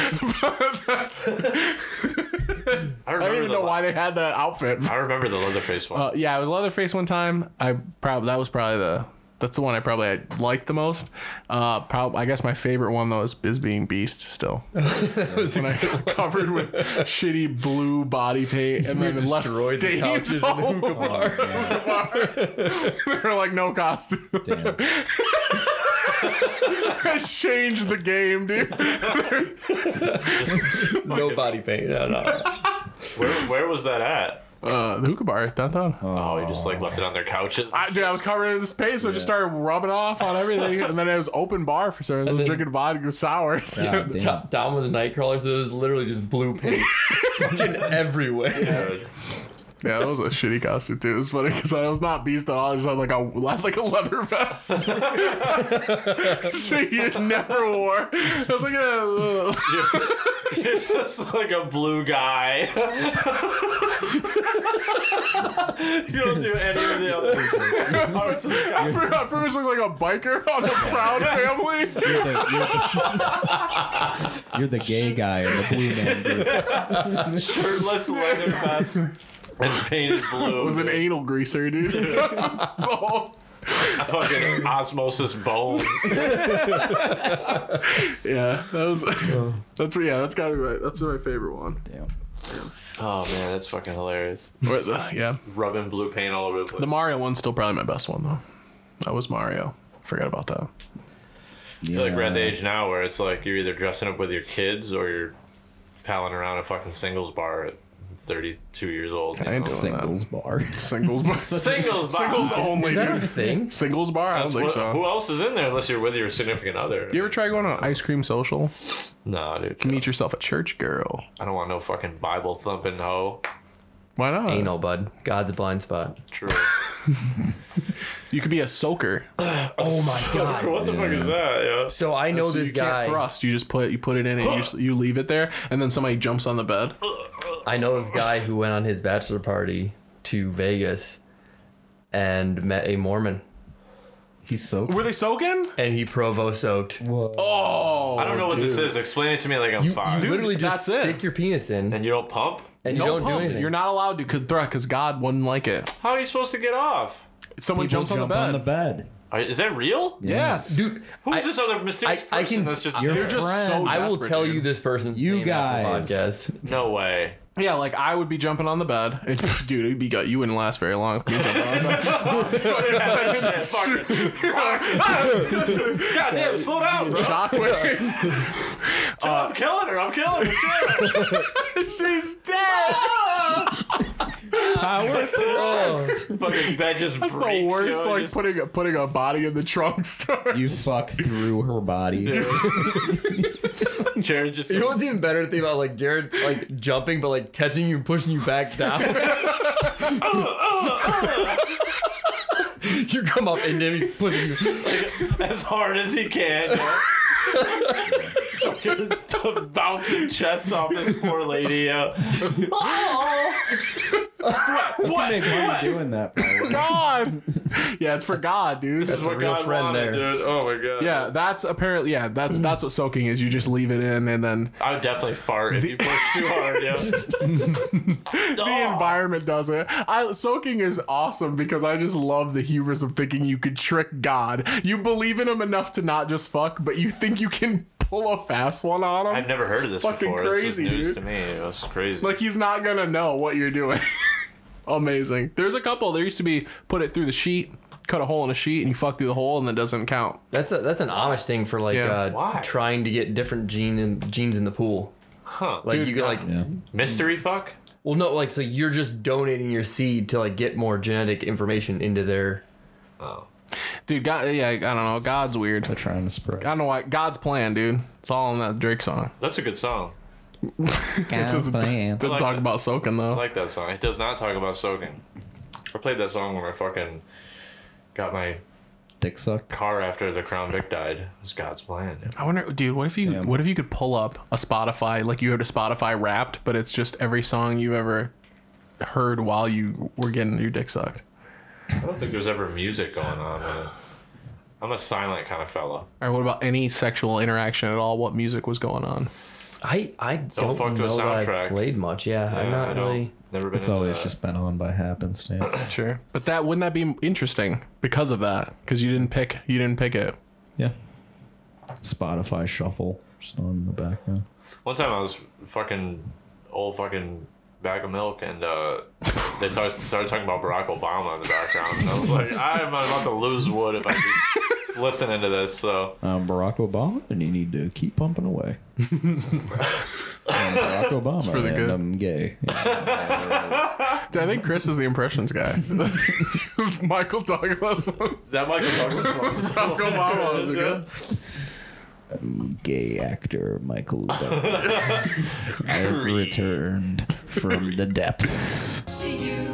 Speaker 5: But that's,
Speaker 1: I
Speaker 5: I
Speaker 1: remember
Speaker 5: don't even
Speaker 1: the
Speaker 5: know
Speaker 1: le-
Speaker 5: why they had that outfit.
Speaker 1: I remember the Leatherface one.
Speaker 5: Uh, yeah, I was Leatherface one time. I probably that was probably the that's the one I probably liked the most. Uh, prob- I guess my favorite one though is Biz being Beast still. when I got covered with shitty blue body paint and then left
Speaker 4: destroyed the
Speaker 5: stains
Speaker 4: couches in
Speaker 5: all
Speaker 4: the hookah
Speaker 5: over
Speaker 4: bar.
Speaker 5: the bar. They were like no costume.
Speaker 3: Damn.
Speaker 5: I changed the game, dude.
Speaker 4: No body paint. No, no.
Speaker 1: where where was that at?
Speaker 5: Uh, the hookah bar downtown.
Speaker 1: Oh, you just like left it on their couches.
Speaker 5: uh, I, dude, I was covered in this paint, so it just started rubbing off on everything, and then it was open bar for some. I was
Speaker 4: then-
Speaker 5: drinking vodka sours.
Speaker 3: God damn.
Speaker 4: Top down was Nightcrawler, so it was literally just blue paint fucking everywhere.
Speaker 5: Yeah, that was a shitty costume too. It was funny because I was not beast at all. I just had like a I had like a leather vest. Shit you never wore. I was like, uh, uh.
Speaker 1: You're just like a blue guy. you don't do any of the other parts of the
Speaker 5: I
Speaker 1: guy.
Speaker 5: pretty I pretty much looked like a biker on the Proud Family.
Speaker 3: You're the, you're, the, you're the gay guy in the blue man group.
Speaker 1: Shirtless leather vest and painted blue.
Speaker 5: It was an anal greaser, dude. That's all.
Speaker 1: fucking osmosis bone.
Speaker 5: Yeah, that was. That's what. Yeah, that's gotta be. My, that's my favorite one.
Speaker 3: Damn.
Speaker 1: Oh man, that's fucking hilarious.
Speaker 5: Or the, yeah,
Speaker 1: Rubbing blue paint all over the place.
Speaker 5: the Mario one's still probably my best one though. That was Mario. Forgot about that.
Speaker 1: I feel like we're at the age now where it's like you're either dressing up with your kids or you're palling around a fucking singles bar at 32 years old. you
Speaker 5: I ain't
Speaker 1: know?
Speaker 5: doing
Speaker 3: Singles bar.
Speaker 5: Singles bar.
Speaker 1: Singles bar.
Speaker 5: Singles only.
Speaker 1: Is that a
Speaker 5: dude.
Speaker 1: thing?
Speaker 5: Singles bar. I don't
Speaker 1: That's
Speaker 5: think
Speaker 1: what-
Speaker 5: so.
Speaker 1: Who else is in there unless you're with your significant other?
Speaker 5: You ever try going on ice cream social?
Speaker 1: Nah, dude.
Speaker 5: Meet yourself a church girl.
Speaker 1: I don't want no fucking Bible thumping hoe.
Speaker 5: Why not?
Speaker 4: Anal, bud. God's a blind spot.
Speaker 1: True.
Speaker 5: You could be a soaker.
Speaker 4: oh my god.
Speaker 1: what the fuck is that? Yeah.
Speaker 4: So I know
Speaker 5: So
Speaker 4: this
Speaker 5: you
Speaker 4: guy.
Speaker 5: Can't thrust. You just put you put it in and you, just, you leave it there, and then somebody jumps on the bed.
Speaker 4: I know this guy who went on his bachelor party to Vegas and met a Mormon.
Speaker 3: He soaked.
Speaker 5: Were they soaking?
Speaker 4: And he provo soaked.
Speaker 3: Whoa.
Speaker 5: Oh.
Speaker 1: I don't know what this
Speaker 4: dude.
Speaker 1: is. Explain it to me like I'm five.
Speaker 4: you literally just
Speaker 5: that's it.
Speaker 4: stick your penis in
Speaker 1: and you don't pump?
Speaker 4: and you
Speaker 5: No
Speaker 4: don't
Speaker 5: pump.
Speaker 4: do anything.
Speaker 5: You're not allowed to, cause bruh, 'cause God wouldn't like it.
Speaker 1: How are you supposed to get off?
Speaker 5: Someone
Speaker 3: People
Speaker 5: jumps on the
Speaker 3: jump
Speaker 5: bed.
Speaker 3: On the bed.
Speaker 1: Are- Is that real?
Speaker 5: Yes,
Speaker 4: dude.
Speaker 1: Who's
Speaker 4: I-
Speaker 1: this other mysterious
Speaker 4: I- I
Speaker 1: person
Speaker 4: can-
Speaker 1: that's just
Speaker 3: Your
Speaker 5: They're just
Speaker 3: friend.
Speaker 5: so.
Speaker 4: I will
Speaker 5: desperate,
Speaker 4: tell
Speaker 5: dude.
Speaker 4: Oh, you this person's
Speaker 3: You
Speaker 4: name after the
Speaker 3: guys.
Speaker 4: podcast.
Speaker 1: No way.
Speaker 5: Yeah, like I would be jumping on the bed, and, dude. It'd be gut. You wouldn't last very long. if you jumped on the bed.
Speaker 1: Fuck it. "Ah!" God damn, slow down, bro.
Speaker 5: Shockwaves.
Speaker 1: I'm killing her. I'm killing her.
Speaker 5: She's dead.
Speaker 3: Howard.
Speaker 1: Fucking bed just
Speaker 5: That's the
Speaker 1: breaks.
Speaker 5: worst.
Speaker 1: yo,
Speaker 5: like
Speaker 1: just-
Speaker 5: putting a, putting a body in the trunk store.
Speaker 3: You fuck through her body.
Speaker 1: Jared just
Speaker 4: You know what's even better thing about like Jared like jumping but like catching you and pushing you back down? you come up and then he pushes you.
Speaker 1: as hard as he can. yo. Fucking bouncing chests off this poor lady. yo. what? What?
Speaker 3: Make
Speaker 1: What?
Speaker 3: money doing that. by the way.
Speaker 5: God. Yeah, it's for God, dude.
Speaker 1: This is what
Speaker 4: real
Speaker 1: God
Speaker 4: friend
Speaker 1: wanted,
Speaker 4: there.
Speaker 1: dude. Oh my god.
Speaker 5: Yeah, that's apparently yeah, that's that's what soaking is. You just leave it in and then
Speaker 1: I would definitely fart if you push too hard. Yeah.
Speaker 5: the
Speaker 1: Oh.
Speaker 5: environment does it. I soaking is awesome because I just love the hubris of thinking you could trick God. You believe in him enough to not just fuck, but you think you can pull a fast one on him.
Speaker 1: I've never heard of this
Speaker 5: Fucking
Speaker 1: before.
Speaker 5: crazy,
Speaker 1: this is news
Speaker 5: dude.
Speaker 1: to me. It was crazy.
Speaker 5: Like he's not gonna know what you're doing. Amazing. There's a couple. There used to be put it through the sheet, cut a hole in a sheet, and you fuck through the hole, and it doesn't count.
Speaker 4: That's a that's an Amish thing for like
Speaker 5: Yeah.
Speaker 4: uh,
Speaker 1: Why?
Speaker 4: trying to get different gene and genes in the pool.
Speaker 1: huh.
Speaker 4: Like
Speaker 5: Dude,
Speaker 4: you get like
Speaker 1: Mystery fuck?
Speaker 4: well no like so you're just donating your seed to like get more genetic information into their
Speaker 5: Dude, God, yeah, I don't know. God's weird.
Speaker 3: They're
Speaker 5: I
Speaker 3: trying to spread.
Speaker 5: don't know why. God's plan, dude. It's all in that Drake song.
Speaker 1: That's a good song.
Speaker 5: It doesn't
Speaker 3: plan.
Speaker 5: doesn't
Speaker 1: like
Speaker 5: talk
Speaker 1: that.
Speaker 5: about soaking though.
Speaker 1: I like that song. It does not talk about soaking. I played that song when I fucking got my
Speaker 3: Dick suck.
Speaker 1: car after the Crown Vic died. It was God's plan.
Speaker 5: I wonder, dude. What if you what if you could pull up a Spotify like you had a Spotify Wrapped, but it's just every song you've ever heard while you were getting your dick sucked.
Speaker 1: I don't think there's ever music going on. Man. I'm a silent kind of fellow.
Speaker 5: Or what about any sexual interaction at all? What music was going on?
Speaker 4: I I don't,
Speaker 1: fuck to a
Speaker 4: know that I
Speaker 1: soundtrack.
Speaker 4: played much. Yeah,
Speaker 1: Yeah,
Speaker 4: I'm not
Speaker 1: I don't-
Speaker 4: really.
Speaker 1: Never been.
Speaker 3: It's
Speaker 1: into
Speaker 3: always
Speaker 1: that.
Speaker 3: just been on by happenstance.
Speaker 5: Sure, but that wouldn't that be interesting because of that? Because you didn't pick you didn't pick it.
Speaker 3: yeah. Spotify shuffle just on in the background.
Speaker 1: One time I was fucking old fucking bag of milk and uh, they tar- started talking about Barack Obama in the background. And I was like, I'm about to lose wood if I keep listening to this. So
Speaker 3: Um, Barack Obama, and you need to keep pumping away. Um, Barack Obama,
Speaker 5: really
Speaker 3: and
Speaker 5: good.
Speaker 3: I'm gay. Yeah.
Speaker 5: Dude, I think Chris is the impressions guy. Michael Douglas.
Speaker 1: is that Michael Douglas one?
Speaker 5: Barack Obama was good.
Speaker 3: gay actor Michael Douglas. I have returned from the depths.
Speaker 10: See you